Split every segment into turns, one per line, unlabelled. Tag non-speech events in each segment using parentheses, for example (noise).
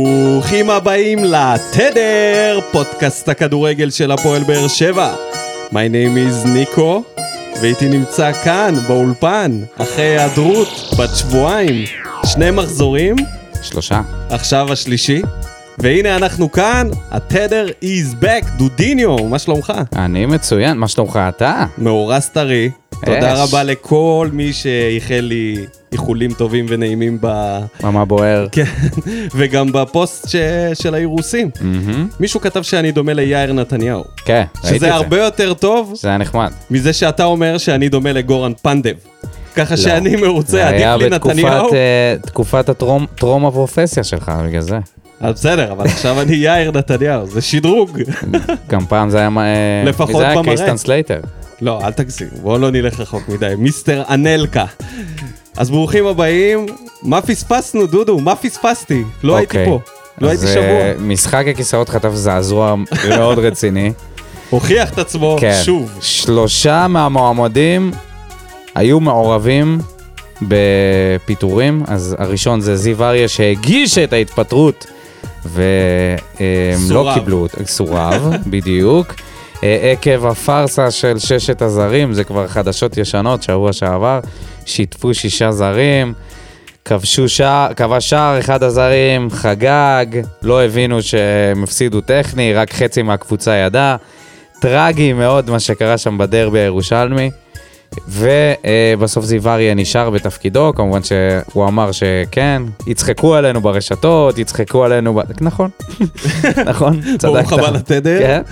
ברוכים הבאים לתדר, פודקאסט הכדורגל של הפועל באר שבע. My name is ניקו, ואיתי נמצא כאן, באולפן, אחרי היעדרות, בת שבועיים, שני מחזורים,
שלושה.
עכשיו השלישי. והנה אנחנו כאן, התדר is back, דודיניו, מה שלומך?
אני מצוין, מה שלומך אתה?
מאורס טרי, תודה
אש.
רבה לכל מי שאיחל לי איחולים טובים ונעימים ב...
מה בוער?
כן, וגם בפוסט ש... של האירוסים.
מהמם.
מישהו כתב שאני דומה ליאיר נתניהו.
כן, ראיתי את זה.
שזה הרבה יותר טוב
זה היה נחמד.
מזה שאתה אומר שאני דומה לגורן פנדב. ככה שאני מרוצה,
לא. זה
עדיף
היה
לי נתניהו.
בתקופת אה, תקופת הטרום טרום הפרופסיה שלך, בגלל זה.
אז אה, בסדר, אבל עכשיו אני יאיר נתניהו, זה שדרוג. (laughs)
גם פעם זה היה... אה,
לפחות
מי זה היה?
במראה.
קריסטן סלייטר.
לא, אל תגזים, בואו לא נלך רחוק מדי. מיסטר אנלקה. אז ברוכים הבאים. מה פספסנו, דודו? מה פספסתי? לא הייתי
אוקיי.
פה. לא הייתי
אז, אה,
שבוע.
משחק הכיסאות חטף זעזוע מאוד
(laughs)
רציני.
הוכיח את עצמו
כן.
שוב.
שלושה מהמועמדים היו מעורבים בפיטורים, אז הראשון זה זיו אריה שהגיש את ההתפטרות והם לא
סורב.
קיבלו, אותה- סורב, בדיוק. אה, עקב הפארסה של ששת הזרים, זה כבר חדשות ישנות, שבוע שעבר, שיתפו שישה זרים, כבשו שער, כבש שער אחד הזרים, חגג, לא הבינו שהם הפסידו טכני, רק חצי מהקבוצה ידע. טרגי מאוד מה שקרה שם בדרבי הירושלמי. ובסוף זיו אריה נשאר בתפקידו, כמובן שהוא אמר שכן, יצחקו עלינו ברשתות, יצחקו עלינו, ב... נכון, נכון, צדקת.
ברוך הבא לתדר.
כן,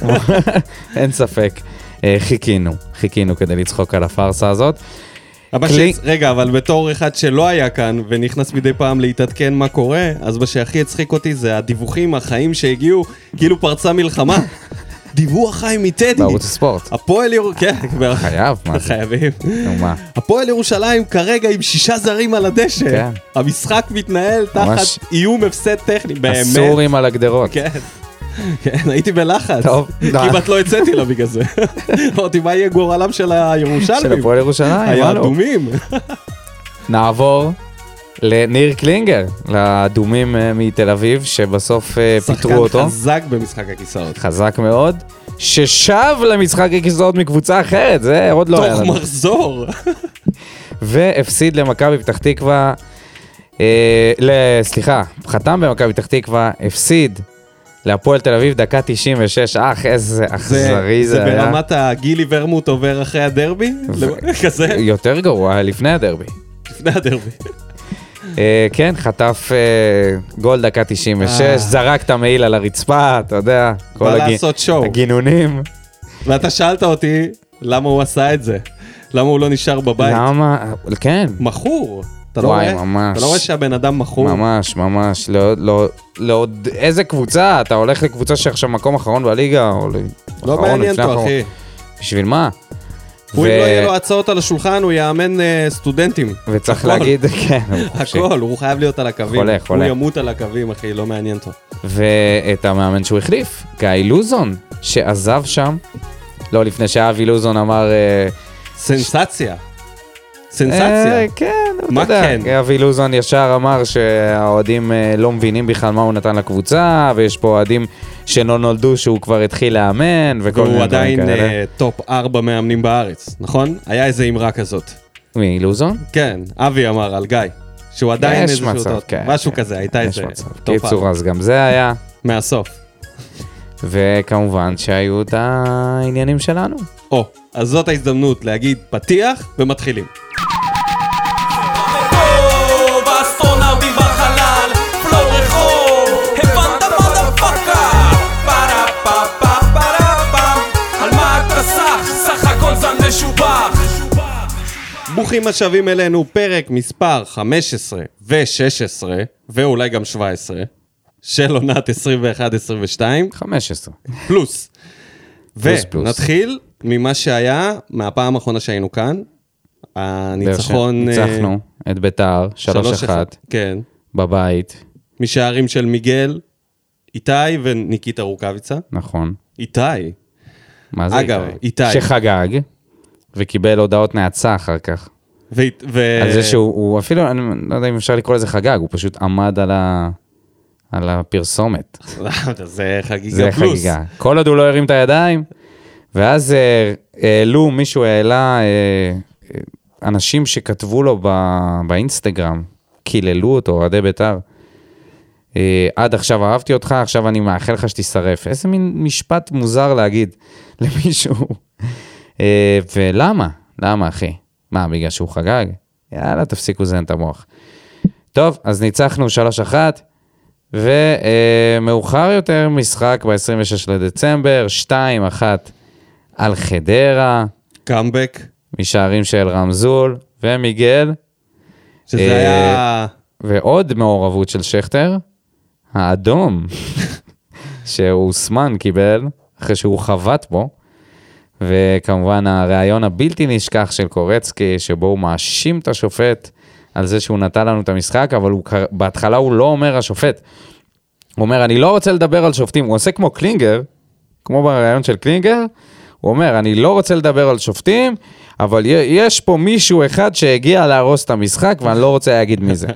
אין ספק. אה, חיכינו, חיכינו כדי לצחוק על הפארסה הזאת.
אבל
כלי-
ש... רגע, אבל בתור אחד שלא היה כאן ונכנס מדי פעם להתעדכן מה קורה, אז מה שהכי הצחיק אותי זה הדיווחים החיים שהגיעו, כאילו פרצה
(laughs)
מלחמה. דיווח חי מטדי.
בערוץ הספורט.
הפועל ירושלים, כן, כבר-
חייב, מה זה?
חייבים.
נו מה.
הפועל ירושלים כרגע עם שישה זרים על הדשא.
כן.
המשחק מתנהל תחת
ממש-
איום הפסד טכני, באמת.
הסורים על הגדרות.
כן. כן, הייתי בלחץ.
טוב.
כמעט לא הצאתי לה בגלל זה. (laughs) אמרתי, מה יהיה גורלם של
של
הירושלמים?
הפועל ירושלים, מה לא?
האדומים.
נעבור לניר קלינגר, לאדומים אה, מתל אביב, שבסוף אה, פיטרו
שחקן
אותו. לא
חזק במשחק הכיסאות.
חזק מאוד, ששב למשחק הכיסאות מקבוצה אחרת, זה עוד לא היה
תוך
לנו.
מחזור.
והפסיד למכבי פתח תקווה, אה, ל- סליחה, חתם במכבי פתח תקווה, הפסיד להפועל תל אביב, דקה 96, אך איזה אכזרי זה,
זה
היה.
ברמת הגילי ורמוט עובר אחרי הדרבי?
ו-
(laughs) כזה?
יותר גרוע, לפני הדרבי.
לפני הדרבי.
אה, כן, חטף אה, גול דקה 96,
אה.
זרק את המעיל על הרצפה, אתה יודע, כל
בא
הגי-
לעשות שואו.
הגינונים.
ואתה שאלת אותי למה הוא עשה את זה. למה הוא לא נשאר בבית?
למה? כן,
מכור. אתה לא
וואי,
רואה?
ממש.
אתה לא רואה שהבן אדם מכור?
ממש, ממש, לא, לא, לא, איזה קבוצה? אתה הולך לקבוצה שעכשיו מקום אחרון בליגה, או ל-
לא
אחרון,
מעניין
לפני
אותו,
האחרון.
אחי.
בשביל מה?
הוא, אם לא יהיה לו הצעות על השולחן, הוא יאמן אה, סטודנטים.
וצריך
הכל.
להגיד, (laughs) כן, הוא חופשי.
הכל, הוא חייב להיות על הקווים.
חולה, חולה.
הוא ימות על הקווים, אחי, לא מעניין אותו.
ואת המאמן שהוא החליף, גיא לוזון, שעזב שם, לא לפני שאבי לוזון אמר... אה,
סנסציה.
אה,
סנסציה.
כן, אתה
מה
יודע.
כן?
אבי לוזון ישר אמר שהאוהדים אה, לא מבינים בכלל מה הוא נתן לקבוצה, ויש פה אוהדים שלא נולדו שהוא כבר התחיל לאמן, וכל
והוא
מיני דברים
עדיין
כאלה.
אה, טופ 4 מאמנים בארץ, נכון? היה איזה אמרה כזאת.
מי, לוזון?
כן, אבי אמר על גיא. שהוא עדיין
יש
איזשהו...
מצב,
טוב,
כן,
משהו
כן.
כזה, הייתה
יש
איזה...
מצב.
טופ
קיצור,
4.
אז גם זה היה,
מהסוף.
וכמובן שהיו את העניינים שלנו.
או, אז זאת ההזדמנות להגיד פתיח ומתחילים.
רחוב, אסטרון אביב החלל, פלו רחוב, הבנת מה דפקה? פרה פה פה פרה פם, על מה אתה סח? סך הכל זן משובח.
ברוכים השבים אלינו, פרק מספר 15 ו-16, ואולי גם 17, של עונת 21-22,
15.
פלוס.
פלוס, פלוס.
ונתחיל ממה שהיה מהפעם האחרונה שהיינו כאן. הניצחון...
באר
אה,
שבע. ניצחנו את ביתר, 3-1,
3-1, כן.
בבית,
משערים של מיגל, איתי וניקיטה רוקאביצה.
נכון.
איתי.
מה זה
אגב, איתי.
שחגג, וקיבל הודעות נאצה אחר כך.
ו... ו... (laughs)
על זה שהוא הוא אפילו, אני לא יודע אם אפשר לקרוא לזה חגג, הוא פשוט עמד על ה... על הפרסומת.
זה חגיגה
זה
פלוס.
חגיגה. כל עוד הוא לא הרים את הידיים, ואז אה, העלו, מישהו העלה אה, אה, אנשים שכתבו לו ב- באינסטגרם, קיללו אותו, אוהדי בית"ר. אה, עד עכשיו אהבתי אותך, עכשיו אני מאחל לך שתישרף. איזה מין משפט מוזר להגיד (laughs) למישהו. אה, ולמה? למה, אחי? מה, בגלל שהוא חגג? יאללה, תפסיקו לזיין את המוח. טוב, אז ניצחנו 3-1, ומאוחר יותר משחק ב-26 לדצמבר, 2-1 על חדרה,
קאמבק,
משערים של רמזול ומיגל,
שזה
אה,
היה...
ועוד מעורבות של שכטר, האדום, שאוסמן קיבל, אחרי שהוא חבט בו, וכמובן הריאיון הבלתי נשכח של קורצקי, שבו הוא מאשים את השופט על זה שהוא נתן לנו את המשחק, אבל הוא, כ- בהתחלה הוא לא אומר השופט. הוא אומר, אני לא רוצה לדבר על שופטים. הוא עושה כמו קלינגר, כמו בריאיון של קלינגר, הוא אומר, אני לא רוצה לדבר על שופטים, אבל י- יש פה מישהו אחד שהגיע להרוס את המשחק, ואני לא רוצה להגיד מי זה.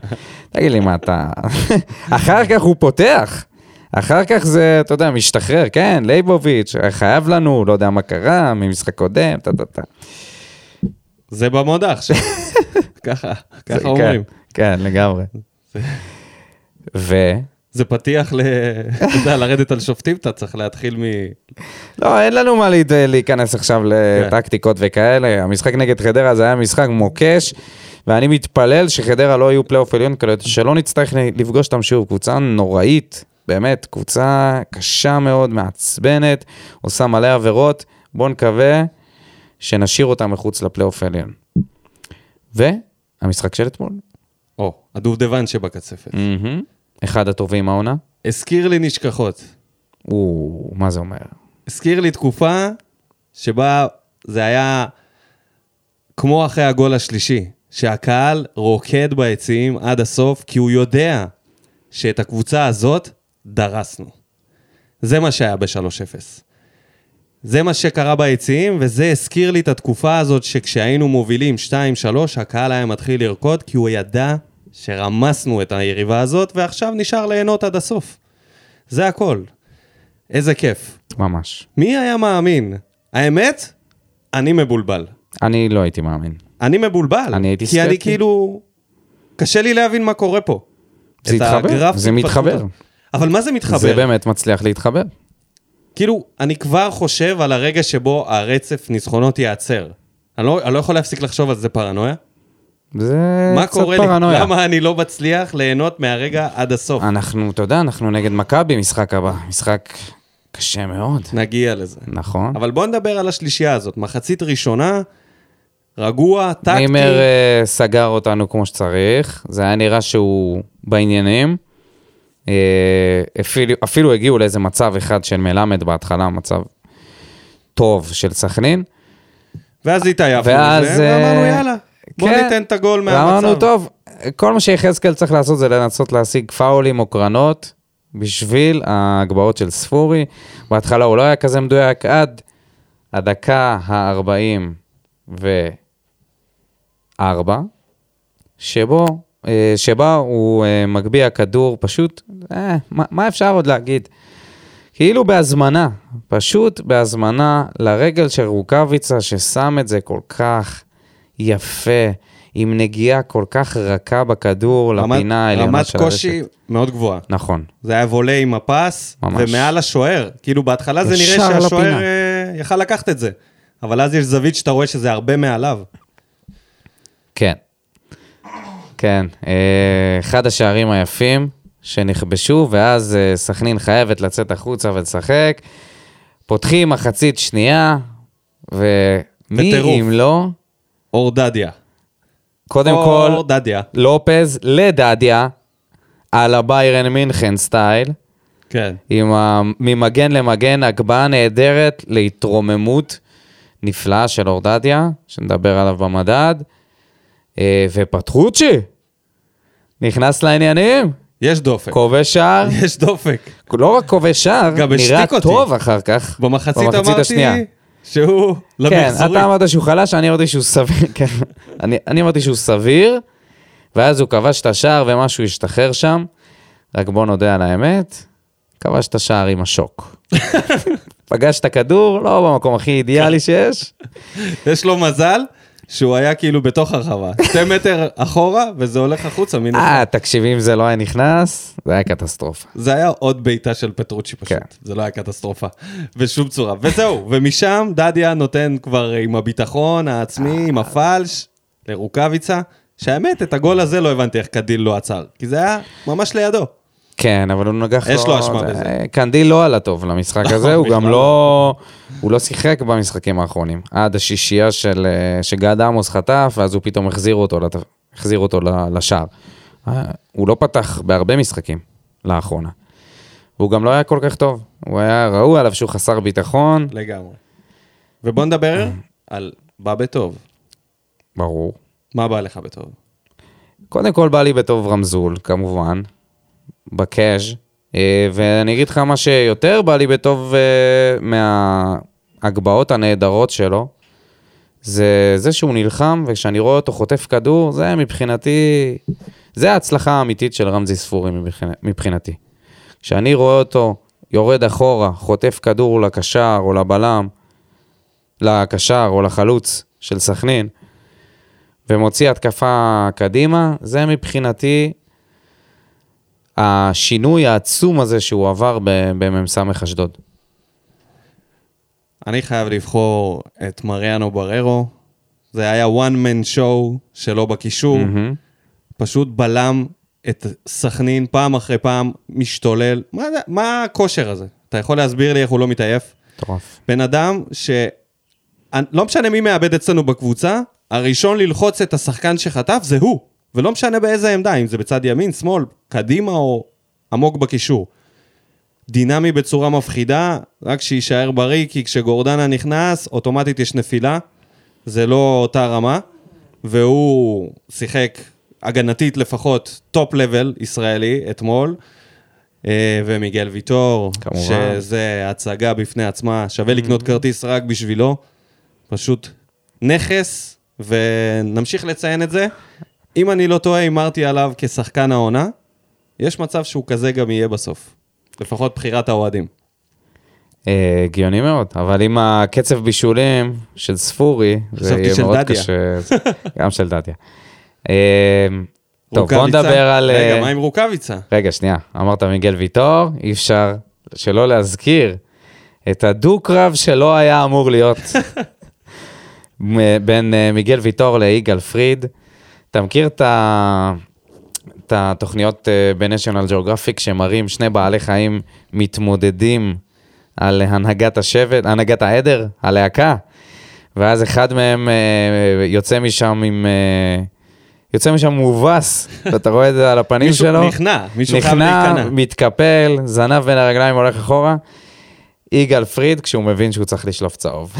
תגיד לי, מה אתה... (laughs) אחר כך הוא פותח. אחר כך זה, אתה יודע, משתחרר, כן, לייבוביץ', חייב לנו, לא יודע מה קרה, ממשחק קודם, טה-טה-טה.
זה במודה
(laughs)
עכשיו. ככה, ככה אומרים.
כן, לגמרי. ו...
זה פתיח ל... (laughs) אתה יודע, לרדת על שופטים, אתה צריך להתחיל מ...
לא, אין לנו מה להת- להיכנס עכשיו לטקטיקות וכאלה. המשחק נגד חדרה זה היה משחק מוקש, ואני מתפלל שחדרה לא יהיו פלייאוף עליון, כאילו, שלא נצטרך לפגוש אותם שוב. קבוצה נוראית, באמת, קבוצה קשה מאוד, מעצבנת, עושה מלא עבירות. בואו נקווה שנשאיר אותה מחוץ לפלייאוף עליון. והמשחק של אתמול.
או, הדובדבן שבקצפת.
מהמם. אחד הטובים העונה.
הזכיר לי נשכחות.
או, מה זה אומר?
הזכיר לי תקופה שבה זה היה כמו אחרי הגול השלישי, שהקהל רוקד ביציעים עד הסוף, כי הוא יודע שאת הקבוצה הזאת דרסנו. זה מה שהיה ב-3-0. זה מה שקרה ביציעים, וזה הזכיר לי את התקופה הזאת שכשהיינו מובילים 2-3, הקהל היה מתחיל לרקוד, כי הוא ידע שרמסנו את היריבה הזאת, ועכשיו נשאר ליהנות עד הסוף. זה הכל. איזה כיף.
ממש.
מי היה מאמין? האמת, אני מבולבל.
אני לא הייתי מאמין.
אני מבולבל.
אני הייתי
כי כי אני
סקפטי.
כאילו... קשה לי להבין מה קורה פה.
זה
את
התחבר,
הגרף
זה
התפתחות.
מתחבר.
אבל מה זה מתחבר?
זה באמת מצליח להתחבר.
כאילו, אני כבר חושב על הרגע שבו הרצף ניצחונות ייעצר. אני לא, אני לא יכול להפסיק לחשוב על זה פרנויה.
זה
מה
אה, קצת
קורה לי?
פרנויה. אה.
למה אני לא מצליח ליהנות מהרגע עד הסוף?
אנחנו, אתה יודע, אנחנו נגד מכבי משחק הבא. משחק קשה מאוד.
נגיע לזה.
נכון.
אבל בואו נדבר על השלישייה הזאת. מחצית ראשונה, רגוע, טקטי.
ניימר אה, סגר אותנו כמו שצריך, זה היה נראה שהוא בעניינים. אה, אפילו, אפילו הגיעו לאיזה מצב אחד של מלמד בהתחלה, מצב טוב של סכנין.
ואז התעייפנו
ואז,
מזה, ואמרנו
אה,
יאללה, בוא
כן.
ניתן את הגול
ואמרנו,
מהמצב.
טוב, כל מה שיחזקאל צריך לעשות זה לנסות להשיג פאולים או קרנות בשביל ההגבהות של ספורי. בהתחלה הוא לא היה כזה מדויק עד הדקה ה-40 ו-4, שבו, אה, שבה הוא אה, מגביה כדור פשוט, אה, מה, מה אפשר עוד להגיד? כאילו בהזמנה, פשוט בהזמנה לרגל של רוקאביצה, ששם את זה כל כך יפה, עם נגיעה כל כך רכה בכדור
רמת-
לפינה העליונה לא, של
רמת
הרשת.
קושי מאוד גבוהה.
נכון.
זה היה וולה עם הפס,
ממש.
ומעל השוער. כאילו בהתחלה זה
ישר
נראה שהשוער
לפינה.
אה, יכל לקחת את זה. אבל אז יש זווית שאתה רואה שזה הרבה מעליו.
כן. כן, אה, אחד השערים היפים שנכבשו, ואז אה, סכנין חייבת לצאת החוצה ולשחק. פותחים מחצית שנייה, ומי
בטירוף.
אם לא,
אור דדיה.
קודם כל,
אור דדיה,
לופז לדדיה, על הביירן מינכן סטייל,
כן.
עם ה... ממגן למגן, הגבהה נהדרת להתרוממות נפלאה של אורדדיה, שנדבר עליו במדד, אה, ופטרוצ'י נכנס לעניינים,
יש דופק.
כובש שער,
יש דופק.
לא רק כובש שער,
גם השתיק
נראה
אותי.
טוב אחר כך,
במחצית
השנייה.
אמרתי שהוא לא
כן,
למחזורים.
אתה אמרת שהוא חלש, אני אמרתי שהוא סביר, (laughs) כן. אני, אני אמרתי שהוא סביר, ואז הוא כבש את השער ומשהו השתחרר שם, רק בוא נודה על האמת, כבש את השער עם השוק. פגש את הכדור, לא במקום הכי אידיאלי שיש.
יש לו מזל שהוא היה כאילו בתוך הרחבה. שתי מטר אחורה, וזה הולך החוצה מן החוץ.
אה, תקשיב, אם זה לא היה נכנס, זה היה קטסטרופה.
זה היה עוד בעיטה של פטרוצ'י פשוט.
כן.
זה לא היה קטסטרופה בשום צורה. וזהו, (laughs) ומשם דדיה נותן כבר עם הביטחון
אה.
העצמי, עם הפלש, לרוקאביצה. שהאמת, את הגול הזה לא הבנתי איך קדיל לא עצר, כי זה היה ממש לידו.
כן, אבל הוא נגח
יש לו אשמה בזה.
אה, קנדיל לא עלה
(laughs)
טוב למשחק
לא,
הזה, הוא גם
בכלל.
לא... הוא לא שיחק במשחקים האחרונים. עד השישייה של... אה, שגד עמוס חטף, ואז הוא פתאום החזיר אותו, לת- החזיר אותו ל- לשער. אה, הוא לא פתח בהרבה משחקים לאחרונה. והוא גם לא היה כל כך טוב. הוא היה... ראו עליו שהוא חסר ביטחון,
לגמרי. ובוא
אה.
נדבר על בא בטוב.
ברור.
מה בא לך בטוב?
קודם כל בא לי בטוב רמזול, כמובן, בקאז', אה, ואני אגיד לך מה שיותר בא לי בטוב אה, מההגבהות הנהדרות שלו, זה זה שהוא נלחם, וכשאני רואה אותו חוטף כדור, זה מבחינתי, זה ההצלחה האמיתית של רמזי ספורי מבחינ- מבחינתי. כשאני רואה אותו יורד אחורה, חוטף כדור לקשר או לבלם, לקשר או לחלוץ של סכנין, ומוציא התקפה קדימה, זה מבחינתי השינוי העצום הזה שהוא עבר ב- במ"ס אשדוד.
אני חייב לבחור את מריאנו בררו. זה היה one man show שלו בקישור.
מהמם.
פשוט בלם את סכנין פעם אחרי פעם, משתולל. מה, זה- מה הכושר הזה? אתה יכול להסביר לי איך הוא לא מתעייף?
מטורף.
בן אדם ש... אני- לא משנה מי מאבד אצלנו בקבוצה, הראשון ללחוץ את השחקן שחטף זה הוא. ולא משנה באיזה עמדה, אם זה בצד ימין, שמאל, קדימה או עמוק בקישור. דינמי בצורה מפחידה, רק שיישאר בריא, כי כשגורדנה נכנס, אוטומטית יש נפילה. זה לא אותה רמה. והוא שיחק הגנתית לפחות טופ לבל ישראלי אתמול. אה, ומיגל ויטור,
כמובן.
שזה הצגה בפני עצמה, שווה לקנות כרטיס רק בשבילו. פשוט נכס, ונמשיך לציין את זה. אם אני לא טועה, הימרתי עליו כשחקן העונה, יש מצב שהוא כזה גם יהיה בסוף. לפחות בחירת האוהדים.
אה, הגיוני מאוד, אבל עם הקצב בישולים של ספורי, זה
חשבתי
יהיה
של
מאוד
דדיה. (laughs)
קשה. גם של דדיה. אה, טוב, בוא
רוקאביצה-
נדבר על...
רגע,
אה,
מה עם רוקאביצה?
רגע, שנייה. אמרת מיגל ויטור, אי אפשר שלא להזכיר את הדו-קרב שלא היה אמור להיות (laughs) מ- בין אה, מיגל ויטור ליגאל פריד. אתה מכיר את ה- את התוכניות אה, ב-National Geographic שמראים שני בעלי חיים מתמודדים על הנהגת השבט, הנהגת העדר, הלהקה, ואז אחד מהם אה, יוצא משם עם... אה, יוצא משם
(laughs)
מובס, ואתה רואה את זה על הפנים
מישהו
שלו.
נכנע, מישהו חייב
נכנע,
להיכנע.
מתקפל, זנב בין הרגליים, הולך אחורה. יגאל פריד, כשהוא מבין שהוא צריך
(laughs)
לשלוף צהוב.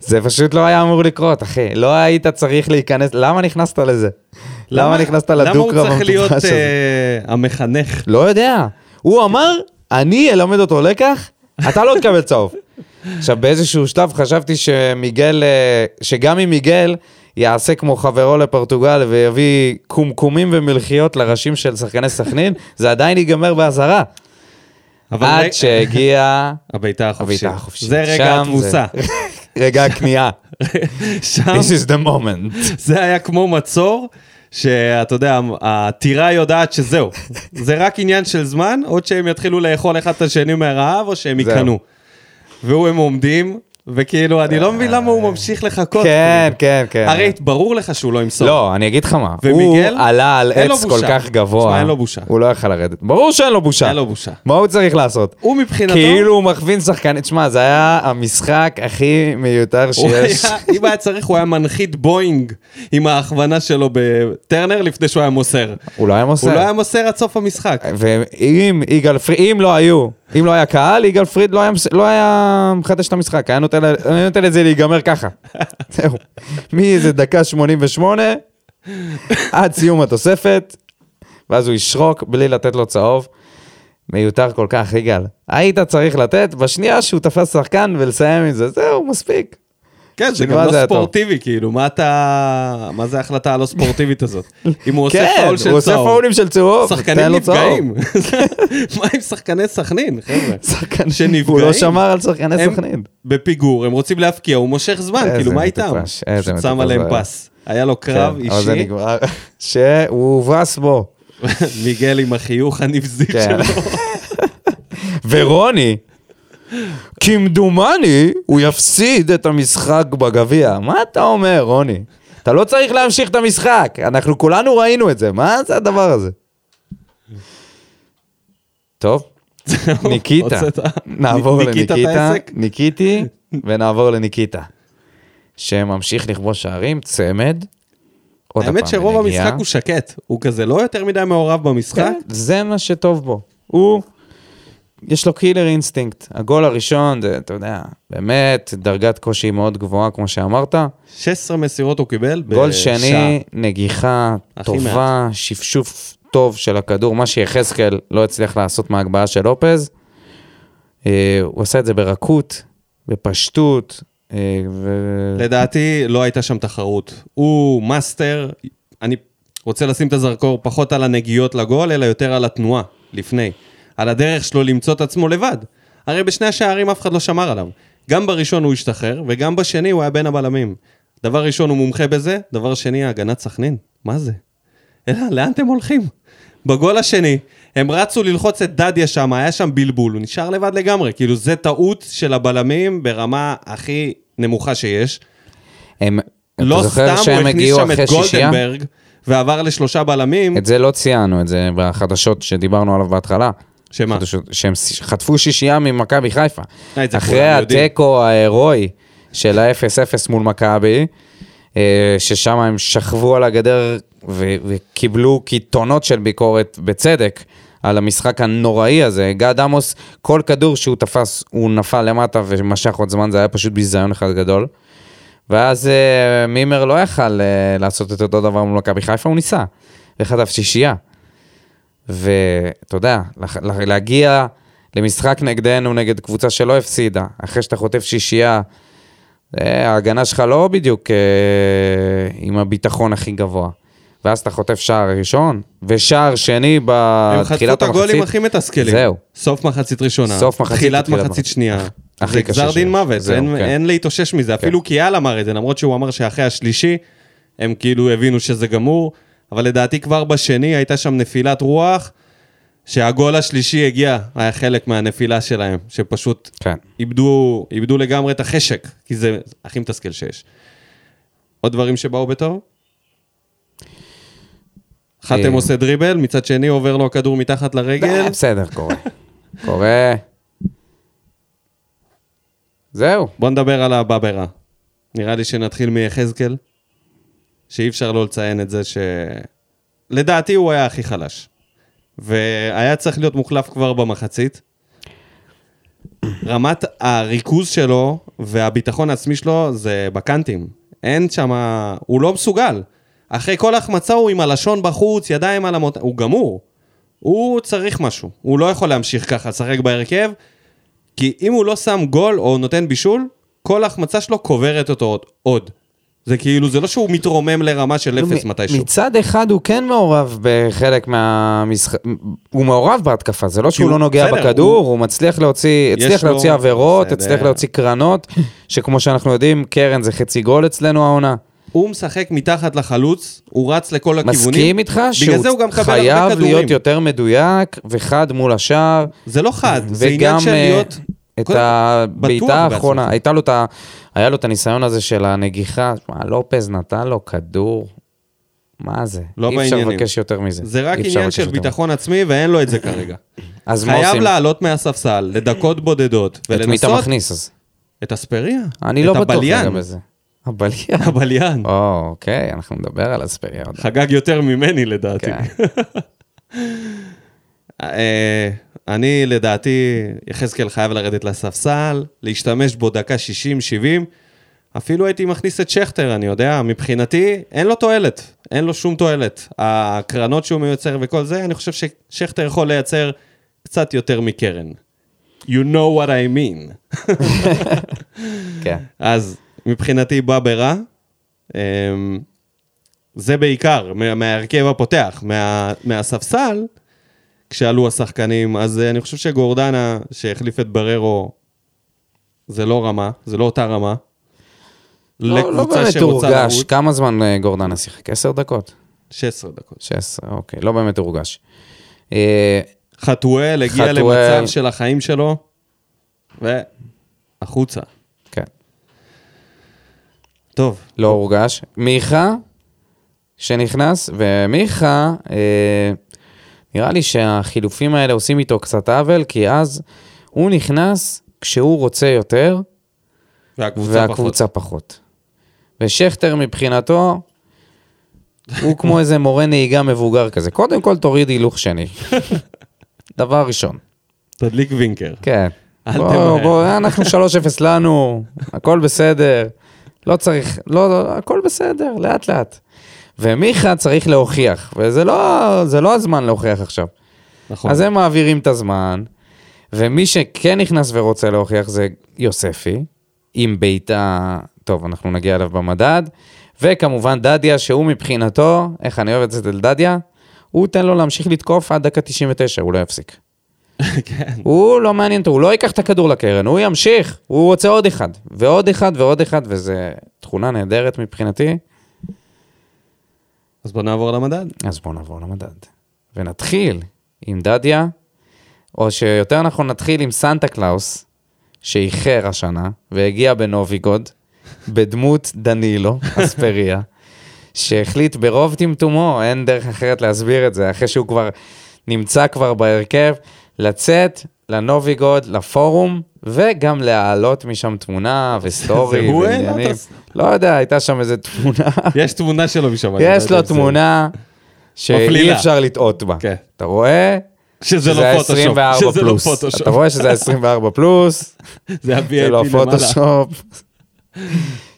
זה פשוט לא היה אמור לקרות, אחי. לא היית צריך להיכנס, למה נכנסת לזה? למה נכנסת לדו-קרב
למה הוא צריך להיות
המטופש הזה?
אה, המחנך?
לא יודע. הוא אמר, אני אלמד אותו לקח, אתה לא תקבל צהוב. עכשיו, באיזשהו שלב חשבתי שמיגל, אה, שגם אם מיגל יעשה כמו חברו לפורטוגל ויביא קומקומים ומלחיות לראשים של שחקני סכנין, זה עדיין ייגמר באזהרה.
אבל רגע- (laughs)
עד שהגיע
הבעיטה החופשית.
הביתה החופשית.
זה רגע
שם
התבוסה.
זה-
(laughs)
רגע הכניעה.
שם
This is the
(laughs)
moment.
זה היה כמו מצור, שאתה יודע, הטירה יודעת שזהו. זה רק עניין של זמן, עוד שהם יתחילו לאכול אחד את השני מהרעב, או שהם
זהו.
ייכנעו. והוא, הם עומדים, וכאילו, אני לא מבין למה הוא ממשיך לחכות.
אה, כן, כן, כן.
הרי ברור לך שהוא לא ימסור.
לא, אני אגיד לך מה.
ומיגל?
הוא עלה על
אין לו
עץ כל
בושה.
כך גבוה.
תשמע, אין לו בושה.
הוא לא יכל לרדת. ברור שאין לו בושה.
אין לו בושה.
מה הוא צריך לעשות?
הוא מבחינתו...
כאילו הוא מכווין שחקנים. תשמע, זה היה המשחק הכי מיותר
הוא
שיש.
היה- אם היה צריך, הוא היה מנחית בואינג עם ההכוונה שלו בטרנר לפני שהוא היה מוסר.
הוא לא היה מוסר.
הוא לא היה מוסר עד סוף המשחק.
אה, ואם יגאל פריד, אם לא היו, אם לא היה קהל, יגאל פריד לא היה, מס- לא היה מחדש את המשחק, היה נותן, ל- היה נותן לזה להיגמר
(laughs)
ככה. זהו. מאיזה דקה 88 עד סיום התוספת, ואז הוא ישרוק בלי לתת לו צהוב. מיותר כל כך, יגאל. היית צריך לתת בשנייה שהוא תפס שחקן ולסיים עם זה, זהו, מספיק.
כן, זה גם
כבר
לא
היה טוב.
ספורטיבי, כאילו, מה אתה... מה זה ההחלטה הלא ספורטיבית הזאת? אם הוא עושה
כן,
פאול של
הוא עושה
צהוב,
פאולים של צהוב,
שחקנים
תן לו
נפגעים. (laughs)
צהוב.
מה עם שחקני סכנין, חבר'ה?
שחקנים
שנפגעים.
הוא לא שמר על שחקני
הם
סכנין.
בפיגור, הם רוצים להפקיע, הוא מושך זמן,
איזה
כאילו, מה איתם?
מטופש, איזה
פשוט שם
מטופש
עליהם
זה היה.
פס. היה לו קרב
כן, אבל זה
אישי,
(laughs) נגמר. שהוא הובס בו.
(laughs) מיגל עם החיוך הנבזי
כן.
שלו.
ורוני, כמדומני, הוא יפסיד את המשחק בגביע. מה אתה אומר, רוני? אתה לא צריך להמשיך את המשחק, אנחנו כולנו ראינו את זה, מה זה הדבר הזה?
(laughs)
טוב, ניקיטה.
הוצאת-
נעבור
ניקית את
לניקיטה.
העסק? (laughs)
ניקיטי, ונעבור לניקיטה. שממשיך לכבוש שערים, צמד. עוד
האמת
הפעם
שרוב
בנגיעה.
המשחק הוא שקט, הוא כזה לא יותר מדי מעורב במשחק.
כן, זה מה שטוב בו. הוא, יש לו קילר אינסטינקט. הגול הראשון, זה, אתה יודע, באמת, דרגת קושי מאוד גבוהה, כמו שאמרת.
16 מסירות הוא קיבל
גול
בשעה.
שני, נגיחה
הכי
טובה, שפשוף טוב של הכדור, מה שיחזקאל לא הצליח לעשות מההגבהה של לופז. אה, הוא עשה את זה ברכות, בפשטות, אה, ו...
לדעתי לא הייתה שם תחרות. הוא מאסטר, אני רוצה לשים את הזרקור פחות על הנגיעות לגול, אלא יותר על התנועה, לפני. על הדרך שלו למצוא את עצמו לבד. הרי בשני השערים אף אחד לא שמר עליו. גם בראשון הוא השתחרר, וגם בשני הוא היה בין הבלמים. דבר ראשון הוא מומחה בזה, דבר שני הגנת סכנין. מה זה? אלא, לאן אתם הולכים? בגול השני, הם רצו ללחוץ את דדיה שם, היה שם בלבול, הוא נשאר לבד לגמרי. כאילו, זה טעות של הבלמים ברמה הכי נמוכה שיש.
הם,
לא
אתה
סתם
זוכר שהם
הוא הכניס
הגיעו
שם
אחרי
את
שישייה?
גולדנברג ועבר לשלושה בלמים.
את זה לא ציינו, את זה בחדשות שדיברנו עליו בהתחלה.
שמה?
חדשות, שהם ש- חטפו שישייה ממכבי חיפה.
אה, את זה
אחרי
כולם יודעים.
התיקו ההירואי של ה-0-0 מול מכבי, אה, ששם הם שכבו על הגדר ו- וקיבלו קיתונות של ביקורת, בצדק, על המשחק הנוראי הזה. גד עמוס, כל כדור שהוא תפס, הוא נפל למטה ומשך עוד זמן, זה היה פשוט ביזיון אחד גדול. ואז אה, מימר לא יכל אה, לעשות את אותו דבר מול מכבי חיפה, הוא ניסה. וחטף שישייה. ואתה יודע, לח- לה- להגיע למשחק נגדנו, נגד קבוצה שלא הפסידה, אחרי שאתה חוטף שישייה, אה, ההגנה שלך לא בדיוק אה, עם הביטחון הכי גבוה. ואז אתה חוטף שער ראשון, ושער שני
הם חטפו
בתחילת
את הגולים הכי
המחצית.
מתסכלים.
זהו.
סוף מחצית ראשונה.
סוף מחצית
תחילת
ותחילת
מחצית
מחצית.
שנייה.
הכי
זה
קשה
גזר דין
שיש.
מוות,
זהו,
אין-
כן.
אין להתאושש מזה. אפילו קיאל אמר את זה, למרות שהוא אמר שאחרי השלישי, הם כאילו הבינו שזה גמור, אבל לדעתי כבר בשני הייתה שם נפילת רוח, שהגול השלישי הגיע, היה חלק מהנפילה שלהם, שפשוט
כן.
איבדו, איבדו לגמרי את החשק, כי זה הכי מתסכל שיש. עוד דברים שבאו בטוב? חתם
אה.
עושה דריבל, מצד שני עובר לו הכדור מתחת לרגל.
אה, בסדר, קורה. קורה. זהו.
בוא נדבר על הבאברה. נראה לי שנתחיל מיחזקאל, שאי אפשר לא לציין את זה ש... לדעתי הוא היה הכי חלש. והיה צריך להיות מוחלף כבר במחצית. רמת הריכוז שלו והביטחון העצמי שלו זה בקאנטים. אין שם... הוא לא מסוגל. אחרי כל החמצה הוא עם הלשון בחוץ, ידיים על המות... הוא גמור. הוא צריך משהו. הוא לא יכול להמשיך ככה, לשחק בהרכב. כי אם הוא לא שם גול או נותן בישול, כל ההחמצה שלו קוברת אותו עוד. עוד. זה כאילו, זה לא שהוא מתרומם לרמה של אפס
לא, מ-
מתישהו.
מצד אחד הוא כן מעורב בחלק מהמשחק, הוא מעורב בהתקפה, זה לא שהוא
הוא-
לא נוגע
בסדר,
בכדור,
הוא-
הוא, מצליח להוציא,
יש
הצליח
לו-
להוציא עבירות,
בסדר.
הצליח להוציא קרנות,
(laughs)
שכמו שאנחנו יודעים, קרן זה חצי גול אצלנו העונה.
הוא משחק מתחת לחלוץ, הוא רץ לכל הכיוונים.
מסכים איתך
בגלל זה הוא
שהוא
גם מקבל הרבה
חייב
כדורים.
להיות יותר מדויק וחד מול השער.
זה לא חד, זה עניין
וגם,
של
אה,
להיות...
את
קודם כל, בטוח
הבעיטה האחרונה,
בעצמך.
הייתה לו את ה... היה לו את הניסיון הזה של הנגיחה, מה, לופז נתן לו כדור, מה זה?
לא
אי אפשר
בעניינים.
לבקש יותר מזה.
זה רק
אי אפשר
עניין
לבקש
של
יותר מזה.
ביטחון עצמי, ואין לו את
(laughs)
זה כרגע.
אז מה
חייב
עושים?
לעלות מהספסל לדקות בודדות,
את מי אתה
ולנסות...
מכניס אז?
את אספריה.
אני לא
את
בטוח
הבליין.
לגבי זה. הבליין.
(laughs) הבליין.
או, אוקיי, אנחנו נדבר על אספריה עוד.
חגג יותר ממני לדעתי.
כן.
אה, אני לדעתי, יחזקאל חייב לרדת לספסל, להשתמש בו דקה 60-70, אפילו הייתי מכניס את שכטר, אני יודע, מבחינתי אין לו תועלת, אין לו שום תועלת. הקרנות שהוא מיוצר וכל זה, אני חושב ששכטר יכול לייצר קצת יותר מקרן. You know what I mean. (laughs)
כן.
אז מבחינתי בא ברע. אמ, זה בעיקר, מה- מההרכב הפותח, מה, מהספסל, כשעלו השחקנים, אז אה, אני חושב שגורדנה, שהחליף את בררו, זה לא רמה, זה לא אותה רמה.
לא, לא באמת הורגש. כמה זמן אה, גורדנה שיחק? עשר דקות?
16 דקות.
16, אוקיי. לא באמת הורגש. אה,
חתואל הגיע
חתואל.
למצב של החיים שלו, והחוצה.
כן.
טוב,
לא הורגש. מיכה, שנכנס, ומיכה, אה, נראה לי שהחילופים האלה עושים איתו קצת עוול, כי אז הוא נכנס כשהוא רוצה יותר,
והקבוצה,
והקבוצה פחות. ושכטר מבחינתו, הוא כמו איזה מורה נהיגה מבוגר כזה. קודם כל תוריד הילוך שני. דבר ראשון.
פחות. תדליק וינקר.
כן.
אל
בוא,
תמהר.
בוא, אנחנו 3-0 לנו, הכל בסדר. לא צריך, לא, לא, הכל בסדר, לאט לאט. ומיכה צריך להוכיח, וזה לא, זה לא הזמן להוכיח עכשיו.
נכון.
אז הם מעבירים את הזמן, ומי שכן נכנס ורוצה להוכיח זה יוספי, עם בעיטה, טוב, אנחנו נגיע אליו במדד, וכמובן דדיה, שהוא מבחינתו, איך אני אוהב את זה אצל דדיה, הוא תן לו להמשיך לתקוף עד דקה 99, הוא לא יפסיק.
(laughs) כן.
הוא לא מעניין אותו, הוא לא ייקח את הכדור לקרן, הוא ימשיך, הוא רוצה עוד אחד, ועוד אחד ועוד אחד, וזו תכונה נהדרת מבחינתי.
אז בוא נעבור למדד.
אז בואו נעבור למדד. ונתחיל עם דדיה, או שיותר נכון נתחיל עם סנטה קלאוס, שאיחר השנה, והגיע בנוביגוד, בדמות דנילו
(laughs)
אספריה, שהחליט ברוב טמטומו, אין דרך אחרת להסביר את זה, אחרי שהוא כבר נמצא כבר בהרכב, לצאת לנוביגוד, לפורום, וגם להעלות משם תמונה
(laughs)
וסטורי
זה הוא העלה את
ועניינים.
הס-
לא יודע, הייתה שם איזו
(laughs)
תמונה.
יש תמונה שלו משם. אני לא
יש
יודע
לו
אם זה-
תמונה שאי
מפלילה.
אפשר לטעות בה.
כן.
אתה רואה?
שזה לא פוטושופ.
שזה
שזה לא
24 פלוס.
פוטושופ.
אתה רואה שזה 24
(laughs)
פלוס,
זה
זה
ה-VIP
לא
למעלה.
פוטושופ. (laughs)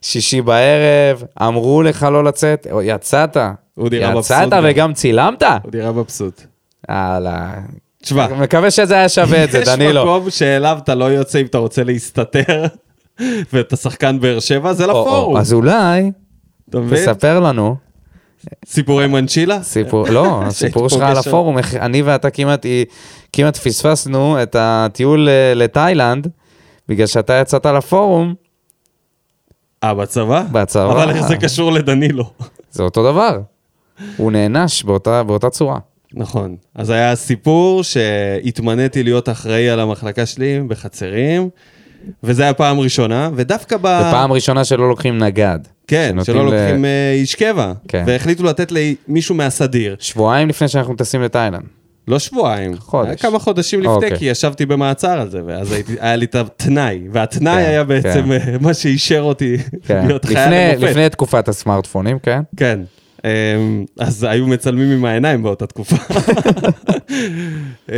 שישי בערב, אמרו לך לא לצאת, או, יצאת.
הוא נראה מבסוט
יצאת
גם.
וגם צילמת?
הוא נראה מבסוט.
יאללה.
תשמע,
מקווה שזה היה שווה את זה,
(laughs) יש
דנילו.
מקום שאליו אתה לא יוצא אם אתה רוצה להסתתר, (laughs) ואתה שחקן באר שבע, זה
או, או,
לפורום.
אז אולי,
אתה מבין?
תספר לנו
סיפורי מנצ'ילה?
סיפור, לא, הסיפור שלך על
שהתפוגש שם.
הפורום, איך אני ואתה כמעט, כמעט פספסנו את הטיול אה, לתאילנד, בגלל שאתה יצאת לפורום,
אה, בצבא?
בצבא.
אבל איך זה קשור לדנילו? (laughs)
זה אותו דבר. הוא נענש באותה, באותה צורה.
נכון. אז היה סיפור שהתמניתי להיות אחראי על המחלקה שלי בחצרים, וזה היה פעם ראשונה, ודווקא ב...
ופעם ראשונה שלא לוקחים נגד.
כן,
שנותנים
שלא
ל-
לוקחים אה, איש קבע.
כן.
והחליטו לתת למישהו מהסדיר.
שבועיים לפני שאנחנו טסים לתאילנד.
לא שבועיים,
חודש.
היה כמה חודשים לפני,
אוקיי.
כי ישבתי במעצר על זה, ואז הייתי, היה לי את התנאי, והתנאי
כן,
היה בעצם אה, מה שאישר אותי
כן.
להיות חייל
לפני,
למופת.
לפני תקופת הסמארטפונים, כן?
כן. אמ, אז היו מצלמים עם העיניים באותה תקופה. אה,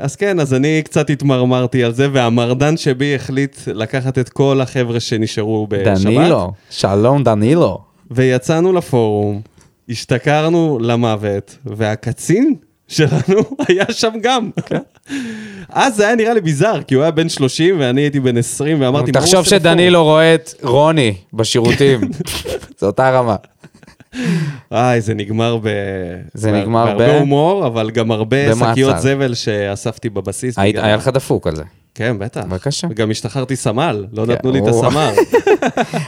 אז כן, אז אני קצת התמרמרתי על זה, והמרדן שבי החליט לקחת את כל החבר'ה שנשארו בשבת.
דנילו, שלום דנילו.
ויצאנו לפורום, השתכרנו למוות, והקצין שלנו (laughs) היה שם גם.
כן.
(laughs) אז זה היה נראה לי ביזאר, כי הוא היה בן 30 ואני הייתי בן 20, ואמרתי, מה הוא
תחשוב
עושה בפורום?"
שדנילו רואה את רוני
(laughs)
בשירותים. זו אותה רמה.
איי, זה נגמר ב...
זה
בה-
נגמר ב-
בהרבה הומור, אבל גם הרבה
במעצר.
שקיות זבל שאספתי בבסיס.
היית-
בגלל-
היה לך דפוק על זה.
כן, בטח.
בבקשה.
וגם השתחררתי סמל, לא
כן,
נתנו לי את
או. (laughs)
הסמל.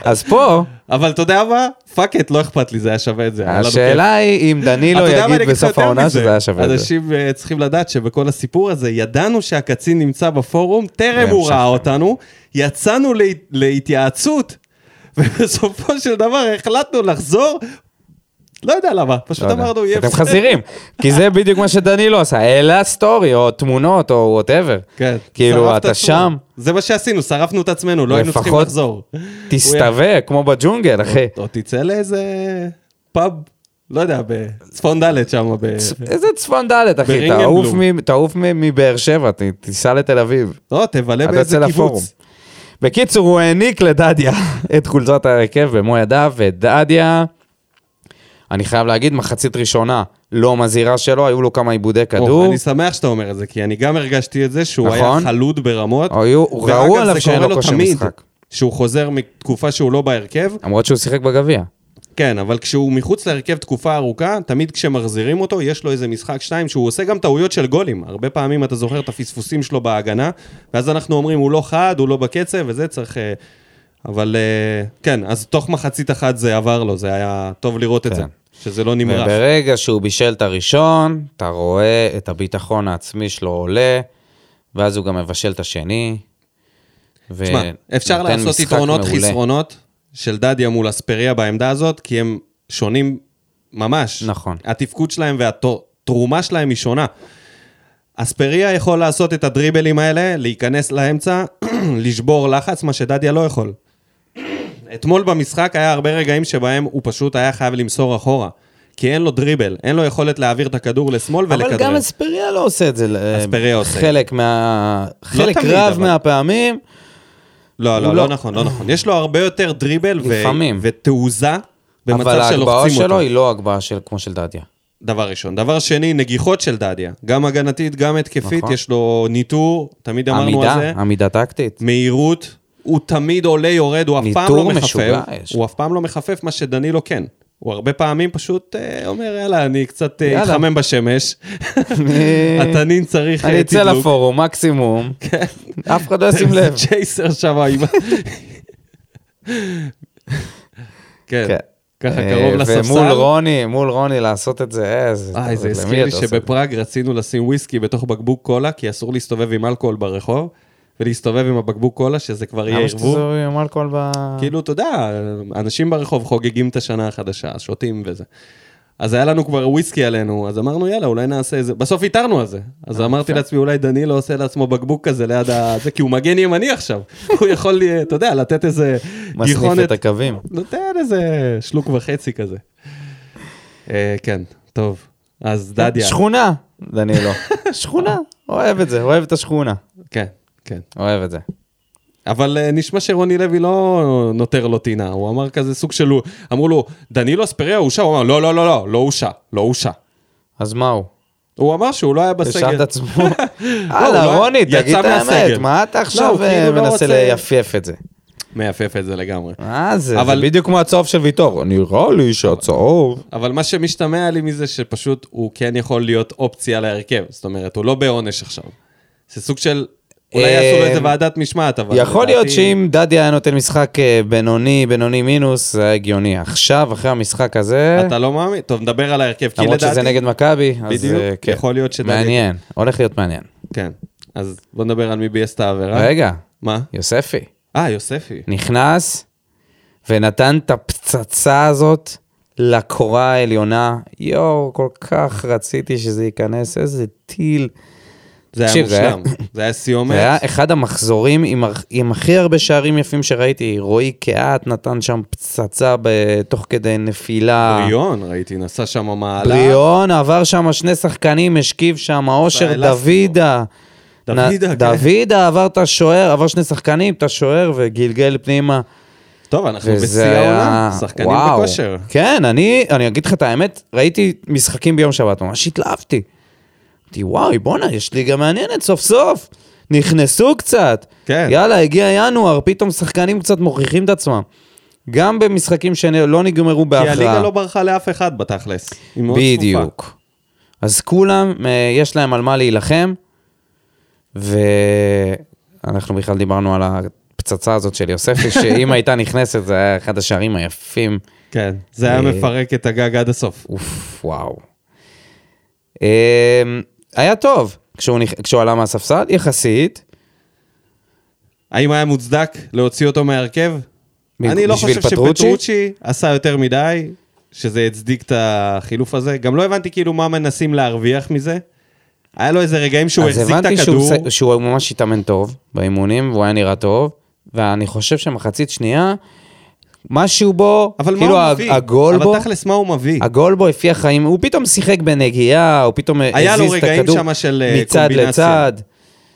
אז פה,
אבל אתה יודע מה? פאק את, לא אכפת לי, זה היה שווה את זה. היה לנו כיף.
השאלה היא אם דנילו
אתה יודע מה,
יגיד
אני אגיד לך
בסוף
יותר
העונה
מזה.
שזה היה שווה את זה.
אנשים אה, צריכים לדעת שבכל הסיפור הזה, ידענו שהקצין נמצא בפורום, טרם הוא
והמשכתם.
ראה אותנו, יצאנו לה- להתייעצות, (laughs) ובסופו של דבר החלטנו לחזור, לא יודע למה, פשוט
לא יודע.
אמרנו, יהיה
אתם
בסדר."
חזירים, כי זה בדיוק מה שדנילו עשה, העלה סטורי או תמונות או וואטאבר.
כן.
כאילו,
שרף את
אתה
עצמו.
שם,
זה מה שעשינו, שרפנו את עצמנו, לא היינו צריכים
לפחות
לחזור.
תסתווה כמו בג'ונגל, אחי.
או תצא לאיזה פאב, לא יודע, בצפון ד' שם, ב...
איזה צפון ד', אחי,
ברינגנבלום.
תעוף מ- תעוף מ- מבאר שבע, ת- תיסע לתל אביב.
לא, תבלה
אתה יוצא
באיזה
לפורום.
קיבוץ.
בקיצור, הוא העניק לדדיה (laughs) את חולצת ההרכב במו ידיו, ודדיה, אני חייב להגיד, מחצית ראשונה לא מזהירה שלו, היו לו כמה עיבודי
או,
כדור.
אני שמח שאתה אומר את זה, כי אני גם הרגשתי את זה שהוא היה
נכון.
נכון. חלוד ברמות.
היו,
ואגב,
ראו
זה
עליו שאין
קורה
לו כושר
תמיד.
משחק.
שהוא חוזר מתקופה שהוא לא בהרכב.
למרות שהוא שיחק בגביע.
כן, אבל כשהוא מחוץ להרכב תקופה ארוכה, תמיד כשמחזירים אותו, יש לו איזה משחק שניים שהוא עושה גם טעויות של גולים. הרבה פעמים אתה זוכר את הפספוסים שלו בהגנה, ואז אנחנו אומרים, הוא לא חד, הוא לא בקצב, וזה צריך... אה, אבל אה, כן, אז תוך מחצית אחת זה עבר לו, זה היה טוב לראות את
כן.
זה, שזה לא נמרח.
וברגע שהוא בישל את הראשון, אתה רואה את הביטחון העצמי שלו עולה, ואז הוא גם מבשל את השני. ו-
תשמע, אפשר
נותן
לעשות
משחק
יתרונות
מעולה.
חסרונות של דדיה מול אספריה בעמדה הזאת, כי הם שונים ממש.
נכון.
התפקוד שלהם והתרומה שלהם היא שונה. אספריה יכול לעשות את הדריבלים האלה, להיכנס לאמצע, (clears throat) לשבור לחץ, מה שדדיה לא יכול. אתמול במשחק היה הרבה רגעים שבהם הוא פשוט היה חייב למסור אחורה. כי אין לו דריבל, אין לו יכולת להעביר את הכדור לשמאל ולכדרר.
אבל גם אספריה לא עושה את זה. אה,
אספריה עושה. לא
חלק מה... חלק
תמיד,
רב
אבל.
מהפעמים.
לא, לא,
הוא
לא
לא-
נכון, לא נכון. יש לו הרבה יותר דריבל ו-
לפעמים.
ותעוזה
אבל
במצב
ההגבהה
שלוחצים
שלו
אותו.
היא לא הגבהה של כמו של דדיה.
דבר ראשון. דבר שני, נגיחות של דדיה. גם הגנתית, גם התקפית,
נכון.
יש לו ניטור, תמיד אמרנו על
עמידה,
זה.
עמידה
(laughs)
טקטית.
מהירות, הוא תמיד עולה, יורד, הוא אף פעם לא
ניטור
מחפף.
משוגע יש.
הוא אף פעם לא מחפף, מה שדנילו כן. הוא הרבה פעמים פשוט אה, אומר, יאללה, אני קצת אה,
יאללה."
אתחמם
(laughs)
בשמש. התנין צריך
אני
אה,
אצא
תדלוק. כן. (laughs)
לפורום, מקסימום. אף אחד לא ישים לב.
ג'ייסר שם
(laughs)
עם... ה- כן,
כן.
ככה
אה,
קרוב לספסל.
ומול רוני, מול רוני לעשות את זה, איזה...
אה, זה
למי
הזכיר לי
אתה עושה את זה?
שבפראג רצינו לשים וויסקי בתוך בקבוק קולה, כי אסור להסתובב עם אלכוהול ברחוב, ולהסתובב עם הבקבוק קולה, שזה כבר יהיה
למה שאתה
ערבוב.
זורק עם אלכוהול ב...
כאילו, אתה יודע, אנשים ברחוב חוגגים את השנה החדשה, אז שותים וזה. אז היה לנו כבר וויסקי עלינו, אז אמרנו, יאללה, אולי נעשה איזה... בסוף ויתרנו על זה.
אה,
אז אמרתי לעצמי, אולי דנילו עושה לעצמו בקבוק כזה ליד ה... זה, כי הוא מגן ימני עכשיו. (laughs) הוא יכול, אה, אתה יודע, לתת איזה
מסניף
גיחונת...
את הקווים.
נותן איזה שלוק וחצי כזה. אה, כן, טוב. אז דדיה.
שכונה, דנילו. (laughs) שכונה, אוהב את זה, אוהב את השכונה.
כן, כן.
אוהב את זה.
אבל אה, נשמע שרוני לוי לא נותר לו טינה, הוא אמר כזה סוג של... הוא- אמרו לו, דנילו אספריה הושע? הוא אמר, לא, לא, לא, לא, לא הושע, לא הושע.
אז מה הוא?
הוא אמר שהוא לא היה בסגל.
ישב את עצמו.
הוא (laughs) לא-
הלאה, רוני,
יצא
תגיד את
מהסגל.
האמת, מה אתה
לא,
עכשיו
הוא כאילו
אה,
לא
מנסה
רוצה-
ליפייף את זה?
מייפף את זה לגמרי.
מה זה? זה
אבל-
בדיוק כמו הצהוב של ויטור. נראה לי שהצהוב...
אבל מה שמשתמע לי מזה שפשוט הוא כן יכול להיות אופציה להרכב. זאת אומרת, הוא לא בעונש עכשיו. זה סוג של... אולי
אה,
יעשו לו איזה ועדת משמעת, אבל...
יכול להיות
לדעתי-
שאם דדיה היה נותן משחק אה, בינוני, בינוני מינוס, זה היה הגיוני. עכשיו, אחרי המשחק הזה,
אתה לא מאמין? טוב, נדבר על ההרכב, כי לדעתי...
למרות שזה נגד מכבי, אז
בדיוק,
אה, כן.
יכול להיות שדדיה-
מעניין, הולך להיות מעניין.
כן. אז בוא נדבר על מי בייס את העבירה.
רגע,
מה?
יוספי,
אה, יוספי.
נכנס ונתן את הפצצה הזאת לקורה העליונה. יואו, כל כך רציתי שזה ייכנס, איזה טיל.
זה היה
תקשיב, זה היה-
מושלם. זה היה סיומת.
זה היה אחד המחזורים עם, הר- עם הכי הרבה שערים יפים שראיתי. רועי קהת נתן שם פצצה ב- תוך כדי נפילה.
בריון, ראיתי, נסע שם מעלה.
בריאון עבר שם שני שחקנים, השכיב שם, אושר
ישראל אסטרו.
דוידה.
דוידה,
נ-
כן.
דוידה עבר את השוער, עבר שני שחקנים, את השוער, וגלגל פנימה.
טוב, אנחנו בשיא
וזה היה...
העולם, שחקנים
וואו.
בכושר.
כן, אני, אני אגיד לך את האמת, ראיתי משחקים ביום שבת, ממש התלהבתי. אמרתי, וואי, בואנה, יש ליגה מעניינת סוף סוף. נכנסו קצת.
כן.
יאללה, הגיע ינואר, פתאום שחקנים קצת מוכיחים את עצמם. גם במשחקים שלא נגמרו
כי
בהכרעה.
הליגה לא ברחה לאף אחד בתכלס. היא מאוד צפופה.
בדיוק. אז כולם, אה, יש להם על מה להילחם, ואנחנו בכלל דיברנו על הפצצה הזאת
(laughs)
של יוספי, שאם הייתה נכנסת זה היה אחד השערים היפים.
כן, זה היה
אה,
מפרק את הגג עד הסוף.
אוף, וואו. אה, היה טוב כשהוא, נכ... כשהוא עלה מהספסל, יחסית.
האם היה מוצדק להוציא אותו מההרכב?
ב-
אני לא
בשביל
חושב
פטרוצ'י?
שפטרוצ'י עשה יותר מדי, שזה הצדיק את החילוף הזה. גם לא הבנתי כאילו מה מנסים להרוויח מזה. היה לו איזה רגעים שהוא
אז
החזיק את
הבנתי
הכדור.
שהוא, מס- שהוא ממש התאמן טוב באימונים, והוא היה נראה טוב, ואני חושב שמחצית שנייה, משהו בו,
אבל מה
כאילו
הוא
ה-
מביא?
הגול בו,
אבל תכלס, מה הוא מביא?
הגול בו הפיח חיים, הוא פתאום שיחק בנגיעה, הוא פתאום הזיז את
היה
הכדור
לו רגעים שמה של, אה,
מצד
קומבינציה.
לצד.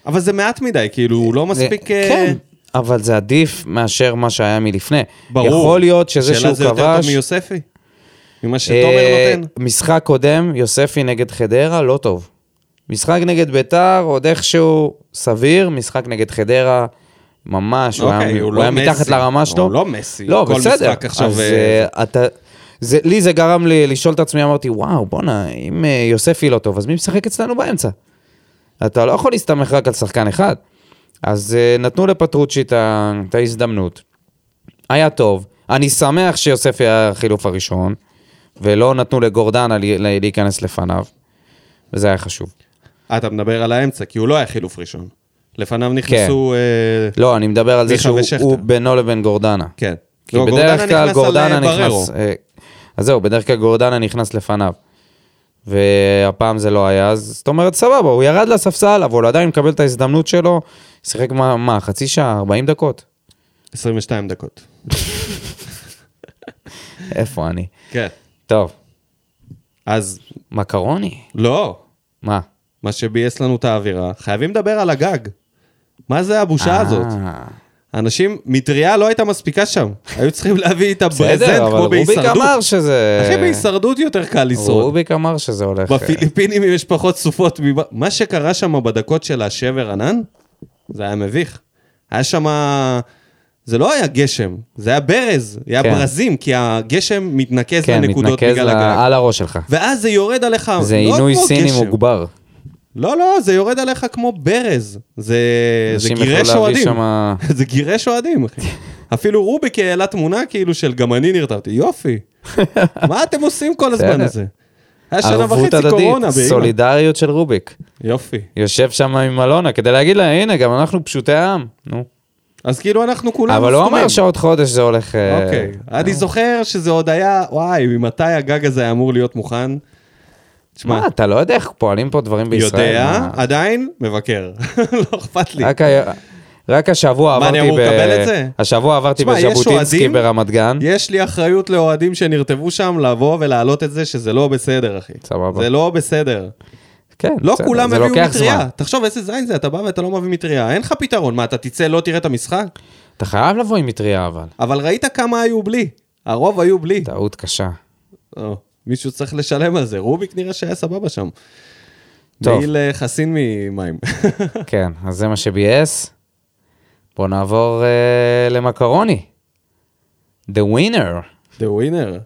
אבל זה מעט מדי, כאילו, הוא לא מספיק...
זה-
אה,
כן, אבל זה עדיף מאשר מה שהיה מלפני.
ברור.
יכול להיות שזה
השאלה
שהוא
זה יותר טוב
כבש...
מיוספי? ממה
אה,
שתומר לא נותן?
משחק קודם, יוספי נגד חדרה, לא טוב. משחק נגד ביתר, עוד איכשהו סביר, משחק נגד חדרה, ממש, הוא
אוקיי,
היה,
הוא
הוא
לא
היה
מסי.
מתחת לרמה שלו.
הוא לא מסי.
לא,
כל
בסדר.
משחק עכשיו,
אז
אה,
אה, אתה... זה, לי זה גרם לי לשאול את עצמי, אמרתי, וואו, בואנה, אם אה, יוספי לא טוב, אז מי משחק אצלנו באמצע? אתה לא יכול להסתמך רק על שחקן אחד. אז אה, נתנו לפטרוצ'י את ה- את ההזדמנות. היה טוב. אני שמח שיוספי היה החילוף הראשון, ולא נתנו לגורדנה לי- לי- להיכנס לפניו, וזה היה חשוב.
אה, אתה מדבר על האמצע, כי הוא לא היה חילוף ראשון. לפניו נכנסו... אה,
לא, אני מדבר על זה
מיכה
שהוא
ושכטר.
הוא בינו לבין גורדנה.
כן.
כי
לא,
בדרך
גורדנה
כלל
נכנס על,
גורדנה
אה, בררו.
נכנס... אה, אז זהו, בדרך כלל גורדנה נכנס לפניו. והפעם זה לא היה, אז זאת אומרת, סבבה, הוא ירד לספסל, אבל הוא עדיין מקבל את ההזדמנות שלו, שיחק מה, מה, חצי שעה, 40 דקות?
22 דקות.
איפה אני?
כן.
טוב,
אז
מקרוני?
לא,
מה?
מה שביאס לנו את האווירה, חייבים לדבר על הגג. מה זה הבושה הזאת?
אה,
אנשים, מטריה לא הייתה מספיקה
(laughs)
שם. היו צריכים להביא איתה ברזנט
בסדר, אבל
כמו
רוביק
בהישרדות.
אמר שזה...
אחי, בהישרדות יותר קל לשרוד.
רוביק אמר שזה הולך... אה,
בפיליפינים יש פחות סופות. ממה- מה שקרה שם בדקות של השבר ענן, זה היה מביך. היה שם... זה לא היה גשם, זה היה ברז, היה
כן.
ברזים, כי הגשם מתנקז
כן,
לנקודות
מתנקז
בגלל
ל-
הגג.
על הראש שלך.
ואז זה יורד עליך,
זה
לא
עינוי
כמו
סיני
גשם.
מוגבר.
לא, לא, זה יורד עליך כמו ברז. זה, זה
אנשים
גירש
יכלו
אוהדים.
להביא שמה-
(laughs) זה גירש אוהדים,
(laughs)
אחי. אפילו רוביק העלה תמונה כאילו של גם אני נרתמתי. יופי. מה אתם עושים כל הזמן
בסדר.
הזה? היה שנה
ערבות
וחצי קורונה,
הדדית,
באימא.
סולידריות של רוביק.
יופי.
יושב שם עם אלונה כדי להגיד לה, הנה, גם אנחנו פשוטי העם. נו.
אז כאילו אנחנו כולנו
אבל הוא
סתומים.
אמר שעוד חודש זה הולך... אה,
אוקיי. אני זוכר שזה עוד היה, וואי, ממתי הגג הזה היה אמור להיות מוכן? תשמע,
מה, אתה לא יודע איך פועלים פה דברים בישראל.
יודע,
מה?
עדיין מבקר. (laughs) לא אכפת לי.
רק ה- רק השבוע
מה,
עברתי
אני אמור לקבל את זה?
השבוע עברתי
תשמע, יש
בז'בוטינסקי
אוהדים?
ברמת גן.
יש לי אחריות לאוהדים שנרטבו שם לבוא ולהעלות את זה שזה לא בסדר, אחי.
סבבה.
זה לא בסדר.
כן,
לא
בסדר,
כולם
זה
הביאו
לוקח
מטריה.
זמן.
תחשוב איזה זין זה, אתה בא ואתה לא מביא מטריה. אין לך פתרון. מה, אתה תצא, לא תראה את המשחק?
אתה חייב לבוא עם מטריה, אבל.
אבל ראית כמה היו בלי. הרוב היו בלי.
טעות
(laughs)
קשה.
או, מישהו צריך לשלם על זה. רוביק נראה שהיה סבבה שם.
טוב.
מעיל אה, חסין ממים. (laughs)
כן, אז זה מה שביאס. בואו נעבור אה, למקרוני. The winner.
The winner.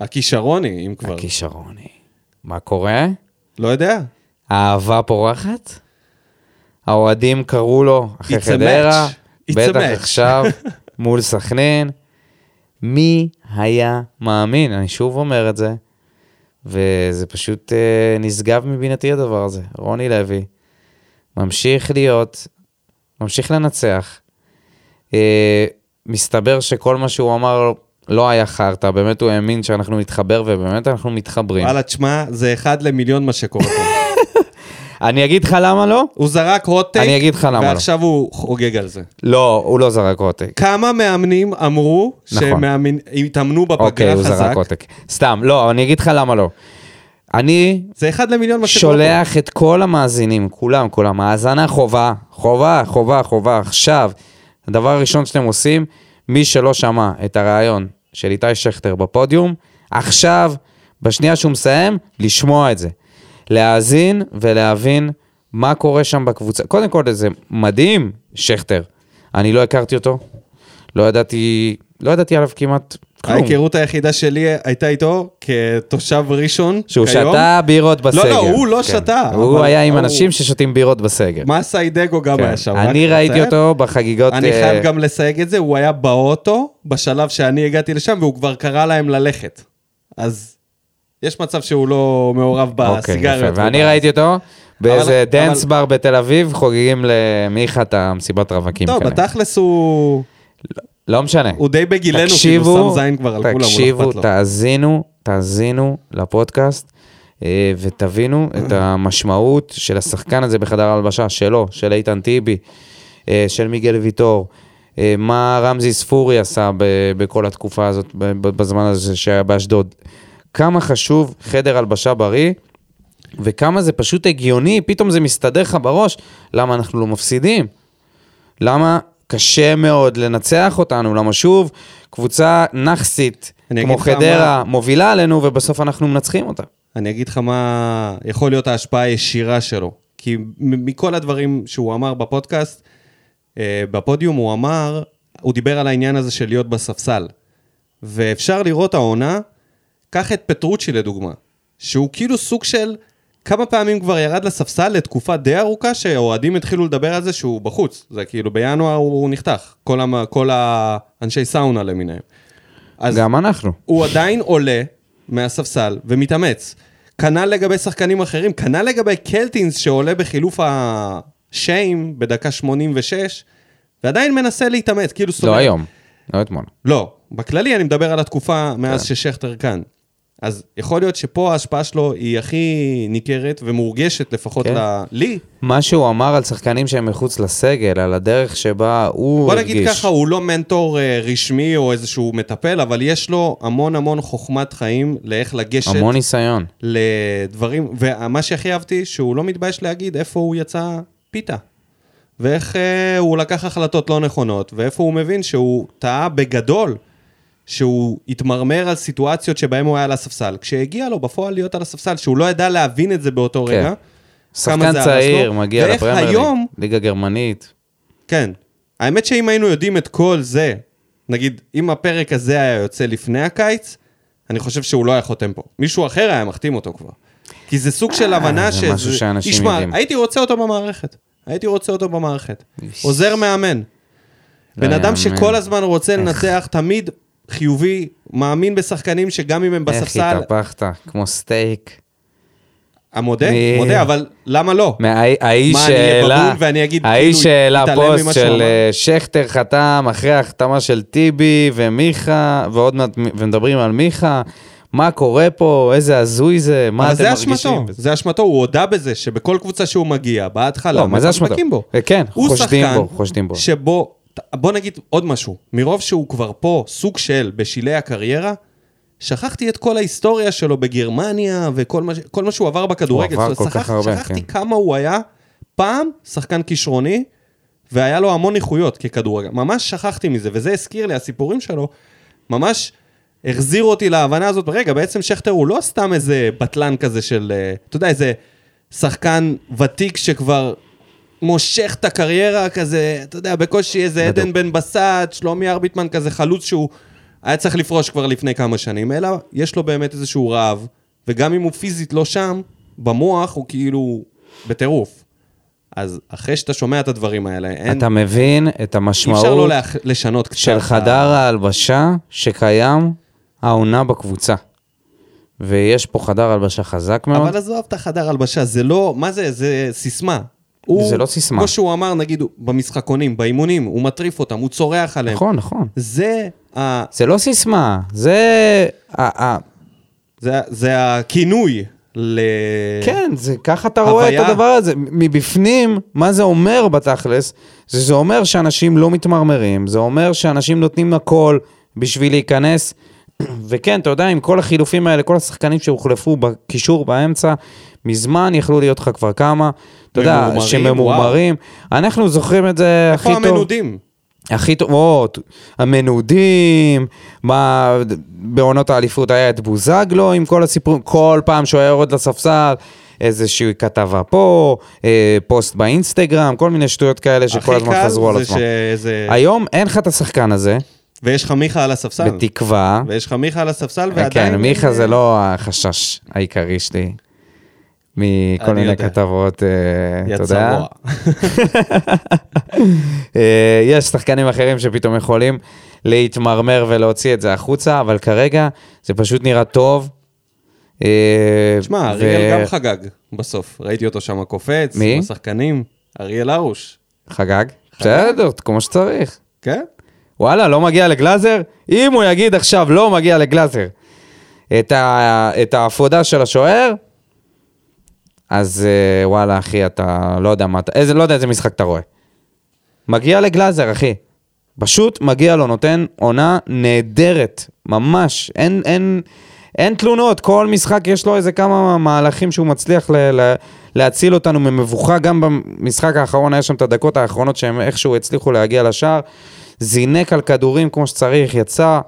הכישרוני, אם כבר.
הכישרוני. מה קורה?
לא יודע.
האהבה פורחת? האוהדים קראו לו
It's
אחרי
a
חדרה,
match. It's a
בטח
match. (laughs)
עכשיו, מול סכנין. מי היה מאמין? אני שוב אומר את זה, וזה פשוט אה, נשגב מבינתי הדבר הזה. רוני לוי ממשיך להיות, ממשיך לנצח. אה, מסתבר שכל מה שהוא אמר לא היה חרטא, באמת הוא האמין שאנחנו נתחבר, ובאמת אנחנו מתחברים.
וואלה, תשמע, זה אחד למיליון מה שקורה
(laughs)
פה.
אני אגיד לך למה לא?
הוא זרק רוטק,
אני אגיד לך למה לא.
ועכשיו הוא חוגג על זה.
לא, הוא לא זרק עותק.
כמה מאמנים אמרו
נכון.
שהם מאמין- התאמנו
אוקיי,
בפגרה
הוא זרק
לא, חזק?
עותק. סתם, לא, אני אגיד לך למה לא. אני
זה אחד למיליון מה שקורה.
שולח את כל המאזינים, כולם, כולם, האזנה חובה, חובה, חובה, חובה, עכשיו. הדבר הראשון שאתם עושים, מי שלא שמע את הרעיון של איתי שכטר בפודיום, עכשיו, בשנייה שהוא מסיים, לשמוע את זה. להאזין ולהבין מה קורה שם בקבוצה. קודם כל, זה מדהים, שכטר. אני לא הכרתי אותו, לא ידעתי, לא ידעתי עליו כמעט
כלום.
כלום.
ההיכרות היחידה שלי הייתה איתו כתושב ראשון.
שהוא
כיום.
שתה בירות בסגר. כן.
לא, הוא לא שתה,
הוא
אבל
היה עם
הוא-
אנשים ששותים בירות בסגר.
מסה אידגו גם
כן.
היה שם. רק
אני ראיתי
לציין.
אותו בחגיגות...
אני
אה,
חייב גם לסייג את זה, הוא היה באוטו בשלב שאני הגעתי לשם, והוא כבר קרא להם ללכת. אז יש מצב שהוא לא מעורב
אוקיי, יפה.
בסיגריות.
ואני
ובזה.
ראיתי אותו באיזה
אבל-
דנס
אבל-
בר בתל אביב, חוגגים למיכה את המסיבת רווקים.
טוב,
כנראה.
בתכלס הוא...
לא משנה.
הוא די בגילנו, כאילו הוא
תקשיבו,
שם זין כבר על כולם, הוא לא
תקשיבו,
אכפת לו.
תאזינו, תאזינו לפודקאסט, אה, ותבינו את המשמעות של השחקן הזה בחדר ההלבשה, שלו, של איתן טיבי, אה, של מיגל ויטור, אה, מה רמזי ספורי עשה ב- בכל התקופה הזאת, ב- ב- בזמן הזה שהיה באשדוד. כמה חשוב חדר הלבשה בריא, וכמה זה פשוט הגיוני, פתאום זה מסתדר לך בראש, למה אנחנו לא מפסידים. למה קשה מאוד לנצח אותנו, למה שוב, קבוצה נכסית,
אני
כמו
אגיד לך
חדרה, מובילה עלינו, ובסוף אנחנו מנצחים אותה.
אני אגיד לך מה יכול להיות ההשפעה הישירה שלו. כי מ- מכל הדברים שהוא אמר בפודקאסט, אה, בפודיום הוא אמר, הוא דיבר על העניין הזה של להיות בספסל. ואפשר לראות העונה, קח את פטרוצ'י לדוגמה, שהוא כאילו סוג של כמה פעמים כבר ירד לספסל לתקופה די ארוכה שהאוהדים התחילו לדבר על זה שהוא בחוץ, זה כאילו בינואר הוא, הוא נחתך, כל, המ, כל האנשי סאונה למיניהם. אז
גם אנחנו.
הוא עדיין עולה מהספסל ומתאמץ. כנ"ל לגבי שחקנים אחרים, כנ"ל לגבי קלטינס שעולה בחילוף השיים בדקה 86, ועדיין מנסה להתאמץ, כאילו זאת
לא
אומרת-
היום, לא אתמול.
לא, בכללי אני מדבר על התקופה מאז
כן.
ששכטר כאן. אז יכול להיות שפה ההשפעה שלו היא הכי ניכרת ומורגשת לפחות
כן.
ל... לי.
מה שהוא אמר על שחקנים שהם מחוץ לסגל, על הדרך שבה הוא
בוא
הרגיש.
נגיד ככה, הוא לא מנטור אה, רשמי או איזשהו מטפל, אבל יש לו המון המון חוכמת חיים לאיך לגשת.
המון ניסיון.
לדברים, ומה שהכי אהבתי, שהוא לא מתבייש להגיד איפה הוא יצא פיתה. ואיך אה, הוא לקח החלטות לא נכונות, ואיפה הוא מבין שהוא טעה בגדול, שהוא התמרמר על סיטואציות שבהן הוא היה על הספסל, כשהגיע לו בפועל להיות על הספסל, שהוא לא ידע להבין את זה באותו
כן.
רגע.
שחקן
זה הרס
צעיר,
לו,
מגיע
ואיך
לפרמייר ליג,
היום-
ליגה גרמנית.
כן. האמת שאם היינו יודעים את כל זה, נגיד, אם הפרק הזה היה יוצא לפני הקיץ, אני חושב שהוא לא היה חותם פה. מישהו אחר היה מחתים אותו כבר. כי זה סוג של הבנה
אה, זה
שזה...
משהו שאנשים
תשמע,
יודעים.
הייתי רוצה אותו במערכת. הייתי רוצה אותו במערכת. עוזר מאמן. בן אדם
לא יאמן.
שכל הזמן רוצה לנצח, תמיד חיובי, מאמין בשחקנים שגם אם הם
איך
בספסל,
התהפכת, כמו סטייק.
המודה,
אני-
מודה, אבל למה לא?
מהאי- האיש
מה, אני אהיה
שהעלה,
בדון ואני אגיד,
האיש
כאילו,
שהעלה
התעלם
פוסט
ממה שהוא
של
אמר?
אה, שכטר חתם אחרי ההחתמה של טיבי ומיכה, ועוד מעט מ- ומדברים על מיכה, מה קורה פה, איזה הזוי זה, מה
אבל
אתם
זה
מרגישים.
אשמתו, זה אשמתו, הוא הודה בזה שבכל קבוצה שהוא מגיע, בהתחלה,
לא, מה זה אשמתו?
מחזקים בו.
אה, כן,
הוא
חושדים
שחקן
בו, חושדים בו.
שבו, בוא נגיד עוד משהו, מרוב שהוא כבר פה, סוג של בשלהי הקריירה, שכחתי את כל ההיסטוריה שלו בגרמניה וכל מה, ש- כל מה שהוא עבר בכדורגל.
הוא עבר
זאת אומרת,
כל כך הרבה,
שכחתי
כן.
כמה הוא היה פעם שחקן כישרוני, והיה לו המון איכויות ככדורגל. ממש שכחתי מזה, וזה הזכיר לי, הסיפורים שלו, ממש החזיר אותי להבנה הזאת, רגע, בעצם שכטר הוא לא סתם איזה בטלן כזה של, אה, אתה יודע, איזה שחקן ותיק שכבר מושך את הקריירה כזה, אתה יודע, בקושי איזה
בדיוק.
עדן בן בסט, שלומי ארביטמן כזה חלוץ שהוא היה צריך לפרוש כבר לפני כמה שנים, אלא יש לו באמת איזשהו רעב, וגם אם הוא פיזית לא שם, במוח הוא כאילו בטירוף. אז אחרי שאתה שומע את הדברים האלה, אין,
אתה מבין את
אי אפשר לא
המשמעות
לאח- לשנות קצת.
של חדר ההלבשה שקיים העונה בקבוצה. ויש פה חדר הלבשה חזק מאוד.
אבל עזוב את החדר הלבשה, זה לא, מה זה, זה סיסמה. הוא,
זה לא סיסמה.
כמו שהוא אמר, נגיד, במשחקונים, באימונים, הוא מטריף אותם, הוא צורח עליהם.
נכון, נכון.
זה, ה,
זה לא סיסמה, זה... ה- ה-
זה, זה הכינוי ל...
כן, זה ככה אתה רואה את
הוויה.
הדבר הזה. מבפנים, מה זה אומר בתכלס? זה, זה אומר שאנשים לא מתמרמרים, זה אומר שאנשים נותנים הכל בשביל להיכנס. (clears throat) וכן, אתה יודע, עם כל החילופים האלה, כל השחקנים שהוחלפו בקישור באמצע, מזמן יכלו להיות לך כבר כמה, אתה יודע,
ממורמרים,
שממורמרים. אנחנו זוכרים את זה הכי
איפה
טוב.
המנודים?
הכי טוב, או, ת- המנודים, מה, בעונות האליפות היה את בוזגלו עם כל הסיפורים, כל פעם שהוא היה יורד לספסל, איזושהי כתבה פה, אה, פוסט באינסטגרם, כל מיני שטויות כאלה שכל הזמן חזרו על
הכי קל
עצמם.
זה שזה...
היום אין לך את השחקן הזה,
ויש לך מיכה על הספסל.
בתקווה,
ויש לך מיכה על הספסל,
אה,
ועדיין...
כן, מיכה זה לא החשש העיקרי שלי. מכל
אני
מיני
יודע.
כתבות, אה, אתה
יד
יודע.
צבוע.
אה, יש שחקנים אחרים שפתאום יכולים להתמרמר ולהוציא את זה החוצה, אבל כרגע זה פשוט נראה טוב. אה,
תשמע,
ו-
אריאל גם חגג בסוף. ראיתי אותו שם קופץ.
מי?
עם השחקנים. אריאל הרוש.
חגג. בסדר, כמו שצריך.
כן?
וואלה, לא מגיע לגלאזר? אם הוא יגיד עכשיו לא מגיע לגלאזר את, ה... את האפודה של השוער, אז אה, וואלה, אחי, אתה לא יודע מה אתה... איזה, לא יודע איזה משחק אתה רואה. מגיע לגלאזר, אחי. פשוט מגיע לו, נותן עונה נהדרת, ממש. אין, אין, אין תלונות, כל משחק יש לו איזה כמה מהלכים שהוא מצליח ל, ל, להציל אותנו ממבוכה. גם במשחק האחרון היה שם את הדקות האחרונות שהם איכשהו הצליחו להגיע לשער. זינק על כדורים כמו שצריך, יצא.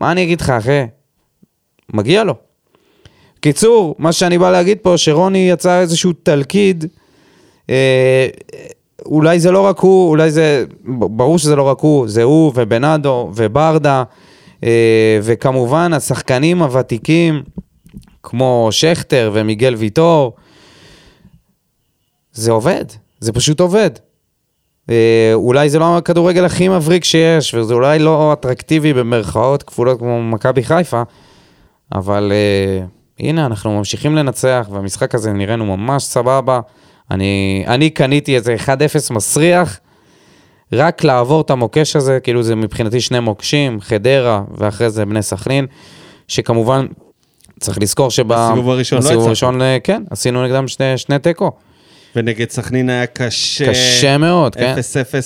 מה אני אגיד לך, אחי? מגיע לו. קיצור, מה שאני בא להגיד פה, שרוני יצא איזשהו תלכיד אה, אולי זה לא רק הוא, אולי זה, ברור שזה לא רק הוא, זה הוא ובנאדו וברדה, אה, וכמובן השחקנים הוותיקים, כמו שכטר ומיגל ויטור, זה עובד, זה פשוט עובד. אה, אולי זה לא הכדורגל הכי מבריק שיש, וזה אולי לא אטרקטיבי במרכאות כפולות כמו מכבי חיפה, אבל אה, הנה, אנחנו ממשיכים לנצח, והמשחק הזה נראינו ממש סבבה. אני, אני קניתי איזה 1-0 מסריח, רק לעבור את המוקש הזה, כאילו זה מבחינתי שני מוקשים, חדרה, ואחרי זה בני סכנין, שכמובן, צריך לזכור שב...
בסיבוב הראשון לא
בסיבוב
הצלחנו.
הראשון, אה, כן, עשינו נגדם שני, שני תיקו.
ונגד סכנין היה קשה.
קשה מאוד, כן.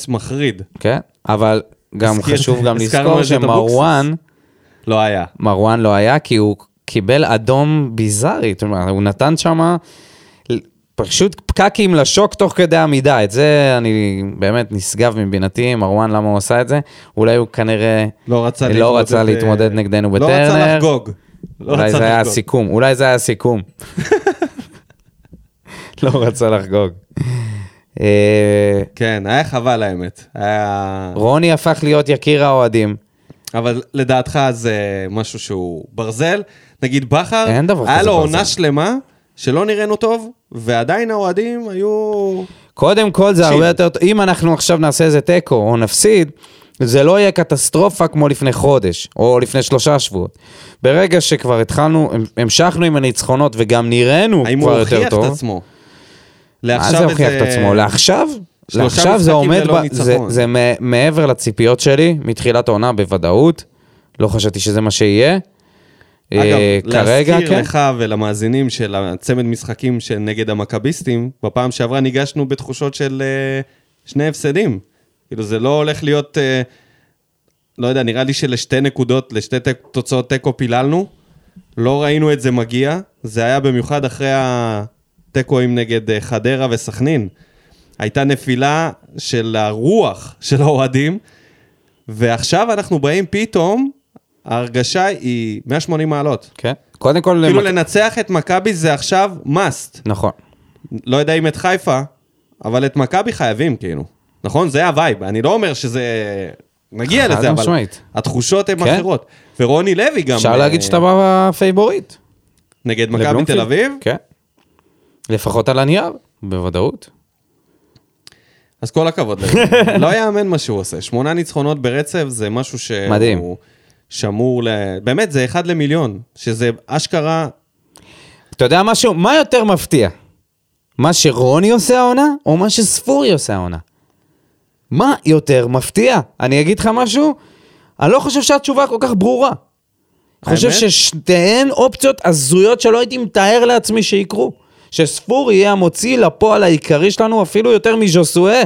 0-0 מחריד.
כן, אבל גם
הזכיר-
חשוב גם
הזכרנו
לזכור
את זה את
שמרואן,
לא היה.
מרואן לא היה כי הוא קיבל אדום ביזארי, זאת אומרת, הוא נתן שם פשוט פקקים לשוק תוך כדי עמידה, את זה אני באמת נשגב מבינתי, מרואן למה הוא עשה את זה, אולי הוא כנראה
לא רצה
לא רצה
אה,
להתמודד נגדנו
לא רצה
בטרנר,
לחגוג. לא
אולי
רצה
זה היה
לחגוג.
הסיכום, אולי זה
(laughs)
היה הסיכום. לא רצה לחגוג. אה,
כן, היה חבל האמת. היה...
רוני הפך להיות יקיר האוהדים.
אבל לדעתך זה משהו שהוא ברזל. נגיד בכר,
אין דבר
היה
כזה
לו
ברזל.
עונה שלמה שלא נראינו טוב, ועדיין האוהדים היו...
קודם כל זה
תקשיב.
הרבה יותר, אם אנחנו עכשיו נעשה איזה תיקו או נפסיד, זה לא יהיה קטסטרופה כמו לפני חודש, או לפני שלושה שבועות. ברגע שכבר התחלנו, המ- המשכנו עם הניצחונות וגם נראינו
האם הוא
כבר יותר
הוכיח
טוב.
את עצמו?
מה זה הוכיח את עצמו? לעכשיו?
שלושה
לעכשיו זה
משחקים
עומד,
ללא
ב... זה,
ניצחון.
זה מ- מעבר לציפיות שלי, מתחילת העונה בוודאות. לא חשבתי שזה מה שיהיה.
אגב,
אה, כרגע,
להזכיר
כן.
לך ולמאזינים של הצמד משחקים של נגד המכביסטים, בפעם שעברה ניגשנו בתחושות של אה, שני הפסדים. כאילו, זה לא הולך להיות, אה, לא יודע, נראה לי שלשתי נקודות, לשתי תק, תוצאות תיקו פיללנו. לא ראינו את זה מגיע, זה היה במיוחד אחרי התיקואים נגד אה, חדרה וסכנין. הייתה נפילה של הרוח של האוהדים, ועכשיו אנחנו באים פתאום, ההרגשה היא 180 מעלות.
כן. קודם כל,
כאילו
למק-
לנצח את מכבי זה עכשיו must.
נכון.
לא יודע אם את חיפה, אבל את מכבי חייבים, כאילו. נכון? זה הווייב. אני לא אומר שזה... נגיע
חד
לזה, כן, אבל
משמעית.
התחושות הן
כן.
אחרות. ורוני לוי גם...
אפשר
אה,
להגיד שאתה בא פייבוריט.
נגד מכבי
לבלומפילד?
תל אביב.
כן. לפחות על הנייר, בוודאות.
אז כל הכבוד
(laughs)
לרוני. לא יאמן מה שהוא עושה. שמונה ניצחונות ברצף זה משהו שהוא...
מדהים.
שמור ל... באמת, זה אחד למיליון. שזה אשכרה...
אתה יודע משהו? מה יותר מפתיע? מה שרוני עושה העונה, או מה שספורי עושה העונה? מה יותר מפתיע? אני אגיד לך משהו, אני לא חושב שהתשובה כל כך ברורה. אני חושב
האמת?
ששתיהן אופציות הזויות שלא הייתי מתאר לעצמי שיקרו. שספורי יהיה המוציא לפועל העיקרי שלנו אפילו יותר מז'וסואה.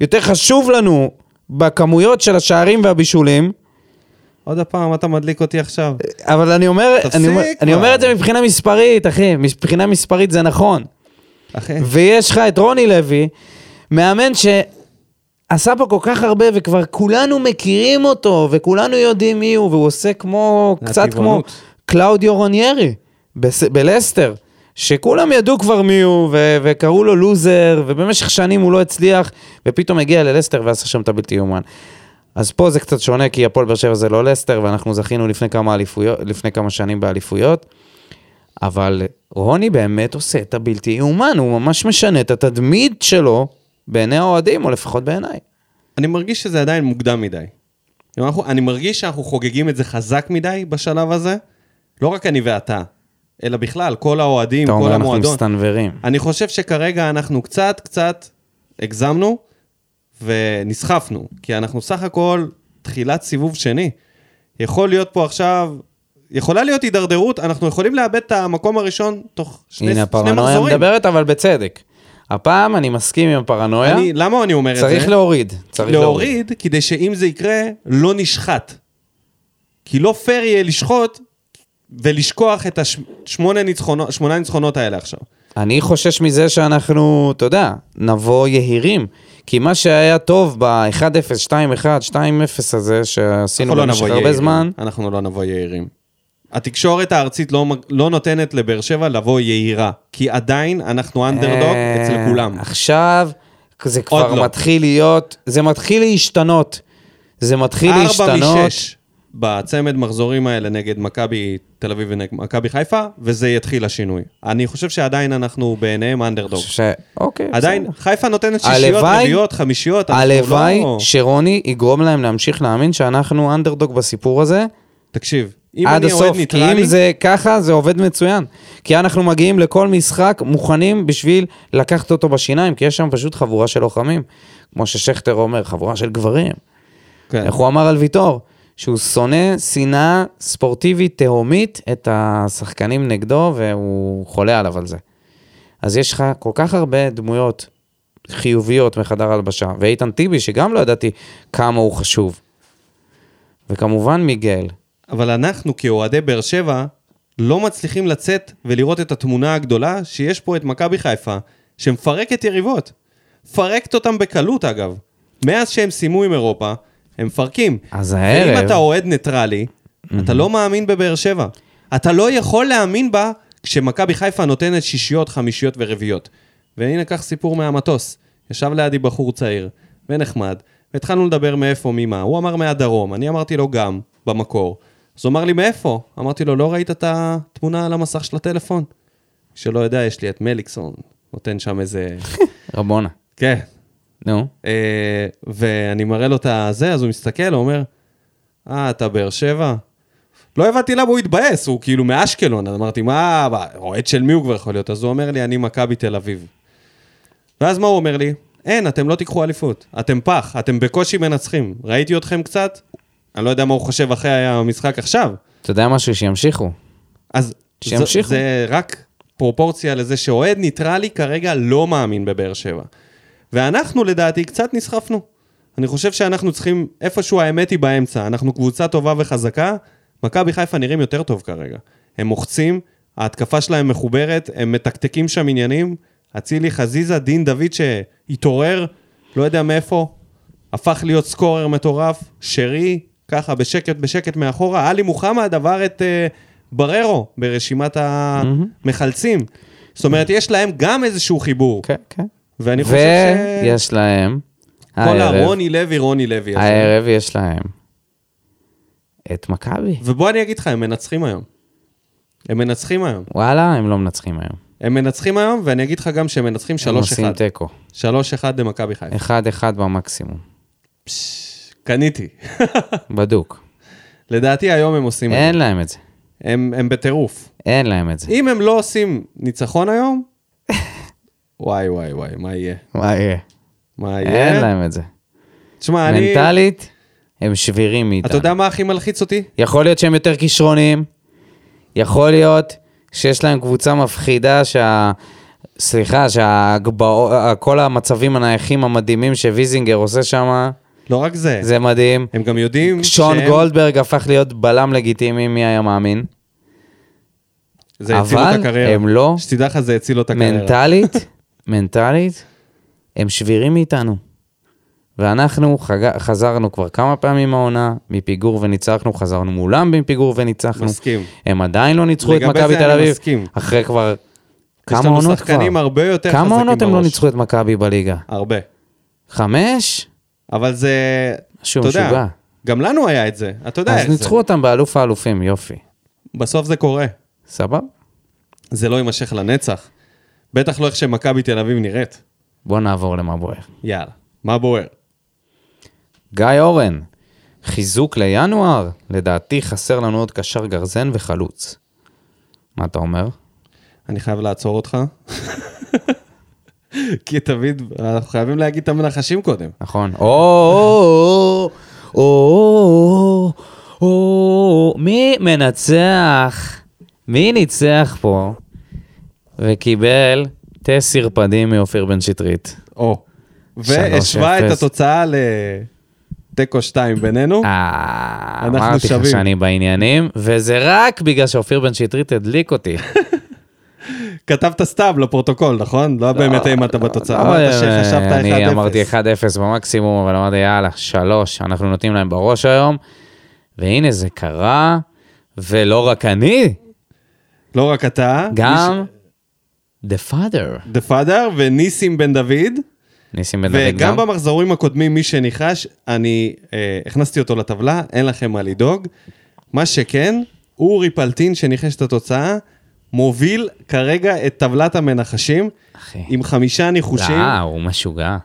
יותר חשוב לנו בכמויות של השערים והבישולים,
עוד פעם, אתה מדליק אותי עכשיו.
אבל אני אומר,
תפסיק
אני אומר, אני
כבר.
אומר את זה מבחינה מספרית, אחי, מבחינה מספרית זה נכון.
אחי.
ויש לך את רוני לוי, מאמן שעשה פה כל כך הרבה, וכבר כולנו מכירים אותו, וכולנו יודעים מי הוא, והוא עושה כמו,
זה
קצת כמו
הטבעונות.
קלאודיו רוניירי בס- בלסטר, שכולם ידעו כבר מי הוא, ו- וקראו לו לוזר, ובמשך שנים הוא לא הצליח, ופתאום הגיע ללסטר ועשה שם את הבלתי יאומן. אז פה זה קצת שונה, כי הפועל באר שבע זה לא לסטר, ואנחנו זכינו לפני כמה, אליפויות, לפני כמה שנים באליפויות. אבל רוני באמת עושה את הבלתי יאומן, הוא ממש משנה את התדמית שלו בעיני האוהדים, או לפחות בעיניי.
אני מרגיש שזה עדיין מוקדם מדי. אנחנו, אני מרגיש שאנחנו חוגגים את זה חזק מדי בשלב הזה, לא רק אני ואתה, אלא בכלל, כל האוהדים,
אתה
כל
אומר, אנחנו
המועדון.
מסתנוורים.
אני חושב שכרגע אנחנו קצת קצת הגזמנו ונסחפנו, כי אנחנו סך הכל תחילת סיבוב שני. יכול להיות פה עכשיו, יכולה להיות הידרדרות, אנחנו יכולים לאבד את המקום הראשון תוך שני,
הנה,
שני
הפרנויה
מחזורים.
מדברת, אבל בצדק. הפעם אני מסכים עם הפרנויה,
אני, למה אני אומר את זה?
אה? צריך להוריד. צריך להוריד.
להוריד, כדי שאם זה יקרה, לא נשחט. כי לא פייר יהיה לשחוט ולשכוח את השמונה ניצחונות, שמונה ניצחונות האלה עכשיו.
אני חושש מזה שאנחנו, אתה יודע, נבוא יהירים. כי מה שהיה טוב ב-1-0, 2-1, 2-0 הזה, שעשינו
אנחנו לא
במשך
נבוא
הרבה
יהירים.
זמן,
אנחנו לא נבוא יהירים. התקשורת הארצית לא, מג- לא נותנת לבאר שבע לבוא יהירה, כי עדיין אנחנו אנדרדוג
אה,
אצל כולם.
עכשיו, זה כבר
לא.
מתחיל להיות, זה מתחיל להשתנות. זה מתחיל
ארבע
להשתנות.
משש בצמד מחזורים האלה נגד מכבי תל אביב ונגד מכבי חיפה, וזה יתחיל השינוי. אני חושב שעדיין אנחנו בעיניהם אנדרדוג.
ש... אוקיי,
עדיין,
בסדר.
חיפה נותנת שישיות,
הלוואי-
רביעיות, חמישיות. אנחנו
הלוואי
לא-
שרוני יגרום להם להמשיך להאמין שאנחנו אנדרדוג בסיפור הזה.
תקשיב, אם
עד
אני אוהד
הסוף, כי
ניטרלי,
אם זה ככה, זה עובד מצוין. כי אנחנו מגיעים לכל משחק מוכנים בשביל לקחת אותו בשיניים, כי יש שם פשוט חבורה של לוחמים. כמו ששכטר אומר, חבורה של גברים.
כן.
איך הוא אמר על ויטור? שהוא שונא שנאה ספורטיבית תהומית את השחקנים נגדו, והוא חולה עליו על זה. אז יש לך כל כך הרבה דמויות חיוביות מחדר הלבשה, ואיתן טיבי, שגם לא ידעתי כמה הוא חשוב. וכמובן מיגל.
אבל אנחנו כאוהדי באר שבע לא מצליחים לצאת ולראות את התמונה הגדולה שיש פה את מכבי חיפה, שמפרקת יריבות. מפרקת אותם בקלות אגב. מאז שהם סיימו עם אירופה, הם מפרקים.
אז הערב-
ואם אתה אוהד ניטרלי, אתה לא מאמין בבאר שבע. אתה לא יכול להאמין בה כשמכבי חיפה נותנת שישיות, חמישיות ורביעיות. והנה כך סיפור מהמטוס. ישב לידי בחור צעיר ונחמד, והתחלנו לדבר מאיפה, ממה. הוא אמר מהדרום, אני אמרתי לו גם, במקור. אז הוא אמר לי, מאיפה? אמרתי לו, לא ראית את התמונה על המסך של הטלפון? שלא יודע, יש לי את מליקסון, נותן שם איזה...
רבונה.
כן,
נו.
אה, ואני מראה לו את הזה, אז הוא מסתכל, הוא אומר, אה, אתה באר שבע? לא הבנתי למה הוא התבאס, הוא כאילו מאשקלון, אז אמרתי, מה, מה, אוהד של מי הוא כבר יכול להיות? אז הוא אומר לי, אני מכבי תל אביב. ואז מה הוא אומר לי? אין, אתם לא תיקחו אליפות. אתם פח, אתם בקושי מנצחים. ראיתי אתכם קצת, אני לא יודע מה הוא חושב אחרי המשחק עכשיו.
אתה יודע משהו? שימשיכו.
אז זה,
שימשיכו.
זה רק פרופורציה לזה שאוהד ניטרלי כרגע לא מאמין בבאר שבע. ואנחנו לדעתי קצת נסחפנו. אני חושב שאנחנו צריכים, איפשהו האמת היא באמצע, אנחנו קבוצה טובה וחזקה, מכבי חיפה נראים יותר טוב כרגע. הם מוחצים, ההתקפה שלהם מחוברת, הם מתקתקים שם עניינים, אצילי חזיזה, דין דוד שהתעורר, לא יודע מאיפה, הפך להיות סקורר מטורף, שרי, ככה בשקט בשקט מאחורה, עלי מוחמד עבר את אה, בררו ברשימת המחלצים. זאת אומרת, יש להם גם איזשהו חיבור,
כן, כן.
ואני חושב ש...
ויש להם,
כל
הערב,
הרוני לוי, רוני לוי. הזה.
הערב יש להם, את מכבי.
ובוא אני אגיד לך, הם מנצחים היום. הם מנצחים היום.
וואלה, הם לא מנצחים היום.
הם מנצחים היום, ואני אגיד לך גם שהם מנצחים
הם עושים
3-1.
תיקו.
3-1 למכבי חיפה.
1-1
(laughs)
במקסימום.
קניתי. (laughs)
בדוק.
לדעתי היום הם עושים את
אין
זה.
להם את זה.
הם הם בטירוף.
אין להם את זה.
אם הם לא עושים ניצחון היום, (laughs) וואי וואי וואי, מה יהיה?
מה יהיה?
מה
אין
יהיה?
להם את זה.
תשמע, אה? אני...
מנטלית, הם שבירים מאיתנו.
אתה יודע מה הכי מלחיץ אותי?
יכול להיות שהם יותר כישרוניים, יכול להיות שיש להם קבוצה מפחידה שה... סליחה, שכל המצבים הנייחים המדהימים שוויזינגר עושה שם,
לא רק זה.
זה מדהים.
הם גם יודעים
שון
כן. שהם-
גולדברג הפך להיות בלם לגיטימי, מי היה מאמין?
זה הציל לו את
אבל
הקריירה.
הם לא-
שתדע לך, זה הציל לו את הקריירה.
מנטלית, מנטלית, הם שבירים מאיתנו. ואנחנו חג... חזרנו כבר כמה פעמים העונה מפיגור וניצחנו, חזרנו מולם מפיגור וניצחנו.
מסכים.
הם עדיין לא ניצחו את
לגבי
מכבי
זה
תל
אני
אביב.
מסכים.
אחרי כבר
יש
כמה
לנו
עונות כבר.
שחקנים הרבה יותר חזקים
כמה עונות הם לא
בראש.
ניצחו את מכבי בליגה?
הרבה.
חמש?
אבל זה...
משהו
אתה יודע,
משוגע.
גם לנו היה את זה, אתה יודע
אז
איך זה.
ניצחו אותם באלוף האלופים, יופי.
בסוף זה קורה.
סבבה?
זה לא יימשך לנצח. בטח לא איך שמכבי תל אביב נראית.
בוא נעבור למה בוער.
יאללה, מה בוער?
גיא אורן, חיזוק לינואר, לדעתי חסר לנו עוד קשר גרזן וחלוץ. מה אתה אומר?
אני חייב לעצור אותך. (laughs) כי תמיד, אנחנו חייבים להגיד את המנחשים קודם.
נכון. או, או, או, או, או, או, מי מנצח? מי ניצח פה וקיבל תה סרפדים מאופיר בן שטרית?
או.
שלוש,
והשווה את
אפס.
התוצאה לתיקו 2 בינינו.
אה,
אנחנו
אמרתי לך
שווים.
שאני בעניינים, וזה רק בגלל שאופיר בן שטרית הדליק אותי.
כתבת סתם לפרוטוקול, נכון? לא באמת האמנת בתוצאה.
לא,
אמרת
אה,
שחשבת 1-0.
אני אמרתי 1-0 במקסימום, אבל אמרתי, יאללה, 3, אנחנו נותנים להם בראש היום. והנה, זה קרה, ולא רק אני,
לא רק אתה.
גם The Father.
The Father וניסים בן דוד,
ניסים בן דוד גם?
וגם במחזורים הקודמים, מי שניחש, אני אה, הכנסתי אותו לטבלה, אין לכם מה לדאוג. מה שכן, אורי פלטין, שניחש את התוצאה, מוביל כרגע את טבלת המנחשים,
אחי.
עם חמישה ניחושים,
אה, הוא משוגע.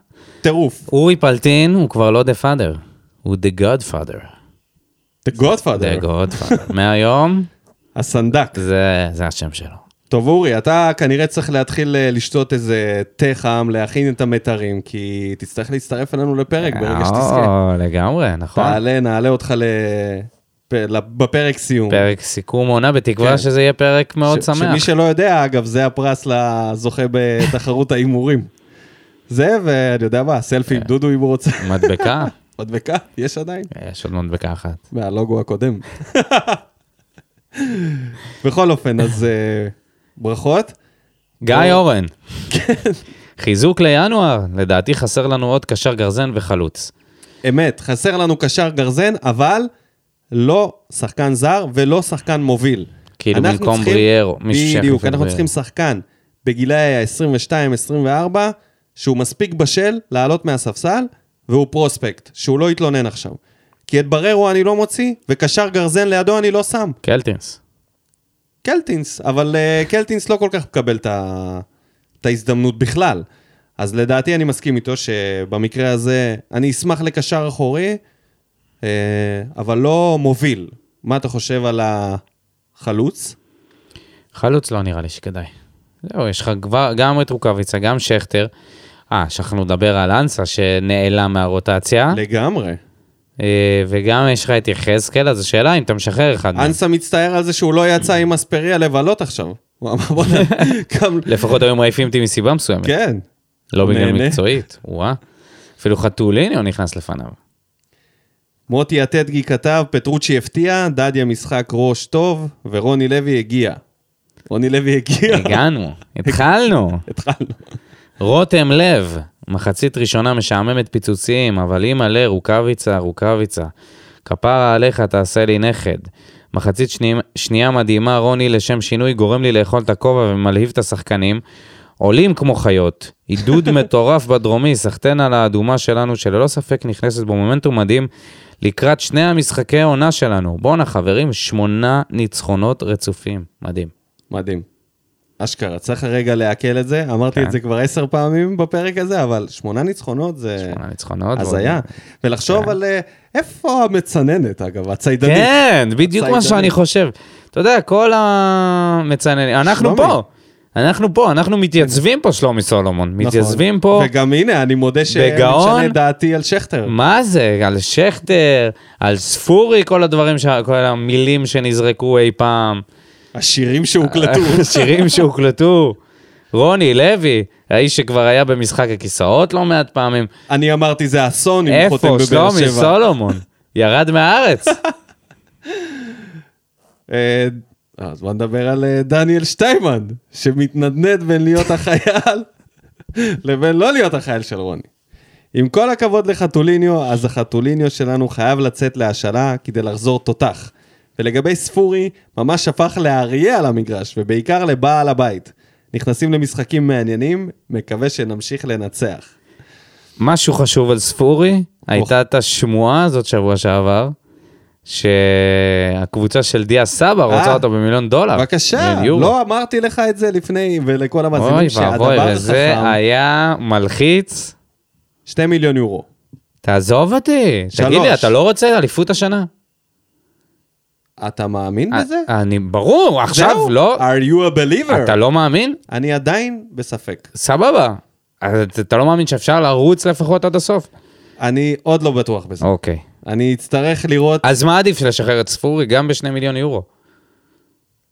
טירוף.
אורי פלטין הוא כבר לא דה פאדר, הוא דה גודפאדר.
The
דה
Godfather, (laughs)
גודפאדר. מהיום,
הסנדק.
זה זה השם שלו.
טוב, אורי, אתה כנראה צריך להתחיל אה, לשתות איזה תה חם, להכין את המתרים, כי תצטרך להצטרף אלינו לפרק ברגע שתזכה.
או, אה, לגמרי, נכון.
תעלה, נעלה אותך ל... פ- ל- בפרק סיום.
פרק סיכום עונה, בתקווה
כן.
שזה יהיה פרק מאוד
ש-
שמח.
שמי שלא יודע, אגב, זה הפרס לזוכה בתחרות ההימורים. זה, ואני יודע מה, סלפי עם דודו אם הוא רוצה.
מדבקה?
מדבקה, יש עדיין?
יש עוד מדבקה אחת.
מהלוגו הקודם. (laughs) בכל אופן, אז אה, ברכות.
גיא אורן. חיזוק לינואר, לדעתי חסר לנו עוד קשר גרזן וחלוץ.
אמת, חסר לנו קשר גרזן, אבל לא שחקן זר ולא שחקן מוביל.
כאילו
אנחנו
במקום
צריכים-
בריארו, מישהו שיחליף
בדיוק,
את
אנחנו
בריארו.
צריכים שחקן בגילאי ה-22-24, שהוא מספיק בשל לעלות מהספסל, והוא פרוספקט, שהוא לא יתלונן עכשיו. כי את בררו אני לא מוציא, וקשר גרזן לידו אני לא שם.
קלטינס.
קלטינס, אבל אה, קלטינס לא כל כך מקבל את ה- את ההזדמנות בכלל. אז לדעתי אני מסכים איתו שבמקרה הזה, אני אשמח לקשר אחורי, אה, אבל לא מוביל. מה אתה חושב על החלוץ?
חלוץ לא נראה לי שכדאי. זהו, יש לך כבר, גם את רוקאביצה, גם שכטר. אה, שכחנו לדבר על אנסה שנעלם מהרוטציה,
לגמרי.
אה, וגם יש לך את יחזקאל, אז השאלה אם אתה משחרר אחד מהם.
אנסה מצטער על זה שהוא לא יצא עם אספריה לבלות עכשיו. (laughs) הוא אמר, בוא נ- גם...
לפחות היו מעיפים אותי מסיבה מסוימת,
כן.
לא בגלל
נהנה.
מקצועית, וואה. אפילו חתוליניו נכנס לפניו.
מוטי אטדגי כתב, פטרוצ'י הפתיע, דדיה משחק ראש טוב, ורוני לוי הגיע. רוני לוי הגיע.
הגענו, התחלנו.
(laughs) התחלנו.
רותם לב, מחצית ראשונה משעממת פיצוצים, אבל אם עלה רוקאביצה, רוקאביצה. כפרה עליך, תעשה לי נכד. מחצית שני, שנייה מדהימה, רוני לשם שינוי גורם לי לאכול את הכובע ומלהיב את השחקנים. עולים כמו חיות, עידוד (laughs) מטורף בדרומי, סחטיין על האדומה שלנו, שללא ספק נכנסת במומנטום מדהים לקראת שני המשחקי העונה שלנו. בואנה חברים, שמונה ניצחונות רצופים. מדהים.
מדהים. אשכרה, צריך רגע לעכל את זה. אמרתי
כן.
את זה כבר עשר פעמים בפרק הזה, אבל שמונה ניצחונות זה
שמונה ניצחונות. כן.
הזיה. ולחשוב על אה, איפה המצננת, אגב, הציידנית.
כן, בדיוק
הציידנים.
מה שאני חושב. אתה יודע, כל המצננים, אנחנו
שלומי.
פה, אנחנו פה, אנחנו מתייצבים פה, שלומי סולומון,
נכון.
מתייצבים פה,
וגם הנה, אני מודה שאני
בגאון.
משנה את דעתי על שכטר.
מה זה, על שכטר, על ספורי, כל הדברים, ש- כל המילים שנזרקו אי פעם,
השירים
(laughs)
שהוקלטו.
שירים שהוקלטו, רוני לוי, האיש שכבר היה במשחק הכיסאות לא מעט פעמים,
אני אמרתי, זה אסון אם חותם
איפה
בבאר
שלומי
שבע.
סולומון, ירד מהארץ.
אה, אז בוא נדבר על אה, דניאל שטיימן, שמתנדנד בין להיות החייל (laughs) לבין לא להיות החייל של רוני. עם כל הכבוד לחתוליניו, אז החתוליניו שלנו חייב לצאת להשאלה כדי לחזור תותח. ולגבי ספורי, ממש הפך לאריה על המגרש, ובעיקר לבעל הבית. נכנסים למשחקים מעניינים, מקווה שנמשיך לנצח.
משהו חשוב על ספורי, הייתה את השמועה הזאת שבוע שעבר, שהקבוצה של דיה סבא רוצה
אה.
אותו במיליון דולר.
בבקשה,
מיליון יורו.
לא אמרתי לך את זה לפני, ולכל
אוי
המאזינים
ואבוי,
שהדבר
וזה
חכם,
היה מלחיץ.
2 מיליון יורו.
תעזוב אותי, תגיד
שלוש.
לי, אתה לא רוצה אליפות השנה?
אתה מאמין
אה,
בזה?
אני, ברור, עכשיו
זהו? אה.
לא,
are you a believer?
אתה לא מאמין?
אני עדיין בספק.
סבבה. אז אתה- אתה לא מאמין שאפשר לרוץ לפחות עד הסוף?
אני עוד לא בטוח בזה.
אוקיי.
אני אצטרך לראות,
אז מה עדיף לשחרר את ספורי גם בשני מיליון יורו?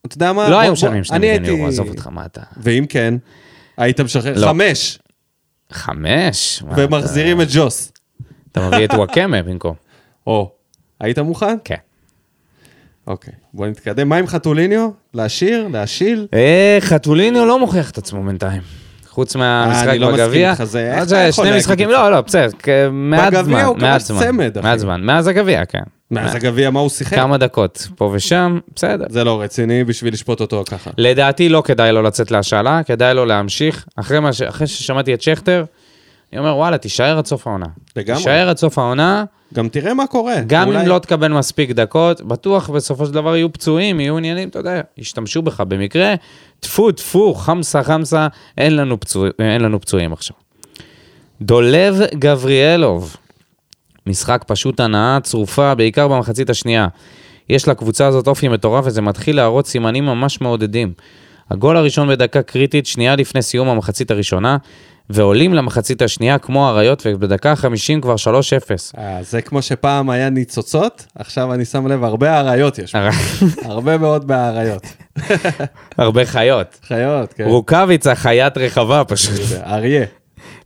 אתה יודע מה?
לא
אה, בוא-
היו
בוא-
משלמים שני
אני
מיליון
הייתי-
יורו, עזוב אותך, מה אתה?
ואם כן, היית משחרר
לא. אה.
חמש,
חמש? מה אתה-
ומחזירים את ג'וס.
אתה מביא את וואקמה במקום.
או, היית מוכן?
כן.
אוקיי, בוא נתקדם. מה עם חתוליניו? להשאיר? להשיל?
אה, חתולינו לא מוכיח את עצמו בינתיים. חוץ מהמשחק
אני לא מסכים
בגביע. אה,
איתך, זה- איך
זה
אתה יכול
שני
להגיד
משחקים,
את זה?
לא, לא, בסדר, כ- מעט
בגביע
זמן,
הוא כבש
מעט זמן.
צמד, אחי. כן.
מעט זמן, מאז הגביע, כן.
מאז הגביע, מה הוא שיחק?
כמה דקות, פה ושם, בסדר.
זה לא רציני בשביל לשפוט אותו ככה.
לדעתי לא כדאי לו לצאת להשאלה, כדאי לו להמשיך. אחרי מה ש- אחרי ששמעתי את שכטר, אני אומר, וואלה, תישאר עד סוף העונה.
לגמרי.
תישאר עד סוף העונה,
גם תראה מה קורה.
גם
אולי-
אם לא תקבל מספיק דקות, בטוח בסופו של דבר יהיו פצועים, יהיו עניינים, אתה יודע, ישתמשו בך במקרה, טפו, טפו, חמסה, חמסה, אין לנו, פצוע, אין לנו פצועים עכשיו. דולב גבריאלוב, משחק פשוט הנאה צרופה, בעיקר במחצית השנייה. יש לקבוצה הזאת אופי מטורף וזה מתחיל להראות סימנים ממש מעודדים. הגול הראשון בדקה קריטית, שנייה לפני סיום המחצית הראשונה, ועולים למחצית השנייה כמו אריות, ובדקה ה-50 כבר 3-0.
אה, זה כמו שפעם היה ניצוצות, עכשיו אני שם לב, הרבה אריות יש. פה.
אה.
הרבה מאוד באריות.
הרבה חיות.
חיות, כן.
רוקאביצה חיית רחבה פשוט.
אריה,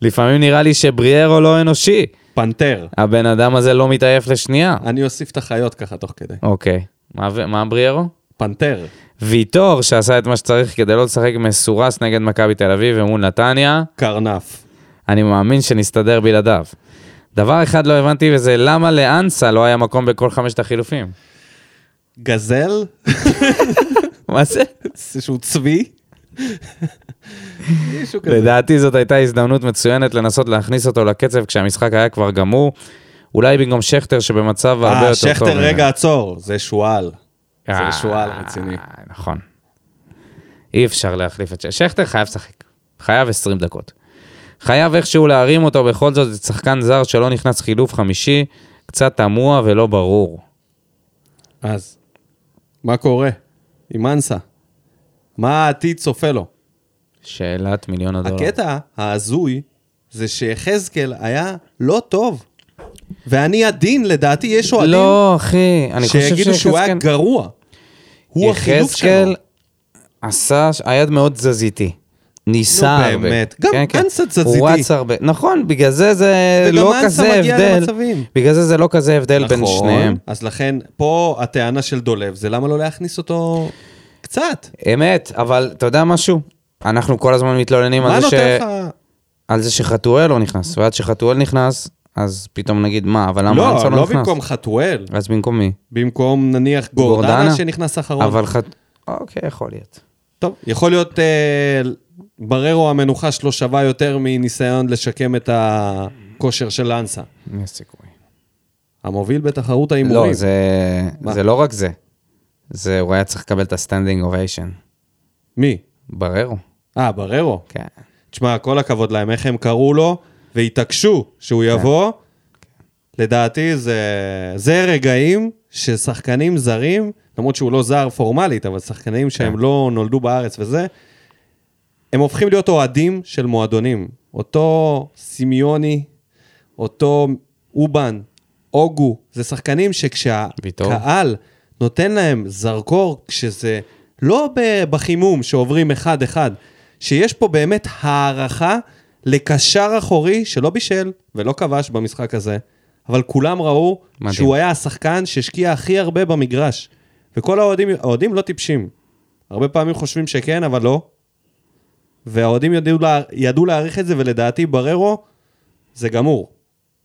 לפעמים נראה לי שבריארו לא אנושי.
פנתר.
הבן אדם הזה לא מתעייף לשנייה.
אני אוסיף את החיות ככה תוך כדי.
אוקיי, מה ו- מה בריארו?
פנתר.
ויטור, שעשה את מה שצריך כדי לא לשחק מסורס נגד מכבי תל אביב ומול נתניה,
קרנף.
אני מאמין שנסתדר בלעדיו. דבר אחד לא הבנתי, וזה למה לאנסה לא היה מקום בכל חמשת החילופים.
גזל, (laughs)
מה זה?
איזשהו צבי. מישהו כזה.
לדעתי זאת הייתה הזדמנות מצוינת לנסות להכניס אותו לקצב כשהמשחק היה כבר גמור. אולי במקום שכטר שבמצב הרבה יותר
אה,
טוב.
שכטר,
ממנו.
רגע, עצור. זה שועל.
אה,
זה שועל רציני.
נכון. אי אפשר להחליף את ש... שכטר חייב לשחק. חייב 20 דקות. חייב איכשהו להרים אותו, בכל זאת זה שחקן זר שלא נכנס חילוף חמישי, קצת תמוה ולא ברור.
אז, מה קורה? עם אנסה. מה העתיד צופה לו?
שאלת מיליון הדולר.
הקטע ההזוי זה שיחזקאל היה לא טוב. ואני עדין, לדעתי יש אוהדים
לא, אחי, אני חושב
שיגידו שהוא היה
שיחזקאל-
גרוע. הוא החילוף שלו.
יחזקאל עשה, היה מאוד תזזיתי. ניסה
נו,
הרבה. כן,
באמת. גם אנסה תזזיתי.
הוא רץ הרבה. נכון, בגלל זה זה
וגם
לא
אנסה
כזה
מגיע
הבדל.
למצבים.
בגלל זה זה לא כזה הבדל בין
נכון,
שניהם.
אז לכן, פה הטענה של דולב זה למה לא להכניס אותו קצת.
אמת, אבל אתה יודע משהו? אנחנו כל הזמן מתלוננים
מה
על זה, ש...
נותן לך? לא,
על זה שחתואל לא נכנס, ועד שחתואל נכנס, אז פתאום נגיד מה, אבל למה
לא,
אנסה
לא
לא נכנס?
במקום חתואל,
אז במקום מי?
במקום נניח גורדנה
גורדנה?
שנכנס אחרון.
אבל חת... אוקיי, יכול להיות.
טוב, יכול להיות אה, בררו המנוחה שלו שווה יותר מניסיון לשקם את הכושר של אנסה.
יש סיכוי.
המוביל בתחרות
לא,
ההימורים.
זה...
מה?
זה לא רק זה. זה, הוא היה צריך לקבל את הסטנדינג אוביישן.
מי?
בררו.
אה, בררו.
כן.
תשמע, כל הכבוד להם, איך הם קראו לו והתעקשו שהוא יבוא. לדעתי זה, זה רגעים ששחקנים זרים, למרות שהוא לא זר פורמלית, אבל שחקנים שהם לא נולדו בארץ וזה, הם הופכים להיות אוהדים של מועדונים. אותו סימיוני, אותו אובן, אוגו, זה שחקנים
ויטור.
שכשהקהל נותן להם זרקור, כשזה לא ב- בחימום שעוברים אחד-אחד, שיש פה באמת הערכה לקשר אחורי שלא בישל ולא כבש במשחק הזה, אבל כולם ראו
מדהים.
שהוא היה השחקן שהשקיע הכי הרבה במגרש. וכל האוהדים, האוהדים לא טיפשים. הרבה פעמים חושבים שכן, אבל לא. והאוהדים ידעו, לה- ידעו להעריך את זה, ולדעתי בררו זה גמור.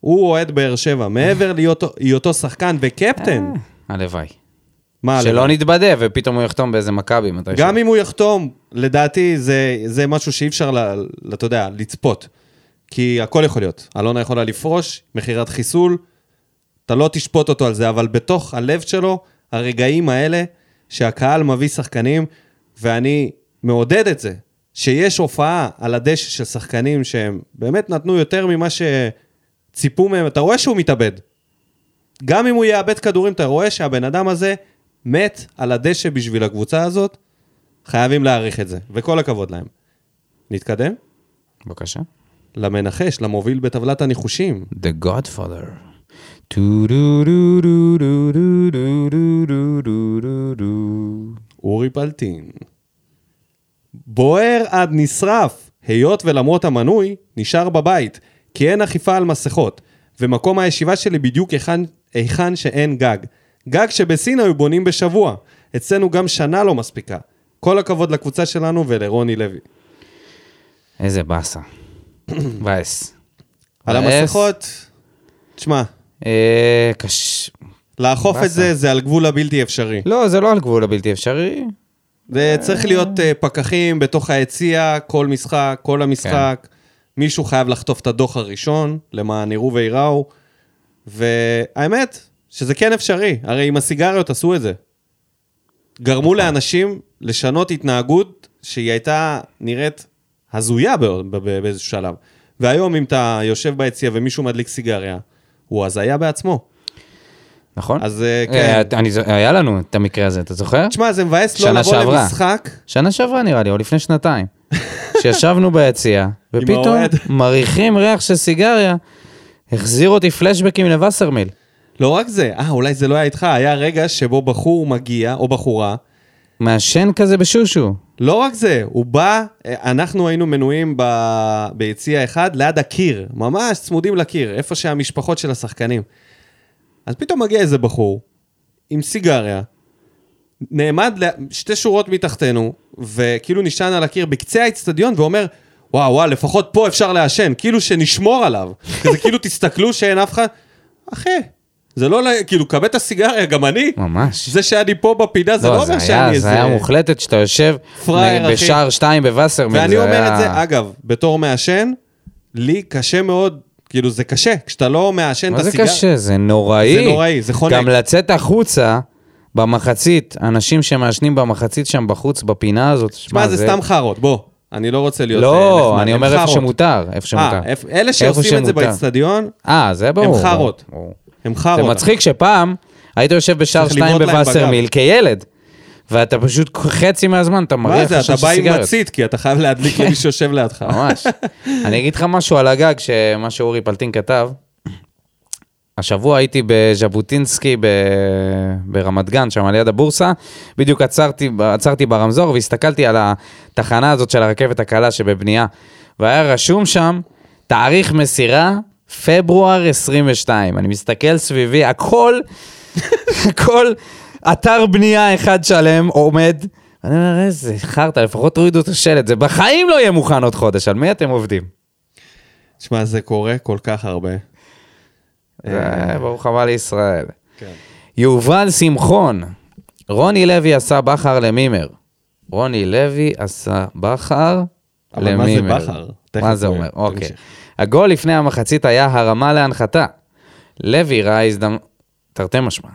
הוא אוהד באר שבע, מעבר להיותו- להיותו שחקן וקפטן.
הלוואי.
מה,
שלא
למה?
נתבדה ופתאום הוא יחתום באיזה מכבי מתישהו.
גם אם הוא יחתום, לדעתי זה, זה משהו שאי אפשר, ל- ל- אתה יודע, לצפות. כי הכל יכול להיות. אלונה יכולה לפרוש, מכירת חיסול, אתה לא תשפוט אותו על זה, אבל בתוך הלב שלו, הרגעים האלה שהקהל מביא שחקנים, ואני מעודד את זה, שיש הופעה על הדשא של שחקנים שהם באמת נתנו יותר ממה שציפו מהם, אתה רואה שהוא מתאבד. גם אם הוא יאבד כדורים, אתה רואה שהבן אדם הזה מת על הדשא בשביל הקבוצה הזאת, חייבים להעריך את זה, וכל הכבוד להם. נתקדם?
בבקשה.
למנחש, למוביל בטבלת הניחושים.
The Godfather. טו דו דו דו דו דו דו דו דו דו דו דו.
אורי פלטין. בוער עד נשרף, היות ולמרות המנוי, נשאר בבית, כי אין אכיפה על מסכות, ומקום הישיבה שלי בדיוק היכן, היכן שאין גג. גג שבסין היו בונים בשבוע, אצלנו גם שנה לא מספיקה. כל הכבוד לקבוצה שלנו ולרוני לוי.
איזה
(coughs)
באסה. מבאס.
על
מבאס.
המסכות, תשמע,
אה, קש...
לאכוף את
באסה.
זה, זה על גבול הבלתי אפשרי.
לא, זה לא על גבול הבלתי אפשרי.
אה,
כן.
זה צריך להיות אה, פקחים בתוך היציע, כל משחק, כל המשחק. מישהו חייב לחטוף את הדוח הראשון, למען יראו וייראו, והאמת, שזה כן אפשרי, הרי עם הסיגריות עשו את זה.
נכון.
גרמו לאנשים לשנות התנהגות שהיא הייתה נראית הזויה ב- ב- ב- באיזשהו שלב. והיום אם אתה יושב ביציע ומישהו מדליק סיגריה, הוא הזיה בעצמו.
נכון?
אז, אה,
אה,
כן.
אני ז- היה לנו את המקרה הזה, אתה זוכר?
תשמע, זה מבאס לא
שנה
לבוא
שעברה.
למשחק.
שנה שעברה נראה לי, או לפני שנתיים, שישבנו
(laughs)
ביציע, ופתאום
האוהד.
מריחים ריח של סיגריה, החזיר אותי פלשבקים לווסרמיל.
לא רק זה, אה, אולי זה לא היה איתך, היה רגע שבו בחור מגיע, או בחורה,
מעשן כזה בשושו.
לא רק זה, הוא בא, אה, אנחנו היינו מנויים ב... ביציע אחד ליד הקיר, ממש צמודים לקיר, איפה שהמשפחות של השחקנים. אז פתאום מגיע איזה בחור עם סיגריה, נעמד ל- שתי שורות מתחתנו, וכאילו נשען על הקיר בקצה האצטדיון ואומר, וואו, וואו, לפחות פה אפשר לעשן, כאילו שנשמור עליו. (laughs) זה כאילו, תסתכלו שאין אף אחד... אחי, זה לא, ל- כאילו, קבל את הסיגריה, גם אני.
ממש.
זה שאני פה בפינה, זה לא אומר
היה-
שאני איזה...
זה היה מוחלטת שאתה יושב
פראייר, אחי.
בשער שתיים בווסרמיל.
ואני
כן, זה
אומר
היה-
את זה, אגב, בתור מעשן, לי קשה מאוד, כאילו זה קשה, כשאתה לא מעשן את
מה זה
הסיגר...
קשה? זה נוראי.
זה נוראי, זה חונק.
גם לצאת החוצה במחצית, אנשים שמעשנים במחצית שם בחוץ, בפינה הזאת,
שמע, זה סתם חארות, בוא. אני לא רוצה להיות... אה,
לא,
נחמד,
אני
הם
אומר איפה
חארות.
שמותר, איפה שמותר.
אה, איפ- אלה
איפה
שעושים את זה
שמותר.
באצטדיון,
אה, זה ברור.
הם חארות.
ברור.
הם
זה
חארות.
מצחיק שפעם היית יושב בשער
צריך
שתיים
לבעוט להם
בווסרמיל
בגב.
כילד, ואתה פשוט חצי מהזמן, אתה
מה
מריח
זה,
עכשיו
אתה בא עם
סיגרת.
מצית, כי אתה חייב להדליק למי שיושב לידך.
ממש. אני אגיד לך משהו על הגג, שמה שאורי פלטין כתב. השבוע הייתי בז'בוטינסקי ב... ברמת גן, שם על יד הבורסה. בדיוק עצרתי, עצרתי ברמזור והסתכלתי על התחנה הזאת של הרכבת הקלה שבבנייה. והיה רשום שם, תאריך מסירה, פברואר 22. אני מסתכל סביבי, הכל כל אתר בנייה אחד שלם עומד. אני אומר, איזה חרטא, לפחות תורידו את השלט, זה בחיים לא יהיה מוכן עוד חודש, על מי אתם עובדים?
שמע, זה קורה כל כך הרבה.
זה "אה, ברוך הבא לישראל.
כן.
יובל שמחון, רוני לוי עשה בכר למימר. רוני לוי עשה בכר
אבל מה זה
למימר.
בכר?
מה
תכף
זה
נראה.
אומר? אוקיי.
תמשיך.
הגול לפני המחצית היה הרמה להנחתה. לוי ראה הזדמנות, תרתי משמע.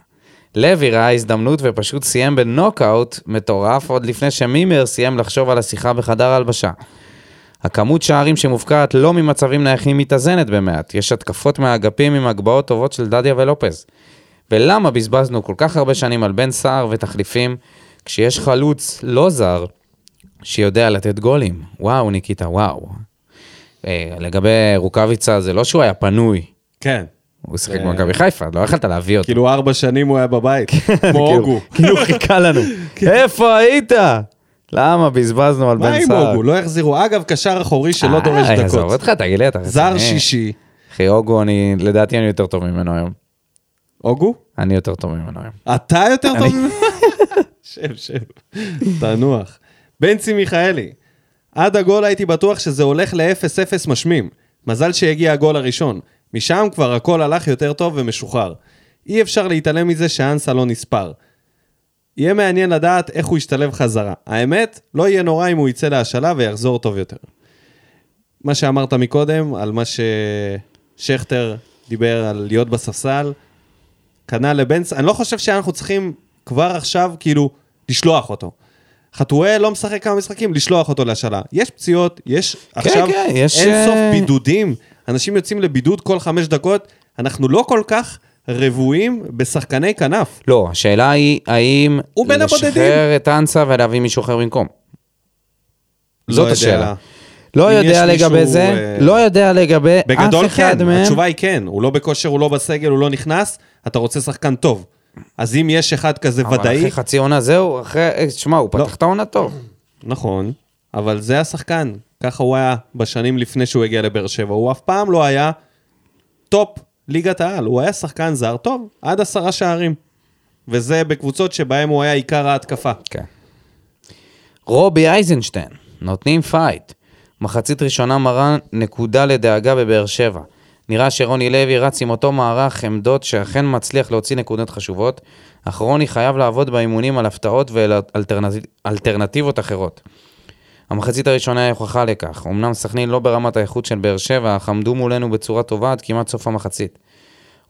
לוי ראה הזדמנות ופשוט סיים בנוקאוט מטורף עוד לפני שמימר סיים לחשוב על השיחה בחדר ההלבשה. הכמות שערים שמופקעת לא ממצבים נייחים מתאזנת במעט. יש התקפות מהאגפים עם הגבהות טובות של דדיה ולופז. ולמה בזבזנו כל כך הרבה שנים על בן סער ותחליפים, כשיש חלוץ לא זר, שיודע לתת גולים? וואו, ניקיטה, וואו. אה, לגבי רוקאביצה, זה לא שהוא היה פנוי.
כן.
הוא שיחק במכבי חיפה, לא יכלת להביא אותו.
כאילו ארבע שנים הוא היה
(laughs)
בבית, כמו
כאילו-
אוגו.
כאילו חיכה לנו. איפה היית? למה בזבזנו על בן
(laughs)
סער?
מה עם אוגו? לא החזירו. אגב, קשר אחורי שלא דורש
אה, עזוב אה.
דקות.
אותך, תגיד לי, אתה
זר
רציני?
שישי.
אחי, אוגו, אני, לדעתי אני יותר טוב ממנו היום.
אוגו?
אני יותר טוב ממנו היום.
אתה יותר טוב (laughs) ממנו? שב, שב, תנוח. בנצי מיכאלי, עד הגול הייתי בטוח שזה הולך ל-0-0 משמים. מזל שהגיע הגול הראשון. משם כבר הכל הלך יותר טוב ומשוחרר. אי אפשר להתעלם מזה שאנסה לא נספר. יהיה מעניין לדעת איך הוא ישתלב חזרה. האמת, לא יהיה נורא אם הוא יצא להשאלה ויחזור טוב יותר. מה שאמרת מקודם, על מה ששכטר דיבר על להיות בספסל, כנ"ל לבן סער, אני לא חושב שאנחנו צריכים כבר עכשיו, כאילו, לשלוח אותו. חתואל לא משחק כמה משחקים, לשלוח אותו להשאלה. יש פציעות, יש עכשיו
כן, יש,
אין סוף
אה,
בידודים, אנשים יוצאים לבידוד כל חמש דקות, אנחנו לא כל כך רבועים בשחקני כנף.
לא, השאלה היא, האם...
הוא בין הבודדים.
לשחרר את אנסה ולהביא מישהו אחר במקום.
לא
זאת
יודע.
השאלה. לא
אם
יודע
יש
לגבי
מישהו,
זה,
אה,
לא יודע לגבי
בגדול
אף אחד
כן,
מהם.
התשובה היא כן, הוא לא בכושר, הוא לא בסגל, הוא לא נכנס, אתה רוצה שחקן טוב. אז אם יש אחד כזה
אבל
ודאי,
אחרי חצי עונה זהו, אחרי... אה, שמע, הוא
לא.
פתח את העונה טוב.
נכון, אבל זה השחקן, ככה הוא היה בשנים לפני שהוא הגיע לבאר שבע, הוא אף פעם לא היה טופ ליגת העל, הוא היה שחקן זר טוב, עד עשרה שערים. וזה בקבוצות שבהן הוא היה עיקר ההתקפה.
כן. רובי אייזנשטיין, נותנים פייט. מחצית ראשונה מראה נקודה לדאגה בבאר שבע. נראה שרוני לוי רץ עם אותו מערך עמדות שאכן מצליח להוציא נקודות חשובות, אך רוני חייב לעבוד באימונים על הפתעות ועל אלטרנטיב- אלטרנטיבות אחרות. המחצית הראשונה היא הוכחה לכך. אמנם סכנין לא ברמת האיכות של באר שבע, אך עמדו מולנו בצורה טובה עד כמעט סוף המחצית.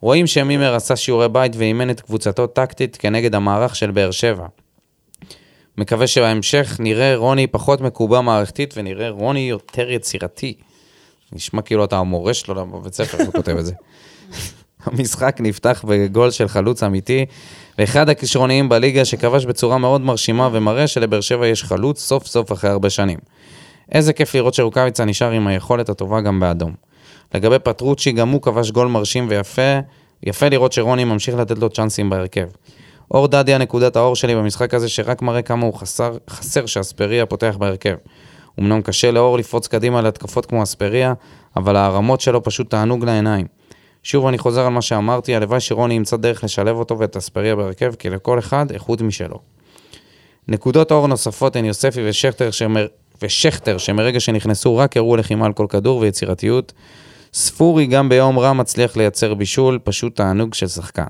רואים שמימר עשה שיעורי בית ואימן את קבוצתו טקטית כנגד המערך של באר שבע. מקווה שבהמשך נראה רוני פחות מקובע מערכתית ונראה רוני יותר יצירתי. נשמע כאילו אתה המורה שלו למה בבית ספר, הוא כותב את זה. (laughs) המשחק נפתח בגול של חלוץ אמיתי, ואחד הכישרוניים בליגה שכבש בצורה מאוד מרשימה ומראה שלבאר שבע יש חלוץ סוף סוף אחרי הרבה שנים. איזה כיף לראות שרוקאביצה נשאר עם היכולת הטובה גם באדום. לגבי פטרוצ'י, גם הוא כבש גול מרשים ויפה, יפה לראות שרוני ממשיך לתת לו צ'אנסים בהרכב. אור דדיה נקודת האור שלי במשחק הזה, שרק מראה כמה הוא חסר, חסר שאספריה פותח בהרכב. אמנם קשה לאור לפרוץ קדימה להתקפות כמו אספריה, אבל הערמות שלו פשוט תענוג לעיניים. שוב אני חוזר על מה שאמרתי, הלוואי שרוני ימצא דרך לשלב אותו ואת אספריה בהרכב, כי לכל אחד איכות משלו. נקודות אור נוספות הן יוספי ושכטר, שמר... ושכטר שמרגע שנכנסו רק הראו לחימה על כל כדור ויצירתיות. ספורי גם ביום רע מצליח לייצר בישול, פשוט תענוג של שחקן.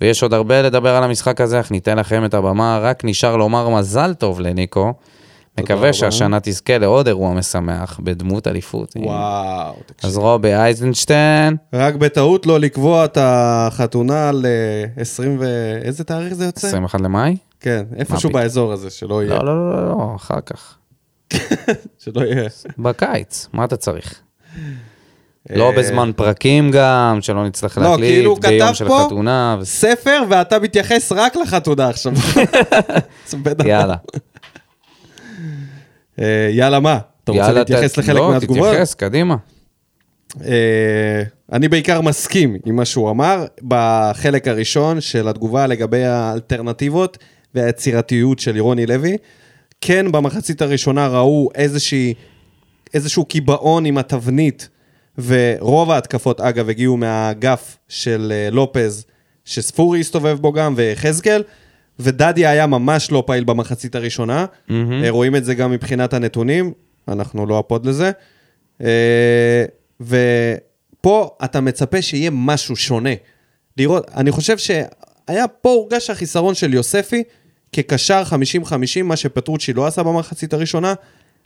ויש עוד הרבה לדבר על המשחק הזה, אך ניתן לכם את הבמה, רק נשאר לומר מזל טוב לניקו.
רבה.
מקווה שהשנה תזכה לעוד אירוע משמח בדמות אליפות.
וואו, תקשיב.
אז רובי אייזנשטיין,
רק בטעות לא לקבוע את החתונה ל-20 ו... איזה תאריך זה יוצא?
21 למאי?
כן, איפשהו
פתאום?
באזור הזה, שלא יהיה.
לא, לא, לא, לא, אחר כך.
שלא יהיה.
בקיץ, מה אתה צריך?
אה,
לא בזמן פרקים גם, שלא נצטרך
לא,
להקליט,
כאילו הוא
ביום
כתב
של
פה-
חתונה,
(laughs)
וס-
ספר, ואתה מתייחס רק לחתונה
(laughs)
עכשיו. (laughs) זה בטח.
יאללה.
אה, יאללה, מה? אתה רוצה
יאללה,
להתייחס
ת-
לחלק
לא,
מהתגובות?
תתייחס, קדימה.
אה, אני בעיקר מסכים עם מה שהוא אמר בחלק הראשון של התגובה לגבי האלטרנטיבות והיצירתיות של רוני לוי. כן, במחצית הראשונה ראו איזושהי, איזשהו קיבעון עם התבנית, ורוב ההתקפות, אגב, הגיעו מהאגף של אה, לופז, שספורי הסתובב בו גם, ויחזקאל, ודדיה היה ממש לא פעיל במחצית הראשונה. Mm-hmm. רואים את זה גם מבחינת הנתונים, אנחנו לא הפוד לזה. אה, ופה אתה מצפה שיהיה משהו שונה. לראות, אני חושב שהיה פה הורגש החיסרון של יוספי כקשר 50-50, מה שפטרוצ'י לא עשה במחצית הראשונה,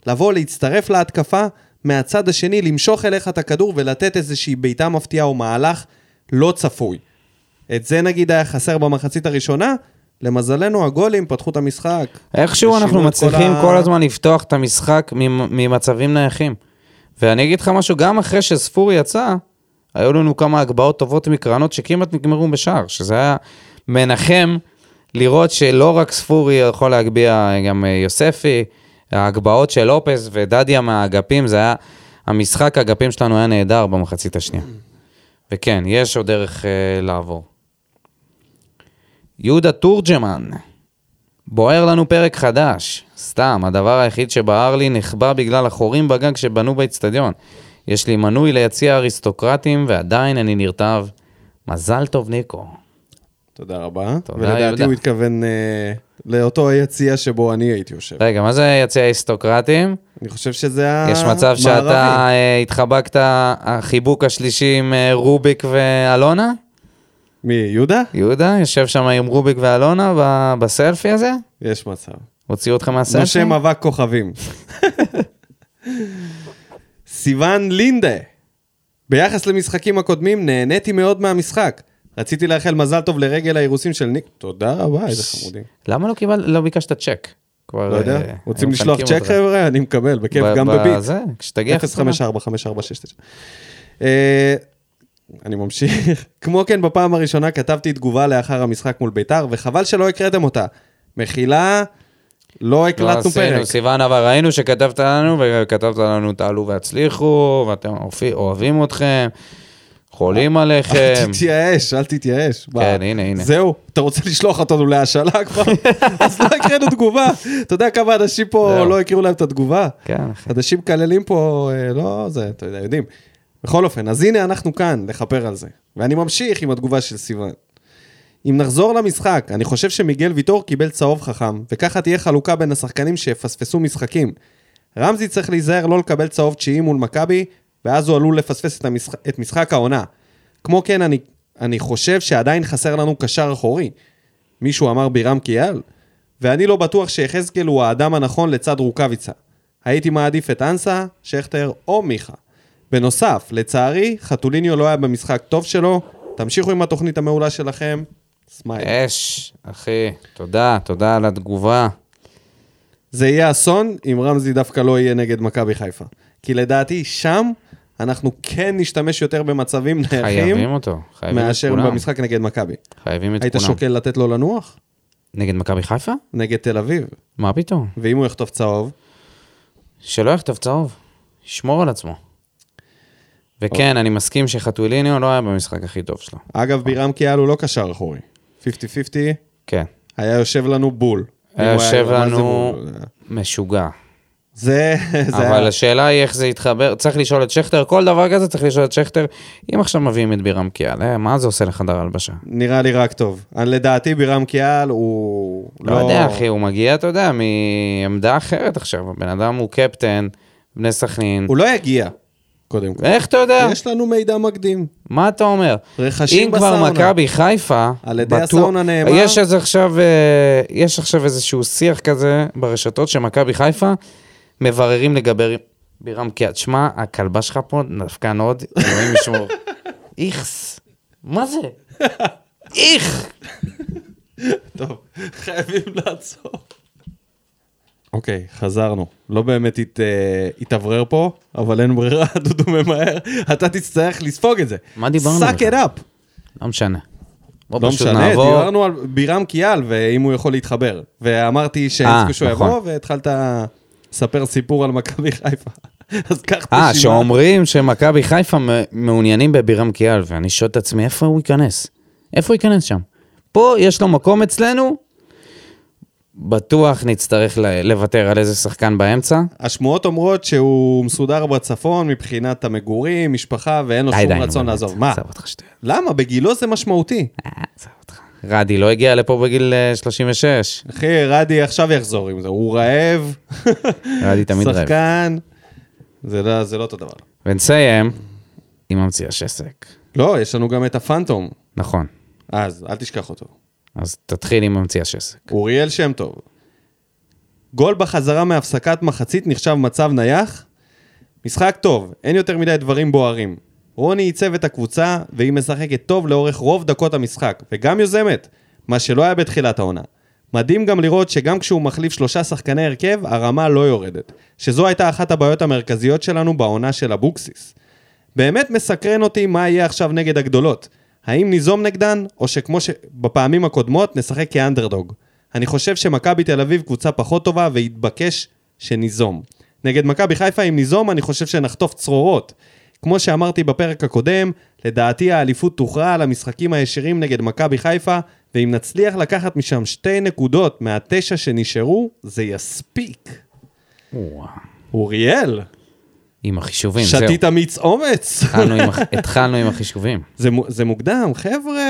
לבוא להצטרף להתקפה, מהצד השני למשוך אליך את הכדור ולתת איזושהי בעיטה מפתיעה או מהלך לא צפוי. את זה נגיד היה חסר במחצית הראשונה, למזלנו הגולים פתחו את המשחק.
איכשהו
ושינו
אנחנו
את כל
מצליחים
ה-
כל הזמן לפתוח את המשחק ממ- ממצבים נייחים. ואני אגיד לך משהו, גם אחרי שספורי יצא, היו לנו כמה הגבהות טובות מקרנות שכמעט נגמרו בשער, שזה היה מנחם לראות שלא רק ספורי יכול להגביה, גם אה, יוספי, ההגבהות של לופס ודדיה מהאגפים, זה היה, המשחק האגפים שלנו היה נהדר במחצית השנייה. וכן, יש עוד דרך אה, לעבור. יהודה תורג'מן, בוער לנו פרק חדש. סתם, הדבר היחיד שבער לי נחבא בגלל החורים בגג שבנו באצטדיון. יש לי מנוי ליציע אריסטוקרטים, ועדיין אני נרטב. מזל טוב, ניקו.
תודה רבה.
תודה,
ולדעתי
יהודה.
הוא התכוון אה, לאותו היציע שבו אני הייתי יושב.
רגע, מה זה יציע אריסטוקרטים?
אני חושב שזה המערבי.
יש מצב שאתה אה, התחבקת, החיבוק השלישי עם אה, רוביק ואלונה?
מי, יהודה?
יהודה, יושב שם עם רוביק ואלונה ב- בסלפי הזה?
יש מצב.
הוציאו אותך מהסלפי?
משה מאבק כוכבים. סיוון לינדה, ביחס למשחקים הקודמים, נהניתי מאוד מהמשחק. רציתי לאחל מזל טוב לרגל האירוסים של ניק. תודה רבה, איזה חמודים.
למה לא קיבל, לא ביקשת צ'ק? כבר,
לא יודע,
אה,
רוצים
היו
לשלוח
מחלקים
צ'ק
אותך.
חבר'ה? אני מקבל, בכיף,
ב-
גם בביט.
בזה, כשתגיע.
054546. אה, אני ממשיך. (laughs) כמו כן, בפעם הראשונה כתבתי תגובה לאחר המשחק מול ביתר, וחבל שלא הקראתם אותה. מחילה, לא
לא
הקלטנו פרק.
(laughs) עשינו, סיוון, אבל ראינו שכתבת לנו, וכתבת לנו תעלו והצליחו, ואתם אופי- אוהבים אתכם,
אה,
חולים עליכם.
אל תתייאש, אל תתייאש. מה,
כן. הנה, הנה.
זהו, אתה רוצה לשלוח אותנו להשאלה
(laughs)
כבר? אז לא הקראנו תגובה. אתה יודע כמה אנשים פה
זהו.
לא הקריאו להם את התגובה?
כן, אחי.
אנשים מקללים פה, אה, לא, זה, אתה יודע, יודעים. בכל אופן, אז הנה אנחנו כאן, לכפר על זה. ואני ממשיך עם התגובה של סיוון. אם נחזור למשחק, אני חושב שמיגל ויטור קיבל צהוב חכם, וככה תהיה חלוקה בין השחקנים שיפספסו משחקים. רמזי צריך להיזהר לא לקבל צהוב תשיעי מול מכבי, ואז הוא עלול לפספס את, המשח... את משחק העונה. כמו כן, אני, אני חושב שעדיין חסר לנו קשר אחורי. מישהו אמר בירם קיאל? ואני לא בטוח שיחזקאל הוא האדם הנכון לצד רוקאביצה. הייתי מעדיף את אנסה, שכטר או מיכה. בנוסף, לצערי, חתוליניו לא היה במשחק טוב שלו. תמשיכו עם התוכנית המעולה שלכם. סמייל.
אש, אחי, תודה, תודה על התגובה.
זה יהיה אסון אם רמזי דווקא לא יהיה נגד מכבי חיפה. כי לדעתי, שם אנחנו כן נשתמש יותר במצבים
חייבים
נייחים,
אותו, חייבים את
מאשר
כולם.
במשחק נגד מכבי.
חייבים את
היית
כולם.
שוקל לתת לו לנוח?
נגד מכבי חיפה?
נגד תל אביב.
מה פתאום?
ואם הוא יחטוף צהוב?
שלא יכתוב צהוב, ישמור על עצמו.
אוקיי.
וכן, אני מסכים שחתוליניו לא היה במשחק הכי טוב שלו.
אגב, בירם קיאל הוא לא קשר אחורי. 50-50,
כן.
היה יושב לנו בול.
היה
אם הוא
יושב
מה זה
לנו
בול?
משוגע.
זה, (laughs) זה
אבל
היה...
השאלה היא איך זה יתחבר, צריך לשאול את שכטר, כל דבר כזה צריך לשאול את שכטר, אם עכשיו מביאים את בירם קיאל, אה, מה זה עושה לחדר הלבשה?
נראה לי רק טוב. אני- לדעתי בירם קיאל הוא...
לא יודע, אחי, הוא מגיע, אתה יודע, מעמדה אחרת עכשיו, הבן אדם הוא קפטן, בני סכנין,
הוא לא יגיע, קודם כל.
איך אתה יודע?
יש לנו מידע מקדים.
מה אתה אומר?
רכשים
אם כבר
בסאונה.
מכבי חיפה,
על ידי הסאונה נאמר-
יש אז עכשיו, אה, יש עכשיו איזשהו שיח כזה ברשתות שמכבי חיפה מבררים לגבי בירם קיאט. שמע, הכלבה שלך פה נפקן עוד, אלוהים
(laughs)
ישמור. איכס, מה זה? איך!
טוב, חייבים לעצור. אוקיי, חזרנו. לא באמת הת, אה, התאוורר פה, אבל אין ברירה, (laughs) דודו ממהר. אתה תצטרך לספוג את זה.
מה דיברנו
סאק
בכלל?
את אפ.
לא משנה. בוא
לא
פשוט
משנה,
נעבור.
דיברנו על בירם קיאל, ואם הוא יכול להתחבר. ואמרתי
אה,
שהסיכוי שהוא
נכון.
יבוא, והתחלת לספר סיפור על מכבי חיפה. (laughs) אז קח את
אה, שאומרים שמכבי חיפה מ- מעוניינים בבירם קיאל, ואני שואל את עצמי, איפה הוא ייכנס? איפה הוא ייכנס שם? פה יש לו מקום אצלנו, בטוח נצטרך ל- לוותר על איזה שחקן באמצע.
השמועות אומרות שהוא מסודר בצפון מבחינת המגורים, משפחה, ואין לו
די,
שום
די, נו,
רצון
באמת.
לעזוב. מה?
עזוב אותך שטויות.
למה? בגילו זה משמעותי.
אה, עזוב אותך. רדי לא הגיע לפה בגיל אה, 36.
אחי, רדי עכשיו יחזור עם זה, הוא רעב.
(laughs) רדי תמיד רעב.
שחקן. זה לא, זה לא אותו דבר.
ונסיים עם המציאה שסק.
לא, יש לנו גם את הפנטום.
נכון,
אז, אל תשכח אותו.
אז תתחיל עם המציאה שסק.
אוריאל שם טוב. גול בחזרה מהפסקת מחצית נחשב מצב נייח? משחק טוב, אין יותר מדי דברים בוערים. רוני עיצב את הקבוצה, והיא משחקת טוב לאורך רוב דקות המשחק, וגם יוזמת, מה שלא היה בתחילת העונה. מדהים גם לראות שגם כשהוא מחליף שלושה שחקני הרכב, הרמה לא יורדת. שזו הייתה אחת הבעיות המרכזיות שלנו בעונה של אבוקסיס. באמת מסקרן אותי מה יהיה עכשיו נגד הגדולות. האם ניזום נגדן, או שכמו שבפעמים הקודמות, נשחק כאנדרדוג. אני חושב שמכבי תל אביב קבוצה פחות טובה, והתבקש שניזום. נגד מכבי חיפה, אם ניזום, אני חושב שנחטוף צרורות. כמו שאמרתי בפרק הקודם, לדעתי האליפות תוכרע על המשחקים הישירים נגד מכבי חיפה, ואם נצליח לקחת משם שתי נקודות מהתשע שנשארו, זה יספיק.
וואו.
אוריאל,
עם החישובים, זהו.
שתית מיץ אומץ.
התחלנו עם הח- התחלנו עם החישובים.
זה, מו- זה מוקדם, חבר'ה,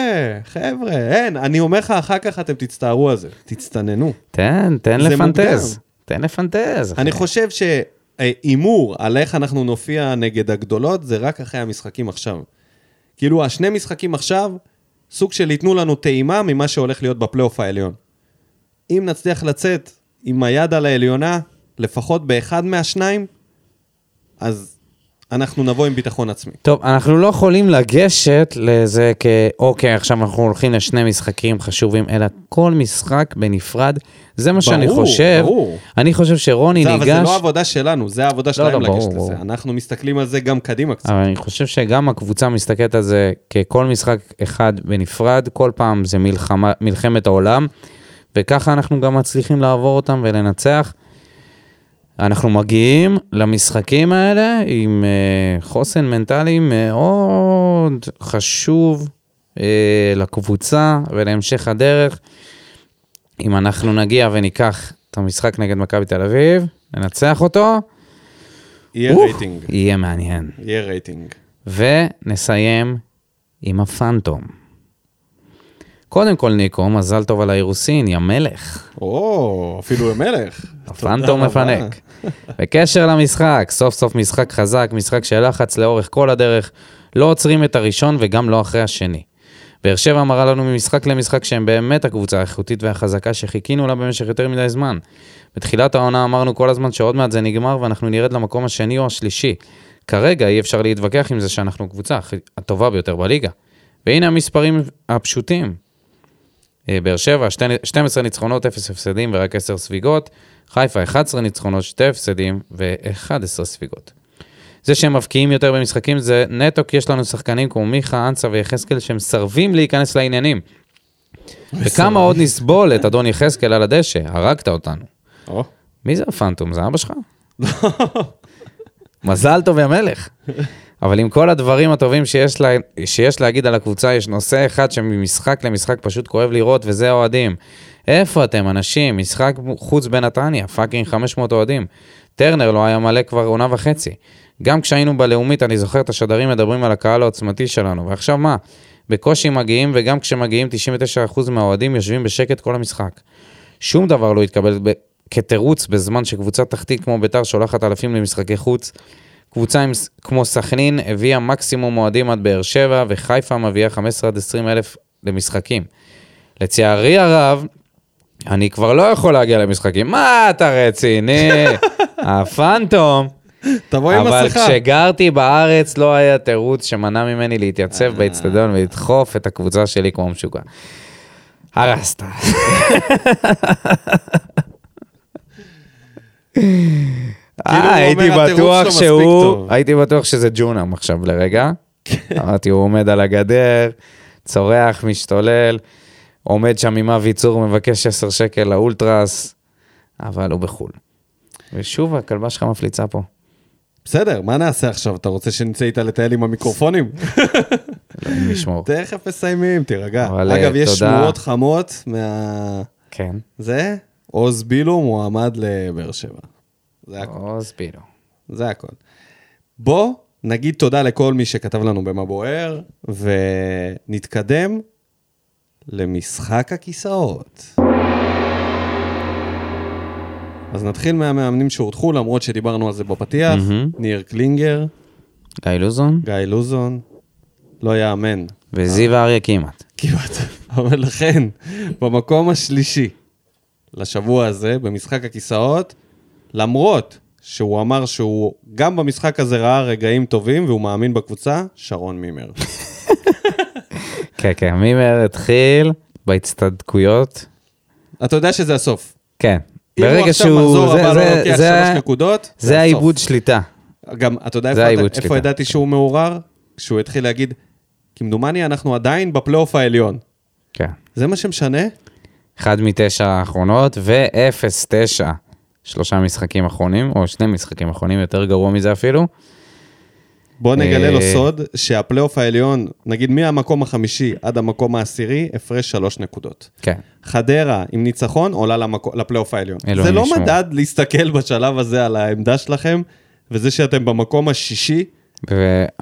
חבר'ה, אין, אני אומר לך, אחר כך אתם תצטערו על זה, תצטננו.
תן, תן
זה
לפנטז.
מוקדם.
תן לפנטז. אחי.
אני חושב שהימור על איך אנחנו נופיע נגד הגדולות, זה רק אחרי המשחקים עכשיו. כאילו, השני משחקים עכשיו, סוג של ייתנו לנו טעימה ממה שהולך להיות בפלייאוף העליון. אם נצליח לצאת עם היד על העליונה, לפחות באחד מהשניים, אז אנחנו נבוא עם ביטחון עצמי.
טוב, אנחנו לא יכולים לגשת לזה כ... אוקיי, עכשיו אנחנו הולכים לשני משחקים חשובים, אלא כל משחק בנפרד. זה מה שאני
ברור,
חושב.
ברור.
אני חושב שרוני
זה, אבל זה
ניגש...
לא העבודה שלנו, זה העבודה שלהם
לא,
לגשת
ברור,
לזה.
ברור. אה,
אנחנו מסתכלים על זה גם קדימה קצת.
אבל אני חושב שגם הקבוצה מסתכלת על זה ככל משחק אחד בנפרד, כל פעם זה מלחמה, מלחמת העולם, וככה אנחנו גם מצליחים לעבור אותם ולנצח. אנחנו מגיעים למשחקים האלה עם אה, חוסן מנטלי מאוד חשוב אה, לקבוצה ולהמשך הדרך. אם אנחנו נגיע וניקח את המשחק נגד מכבי תל אביב, ננצח אותו,
יהיה
אוף,
רייטינג,
יהיה מעניין.
יהיה רייטינג.
ונסיים עם הפנטום. קודם כל, ניקו, מזל טוב על האירוסין, יא מלך.
או, אפילו
(laughs)
המלך.
הפנטום מפנק. בקשר למשחק, סוף סוף משחק חזק, משחק של לחץ לאורך כל הדרך. לא עוצרים את הראשון וגם לא אחרי השני. באר שבע מראה לנו ממשחק למשחק שהם באמת הקבוצה האיכותית והחזקה שחיכינו לה במשך יותר מדי זמן. בתחילת העונה אמרנו כל הזמן שעוד מעט זה נגמר ואנחנו נרד למקום השני או השלישי. כרגע אי אפשר להתווכח עם זה שאנחנו הקבוצה הכי- הטובה ביותר בליגה. והנה המספרים הפשוטים. אה, באר שבע, שתי- 12 ניצחונות, 0 הפסדים ורק 10 ספיגות. חיפה, 11 ניצחונות, 2 הפסדים ו-11 ספיגות. זה שהם מבקיעים יותר במשחקים זה נטו כי יש לנו שחקנים כמו מיכה, אנסה ויחזקאל שמסרבים להיכנס לעניינים. וכמה עוד נסבול את אדון יחזקאל על הדשא? הרגת אותנו.
או,
מי זה הפנטום? זה אבא שלך? מזל טוב ים המלך. אבל עם כל הדברים הטובים שיש, לה, שיש להגיד על הקבוצה, יש נושא אחד שממשחק למשחק פשוט כואב לראות, וזה האוהדים. איפה אתם, אנשים? משחק חוץ בנתניה, פאקינג 500 אוהדים. טרנר לא היה מלא כבר עונה וחצי. גם כשהיינו בלאומית, אני זוכר את השדרים מדברים על הקהל העוצמתי שלנו, ועכשיו מה? בקושי מגיעים, וגם כשמגיעים 99% מהאוהדים יושבים בשקט כל המשחק. שום דבר לא התקבל ב- כתירוץ בזמן שקבוצה תחתית כמו ביתר שולחת אלפים למשחקי חוץ. קבוצה עם, ס- כמו סכנין הביאה מקסימום אוהדים עד באר שבע, וחיפה מביאה 15 עד 20 אלף למשחקים. לצערי הרב, אני כבר לא יכול להגיע למשחקים. מה, אתה רציני? הפנטום.
תבוא עם
אבל
מסכה.
כשגרתי בארץ לא היה תירוץ שמנע ממני
אה.
להתייצב באצטדיון ולדחוף את הקבוצה שלי כמו משוגע.
(laughs)
הרסת.
כאילו, הוא אומר,
אה, הייתי
התירוץ
בטוח
שלו מספיק
שהוא,
טוב. כן.
הייתי בטוח שזה ג'ונם עכשיו לרגע. אמרתי, הוא עומד על הגדר, צורח, משתולל, עומד שם עם אבי צור, מבקש 10 שקל לאולטרס, אבל הוא בחו"ל. ושוב, הכלבה שלך מפליצה פה.
בסדר, מה נעשה עכשיו? אתה רוצה שנצא איתה לטייל עם
(laughs)
המיקרופונים?
אלוהים ישמור.
תכף מסיימים, תירגע.
אבל,
אגב,
אה,
יש
תודה.
שמועות חמות מה...
כן.
זה, עוז בילו מועמד לבאר שבע. זה הכ-
עוז פילו.
זה הכל. בוא נגיד תודה לכל מי שכתב לנו במה בוער, ונתקדם למשחק הכיסאות. אז נתחיל מהמאמנים שהודחו, למרות שדיברנו על זה בפתיח.
מהמם.
ניר קלינגר,
גיא לוזון
גיא לוזון, לא יאמן.
וזיו אריה כמעט.
כמעט. (laughs) אבל לכן, במקום השלישי לשבוע הזה, במשחק הכיסאות, למרות שהוא אמר שהוא גם במשחק הזה ראה רגעים טובים והוא מאמין בקבוצה, שרון
(laughs)
מימר.
כן, כן, מימר התחיל בהצטדקויות.
אתה יודע שזה הסוף.
כן.
אם הוא
ברגע
עכשיו
שהוא...
מחזור
זה-
הבא לא
זה-
לוקח
זה-
שלוש נקודות,
זה
הסוף.
העיבוד שליטה.
גם, אתה יודע
זה
איפה-
העיבוד כן.
איפה
שליטה.
ידעתי שהוא מעורער? כשהוא התחיל להגיד, כמדומני אנחנו עדיין בפלייאוף העליון.
כן.
זה מה שמשנה?
אחד מתשע האחרונות ואפס תשע. שלושה משחקים אחרונים, או שני משחקים אחרונים, יותר גרוע מזה אפילו.
בוא נגלה לו
אה.
סוד, שהפלייאוף העליון, נגיד מהמקום החמישי עד המקום העשירי, הפרש שלוש נקודות.
כן.
חדרה עם ניצחון עולה למקו- לפלייאוף העליון.
אלוהים
זה לא
ישמור.
מדד להסתכל בשלב הזה על העמדה שלכם, וזה שאתם במקום השישי.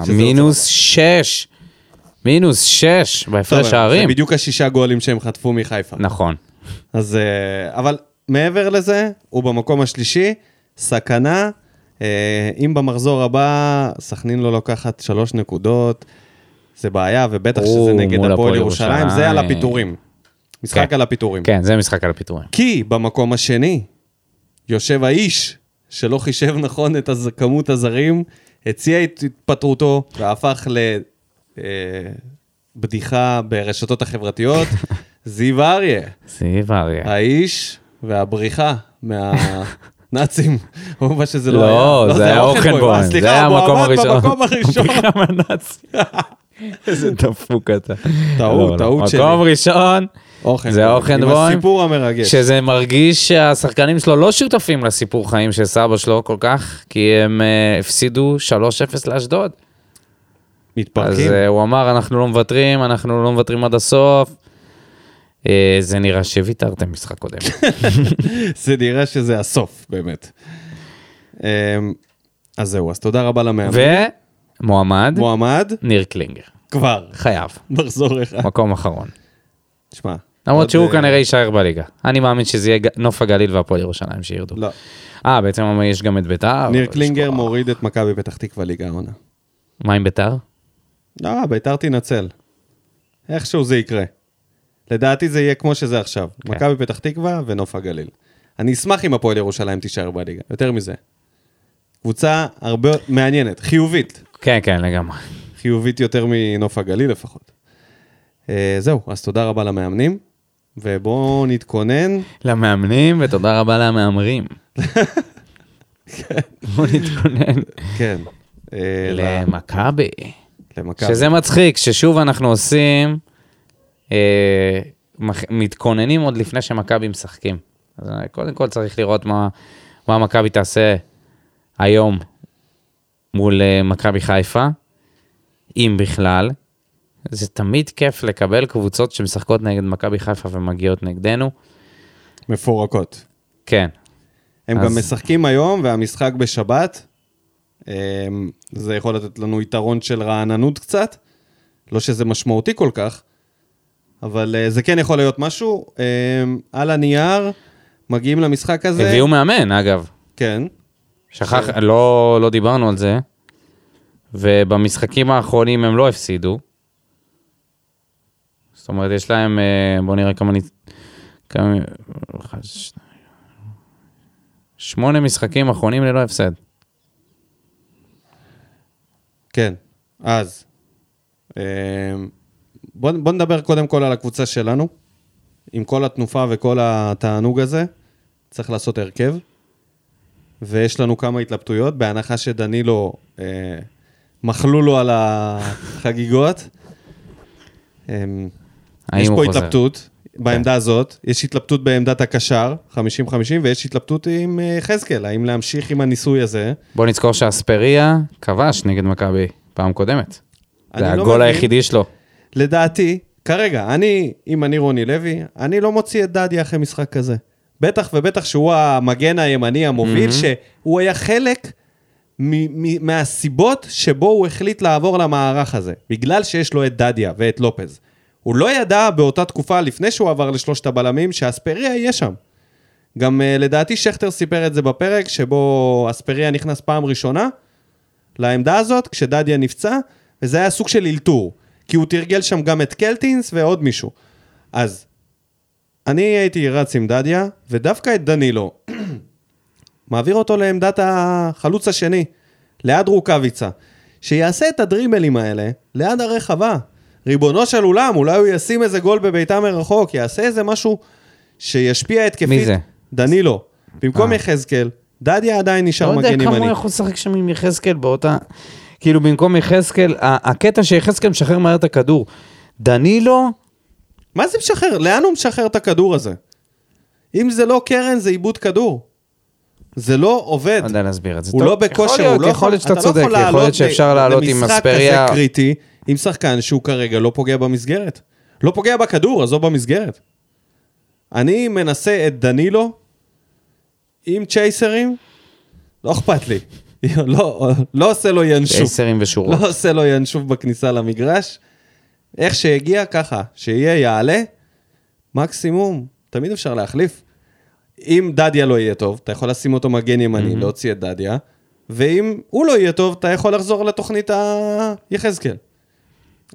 ומינוס שש. מינוס שש
טוב,
בהפרש הערים.
זה בדיוק השישה גולים שהם חטפו מחיפה.
נכון.
אז... אה, אבל מעבר לזה, הוא במקום השלישי, סכנה. אה, אם במחזור הבא סכנין לא לוקחת שלוש נקודות, זה בעיה, ובטח
או,
שזה נגד
מול
הפועל
הפועל
ירושלים,
ירושלים.
זה על הפיטורים. משחק
כן.
על הפיטורים.
כן, זה משחק על הפיטורים.
כי במקום השני יושב האיש שלא חישב נכון את הז... כמות הזרים, הציע את התפטרותו והפך לבדיחה ברשתות
(laughs)
החברתיות, זיו אריה,
זיו
אה,
אריה.
האיש והבריחה
(laughs)
מהנאצים, או מה שזה לא, היה.
לא, זה היה אוכל בוהן,
אה,
זה היה
סליחה, הוא
המקום
עמד
הראשון. (laughs)
במקום הראשון.
כמה נאצי. (laughs) איזה דפוק אתה.
טעות,
לא, לא.
טעות שלי.
מקום ראשון,
אוכל
זה
בוהן,
אוכל
עם
בוהן.
הסיפור המרגש.
שזה מרגיש שהשחקנים שלו לא שותפים לסיפור חיים של סבא שלו כל כך, כי הם אה, הפסידו 3-0 לאשדוד. אז
מתפרקים.
אה, הוא אמר, אנחנו לא מוותרים, אנחנו לא מוותרים עד הסוף. אה, זה נראה שוויתרתם משחק
(laughs)
קודם.
זה נראה שזה הסוף, באמת. אמ, אז זהו, אז תודה רבה למאמן.
ומועמד,
מועמד,
ניר קלינגר.
כבר,
חייב,
מחזור
(laughs)
אחד.
מקום אחרון.
תשמע. עוד,
למרות שהוא
אה,
כנראה יישאר בליגה. אני מאמין שזה יהיה ג- נוף הגליל והפועל ירושלים שירדו.
לא,
אה, בעצם אבל יש גם את ביתר.
ניר
אבל
קלינגר
יש פה-
מוריד את מכבי פתח תקווה ליגה העונה.
מה עם ביתר?
לא, ביתר תינצל. איכשהו זה יקרה. לדעתי זה יהיה כמו שזה עכשיו.
כן.
מכבי פתח תקווה ונוף הגליל. אני אשמח אם הפועל ירושלים תישאר בליגה, יותר מזה. קבוצה הרבה מעניינת, חיובית.
כן, כן, לגמרי.
חיובית יותר מנוף הגליל לפחות. אה, זהו, אז תודה רבה למאמנים, ובואו נתכונן.
(laughs) למאמנים, ותודה רבה
(laughs)
למהמרים. בוא נתכונן
כן. אה, ל-
למכבי.
למכבי.
שזה מצחיק, ששוב אנחנו עושים, אה, מח- מתכוננים עוד לפני שמכבי משחקים. אז אה, קודם כל צריך לראות מה, מה מכבי תעשה היום מול אה, מכבי חיפה, אם בכלל. זה תמיד כיף לקבל קבוצות שמשחקות נגד מכבי חיפה ומגיעות נגדנו.
מפורקות.
כן,
הם
אז-
גם משחקים היום, והמשחק בשבת, אמ, זה יכול לתת לנו יתרון של רעננות קצת. לא שזה משמעותי כל כך, אבל אה, זה כן יכול להיות משהו. אמ, על הנייר, מגיעים למשחק הזה.
הביאו מאמן, אגב.
כן.
שכח, לא, לא דיברנו על זה. ובמשחקים האחרונים הם לא הפסידו. זאת אומרת, יש להם, אה, בואו נראה כמה ניצ... כמה... אחד, שניים. שמונה משחקים אחרונים ללא הפסד.
כן, אז. אמ, בוא, בוא נדבר קודם כל על הקבוצה שלנו. עם כל התנופה וכל התענוג הזה, צריך לעשות הרכב. ויש לנו כמה התלבטויות, בהנחה שדנילו, אה, מחלו לו על החגיגות. אמ,
האם
יש
הוא
פה
חוזר? כן.
התלבטות בעמדה הזאת, יש התלבטות בעמדת הקשר, 50-50, ויש התלבטות עם אה, יחזקאל, האם להמשיך עם הניסוי הזה.
בואו נזכור שאספריה כבש נגד מכבי פעם קודמת.
אני
זה
לא
הגול
מבין.
היחידי שלו.
לדעתי, כרגע, אני, אם אני רוני לוי, אני לא מוציא את דדיה אחרי משחק כזה. בטח ובטח שהוא המגן הימני המוביל, שהוא היה חלק מ- מ- מהסיבות שבו הוא החליט לעבור למערך הזה. בגלל שיש לו את דדיה ואת לופז. הוא לא ידע באותה תקופה, לפני שהוא עבר לשלושת הבלמים, שאספריה יהיה שם. גם אה, לדעתי שכטר סיפר את זה בפרק, שבו אספריה נכנס פעם ראשונה לעמדה הזאת, כשדדיה נפצע, וזה היה סוג של אלתור, כי הוא תרגל שם גם את קלטינס ועוד מישהו. אז אני הייתי רץ עם דדיה, ודווקא את דנילו, (clears throat) מעביר אותו לעמדת החלוץ השני, ליד רוקאביצה, שיעשה את הדריבלים האלה ליד הרחבה. ריבונו של עולם, אולי הוא ישים איזה גול בביתה מרחוק, יעשה איזה משהו שישפיע התקפית.
מי זה?
דנילו. במקום
אה.
יחזקאל, דדיה עדיין נשאר מגן ימני.
לא יודע כמה הוא יכול לשחק שם עם יחזקאל באותה... כאילו, במקום יחזקאל, ה- הקטע שיחזקאל משחרר מהר את הכדור. דנילו,
מה זה משחרר? לאן הוא משחרר את הכדור הזה? אם זה לא קרן, זה עיבוד כדור. זה לא עובד.
לא יודע להסביר את זה.
הוא
טוב,
לא
יכול
בכושר,
להיות,
הוא לא
יכול להיות שאתה
אתה לא
צודק,
יכול
יכול להיות
לעלות
שאפשר
ל-
לעלות עם
למשחק
אספריה.
כזה קריטי, עם שחקן שהוא כרגע לא פוגע במסגרת. לא פוגע בכדור, אז לא במסגרת. אני מנסה את דנילו עם צ'ייסרים, לא אכפת לי. (laughs) לא, לא עושה לו ינשוף.
עשרים ושורות.
לא עושה לו ינשוף בכניסה למגרש. איך שהגיע, ככה. שיהיה, יעלה, מקסימום, תמיד אפשר להחליף. אם דדיה לא יהיה טוב, אתה יכול לשים אותו מגן ימני, להוציא את דדיה, ואם הוא לא יהיה טוב, אתה יכול לחזור לתוכנית היחזקאל.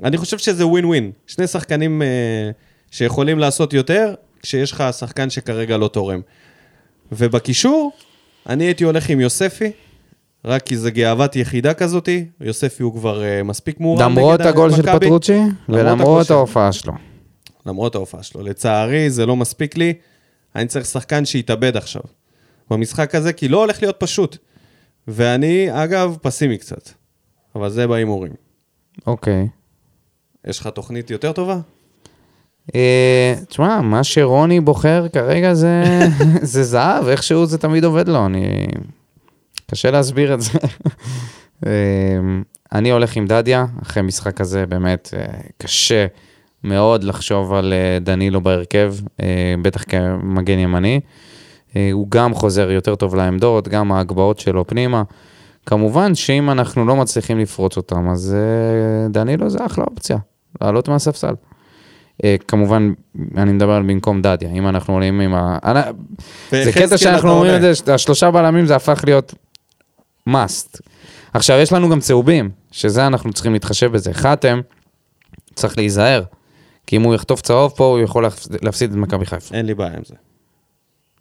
אני חושב שזה ווין ווין. שני שחקנים אה, שיכולים לעשות יותר, כשיש לך שחקן שכרגע לא תורם. ובקישור, אני הייתי הולך עם יוספי, רק כי זה גאוות יחידה כזאתי, יוספי הוא כבר אה, מספיק מורם
למרות
נגד
הגול של
מכבי.
פטרוצ'י,
למרות הגול
ולמרות
של-
ההופעה שלו.
למרות ההופעה שלו. לצערי, זה לא מספיק לי, אני צריך שחקן שיתאבד עכשיו. במשחק הזה, כי לא הולך להיות פשוט. ואני, אגב, פסימי קצת. אבל זה בהימורים.
אוקיי.
יש לך תוכנית יותר טובה?
אה, תשמע, מה שרוני בוחר כרגע זה (laughs) זה זהב, איכשהו זה תמיד עובד לו, אני... קשה להסביר את זה. (laughs) אה, אני הולך עם דדיה, אחרי משחק כזה באמת אה, קשה מאוד לחשוב על אה, דנילו בהרכב, אה, בטח כמגן ימני. אה, הוא גם חוזר יותר טוב לעמדות, גם ההגבהות שלו פנימה. כמובן שאם אנחנו לא מצליחים לפרוץ אותם, אז אה, דנילו זה אחלה אופציה, לעלות מהספסל. אה, כמובן, אני מדבר על במקום דדיה, אם אנחנו עולים עם ה... אנ- זה
ויחזקאל,
קטע שאנחנו
אתה
אומרים את
עולה.
זה, ש- השלושה בלמים זה הפך להיות must. עכשיו, יש לנו גם צהובים, שזה אנחנו צריכים להתחשב בזה. חתם, צריך להיזהר. כי אם הוא יחטוף צהוב פה, הוא יכול להפס- להפסיד את מכבי חיפה.
אין לי בעיה עם זה.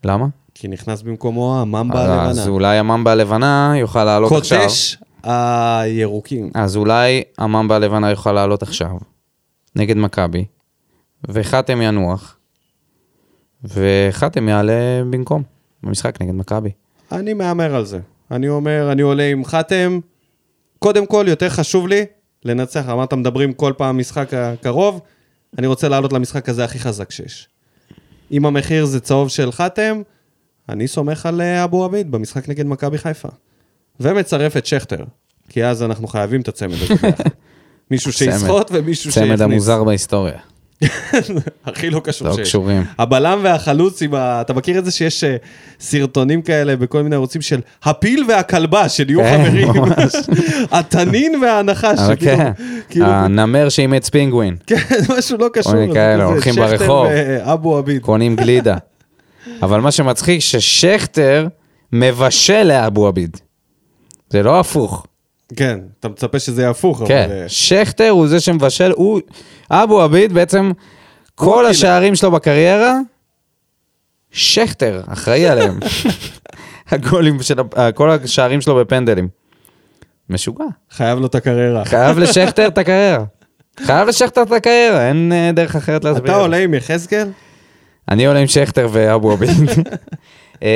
למה?
כי נכנס במקומו הממבה
אה, אז לא
הלבנה.
אולי הממבה הלבנה יוכל לעלות עכשיו.
קודש הירוקים.
אז אולי הממבה הלבנה יוכל לעלות עכשיו, נגד מכבי, וחתם ינוח, וחתם יעלה במקום, במשחק נגד מכבי.
אני מהמר על זה. אני אומר, אני עולה עם חתם. קודם כל, יותר חשוב לי לנצח. אמרת, מדברים כל פעם משחק הקרוב. אני רוצה לעלות למשחק הזה הכי חזק שיש. אם המחיר זה צהוב של חתם, אני סומך על אה, אבו עביד במשחק נגד מכבי חיפה. ומצרף את שכטר, כי אז אנחנו חייבים את הצמד הזה.
(laughs)
ביחד. מישהו שיסחוט ומישהו שיכניס.
צמד המוזר בהיסטוריה.
הכי לא קשור
לא קשורים.
הבלם והחלוץ, עם ה... אתה מכיר את זה שיש אה, סרטונים כאלה בכל מיני ערוצים של הפיל והכלבה, של יהיו
כן,
חברים.
ממש.
(laughs) התנין והנחש,
אבל
שפתאום,
כן,
כאילו,
הנמר שאימץ פינגווין,
כן, (laughs) משהו לא קשור.
כל מיני
אז זה
כאלה,
כזה,
הולכים
שכטר
ברחוב.
ואבו עביד.
קונים גלידה. אבל מה שמצחיק, ששכטר מבשל לאבו עביד. זה לא הפוך.
כן, אתה מצפה שזה יהיה הפוך, אבל...
כן,
אה,
שכטר הוא זה שמבשל, הוא... אבו עביד בעצם, כל
הפילה.
השערים שלו בקריירה, שכטר אחראי
(laughs)
עליהם. הגולים של... ה- כל השערים שלו בפנדלים. משוגע.
חייב לו את הקריירה.
חייב לשכטר את הקריירה. חייב לשכטר את הקריירה, אין אה, דרך אחרת להסביר.
אתה
את זה.
עולה עם יחזקאל?
אני עולה עם שכטר
(laughs)
ואבו עביד. אמ,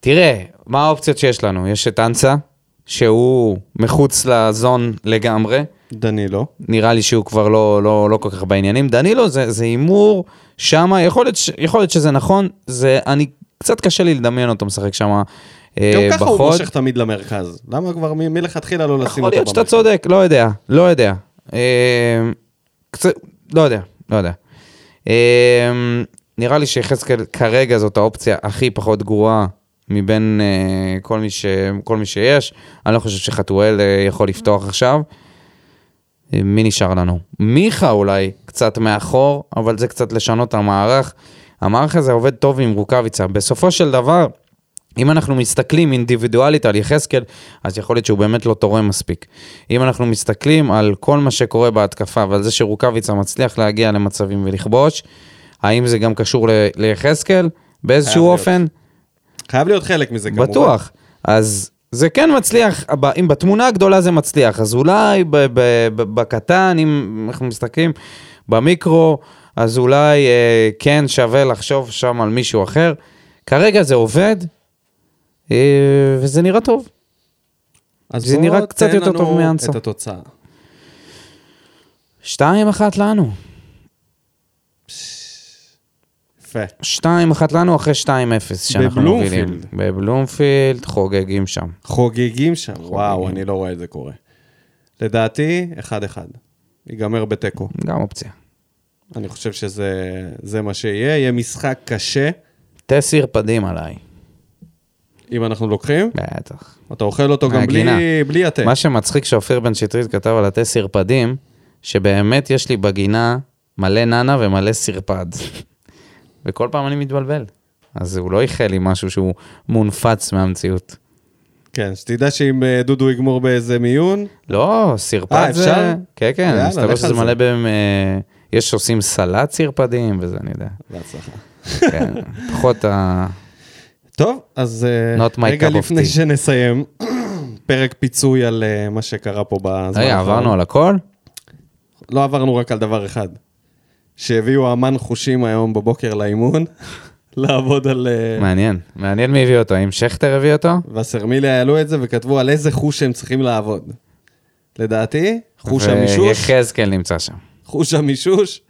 תראה, מה האופציות שיש לנו? יש את אנסה, שהוא מחוץ לזון לגמרי.
דנילו.
נראה לי שהוא כבר לא, לא, לא כל כך בעניינים. דנילו זה זה הימור שמה, יכול להיות, ש- יכול להיות שזה נכון, זה, אני, קצת קשה לי לדמיין אותו משחק שמה אה,
גם
בחוד.
ככה הוא מושך תמיד למרכז. למה כבר מ- מלכתחילה לא לשים אותו במרכז?
יכול להיות שאתה צודק, לא יודע, לא יודע. אמ, קצת, לא יודע, לא יודע. אמ, נראה לי שיחזקאל כרגע זאת האופציה הכי פחות גרועה מבין אה, כל מי ש- כל מי שיש. אני לא חושב שחתואל אה, יכול לפתוח עכשיו. אה, מי נשאר לנו? מיכה אולי קצת מאחור, אבל זה קצת לשנות את המערך. המערך הזה עובד טוב עם רוקאביצה. בסופו של דבר, אם אנחנו מסתכלים אינדיבידואלית על יחזקאל, אז יכול להיות שהוא באמת לא תורם מספיק. אם אנחנו מסתכלים על כל מה שקורה בהתקפה ועל זה שרוקאביצה מצליח להגיע למצבים ולכבוש, האם זה גם קשור ל- ליחזקאל באיזשהו
חייב להיות.
אופן?
חייב להיות חלק מזה, כמובן.
בטוח. אז זה כן מצליח, ב- אם בתמונה הגדולה זה מצליח, אז אולי ב- ב- ב- בקטן, אם אנחנו מסתכלים במיקרו, אז אולי אה, כן שווה לחשוב שם על מישהו אחר. כרגע זה עובד, אה, וזה נראה טוב.
אז
זה
בוא
נראה קצת
תן
יותר טוב
לנו
מאנסה.
את התוצאה.
2-1 לנו.
יפה.
2-1 לנו אחרי 2-0 שאנחנו
בבלומפילד.
מובילים. בבלומפילד חוגגים שם.
חוגגים שם, וואו, אני לא רואה את זה קורה. לדעתי, 1-1. ייגמר בתיקו.
גם אופציה.
אני חושב שזה זה מה שיהיה, יהיה משחק קשה,
טס ערפדים עליי.
אם אנחנו לוקחים.
בטח.
אתה אוכל אותו גם
הגינה.
בלי- בלי התה.
מה שמצחיק שאופיר בן שטרית כתב על התה סרפדים, שבאמת יש לי בגינה מלא ננה ומלא סרפד. וכל פעם אני מתבלבל. אז הוא לא איחל לי משהו שהוא מונפץ מהמציאות.
כן, שתדע שאם אה, דודו יגמור באיזה מיון,
לא,
אה,
סרפד
אפשר?
זה... כן,
יאללה,
כן, מסתבר
לך על
שזה
זה.
מלא בהם... אה, יש שעושים סלט סרפדים וזה, אני יודע.
בהצלחה. (laughs)
כן, פחות ה...
טוב, אז אה,
Not my
רגע
cup of
לפני
tea.
שנסיים, (clears throat) פרק פיצוי על אה, מה שקרה פה בזמן האחרון.
רגע, עברנו על הכל?
לא עברנו רק על דבר אחד, שהביאו אמן חושים היום בבוקר לאימון, (laughs) לעבוד על... אה,
מעניין. מעניין מי הביא אותו. האם שכטר הביא אותו?
וסרמיליה העלו את זה וכתבו על איזה חוש הם צריכים לעבוד. לדעתי, חוש המישוש,
ויחזקאל נמצא שם.
חוש המישוש,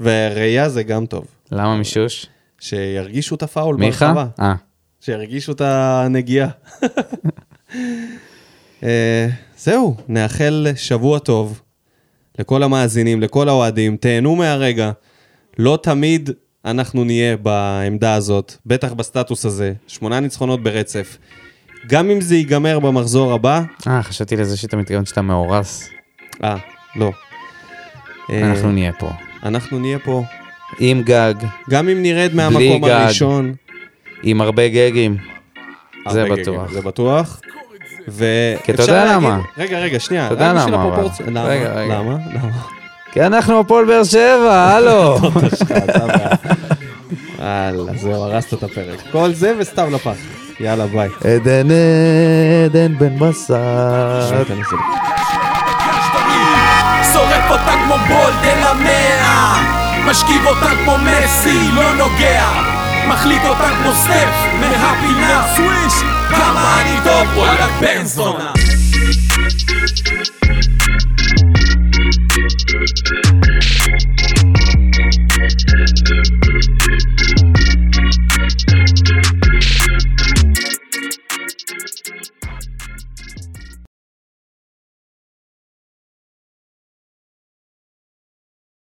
וראייה זה גם טוב.
למה מישוש?
שירגישו את הפאול
מיכה?
ברחבה,
אה.
שירגישו את הנגיעה. (laughs) אה, זהו, נאחל שבוע טוב לכל המאזינים, לכל האוהדים, תהנו מהרגע. לא תמיד אנחנו נהיה בעמדה הזאת, בטח בסטטוס הזה, שמונה ניצחונות ברצף. גם אם זה ייגמר במחזור הבא,
אה, חשבתי לזה שאתה מתכוון שאתה מאורס.
אה, לא. אה,
אנחנו נהיה פה.
אנחנו נהיה פה.
עם גג,
גם אם נרד
בלי
מהמקום
גג.
הראשון.
עם הרבה גגים. זה
הרבה
בטוח.
גגים, זה בטוח. ו...
כי אתה
אפשר
יודע
להגיד-
למה.
רגע, רגע, שנייה.
אתה יודע
רק בשביל
למה, אבל.
הפרופורציה- למה?
רגע, רגע.
למה? למה?
כי אנחנו הפועל באר שבע, (laughs) הלו.
יאללה, זהו, הרסת את הפרק. כל זה וסתם לפח. יאללה, ביי.
עדן עדן בן בסט.
תן לי זה.
שורף אותה כמו בולדן המאה משכיב אותה כמו מסי, לא נוגע מחליט אותה כמו סטף, מהפינה סוויש כמה אני טוב, וואלה בן זונה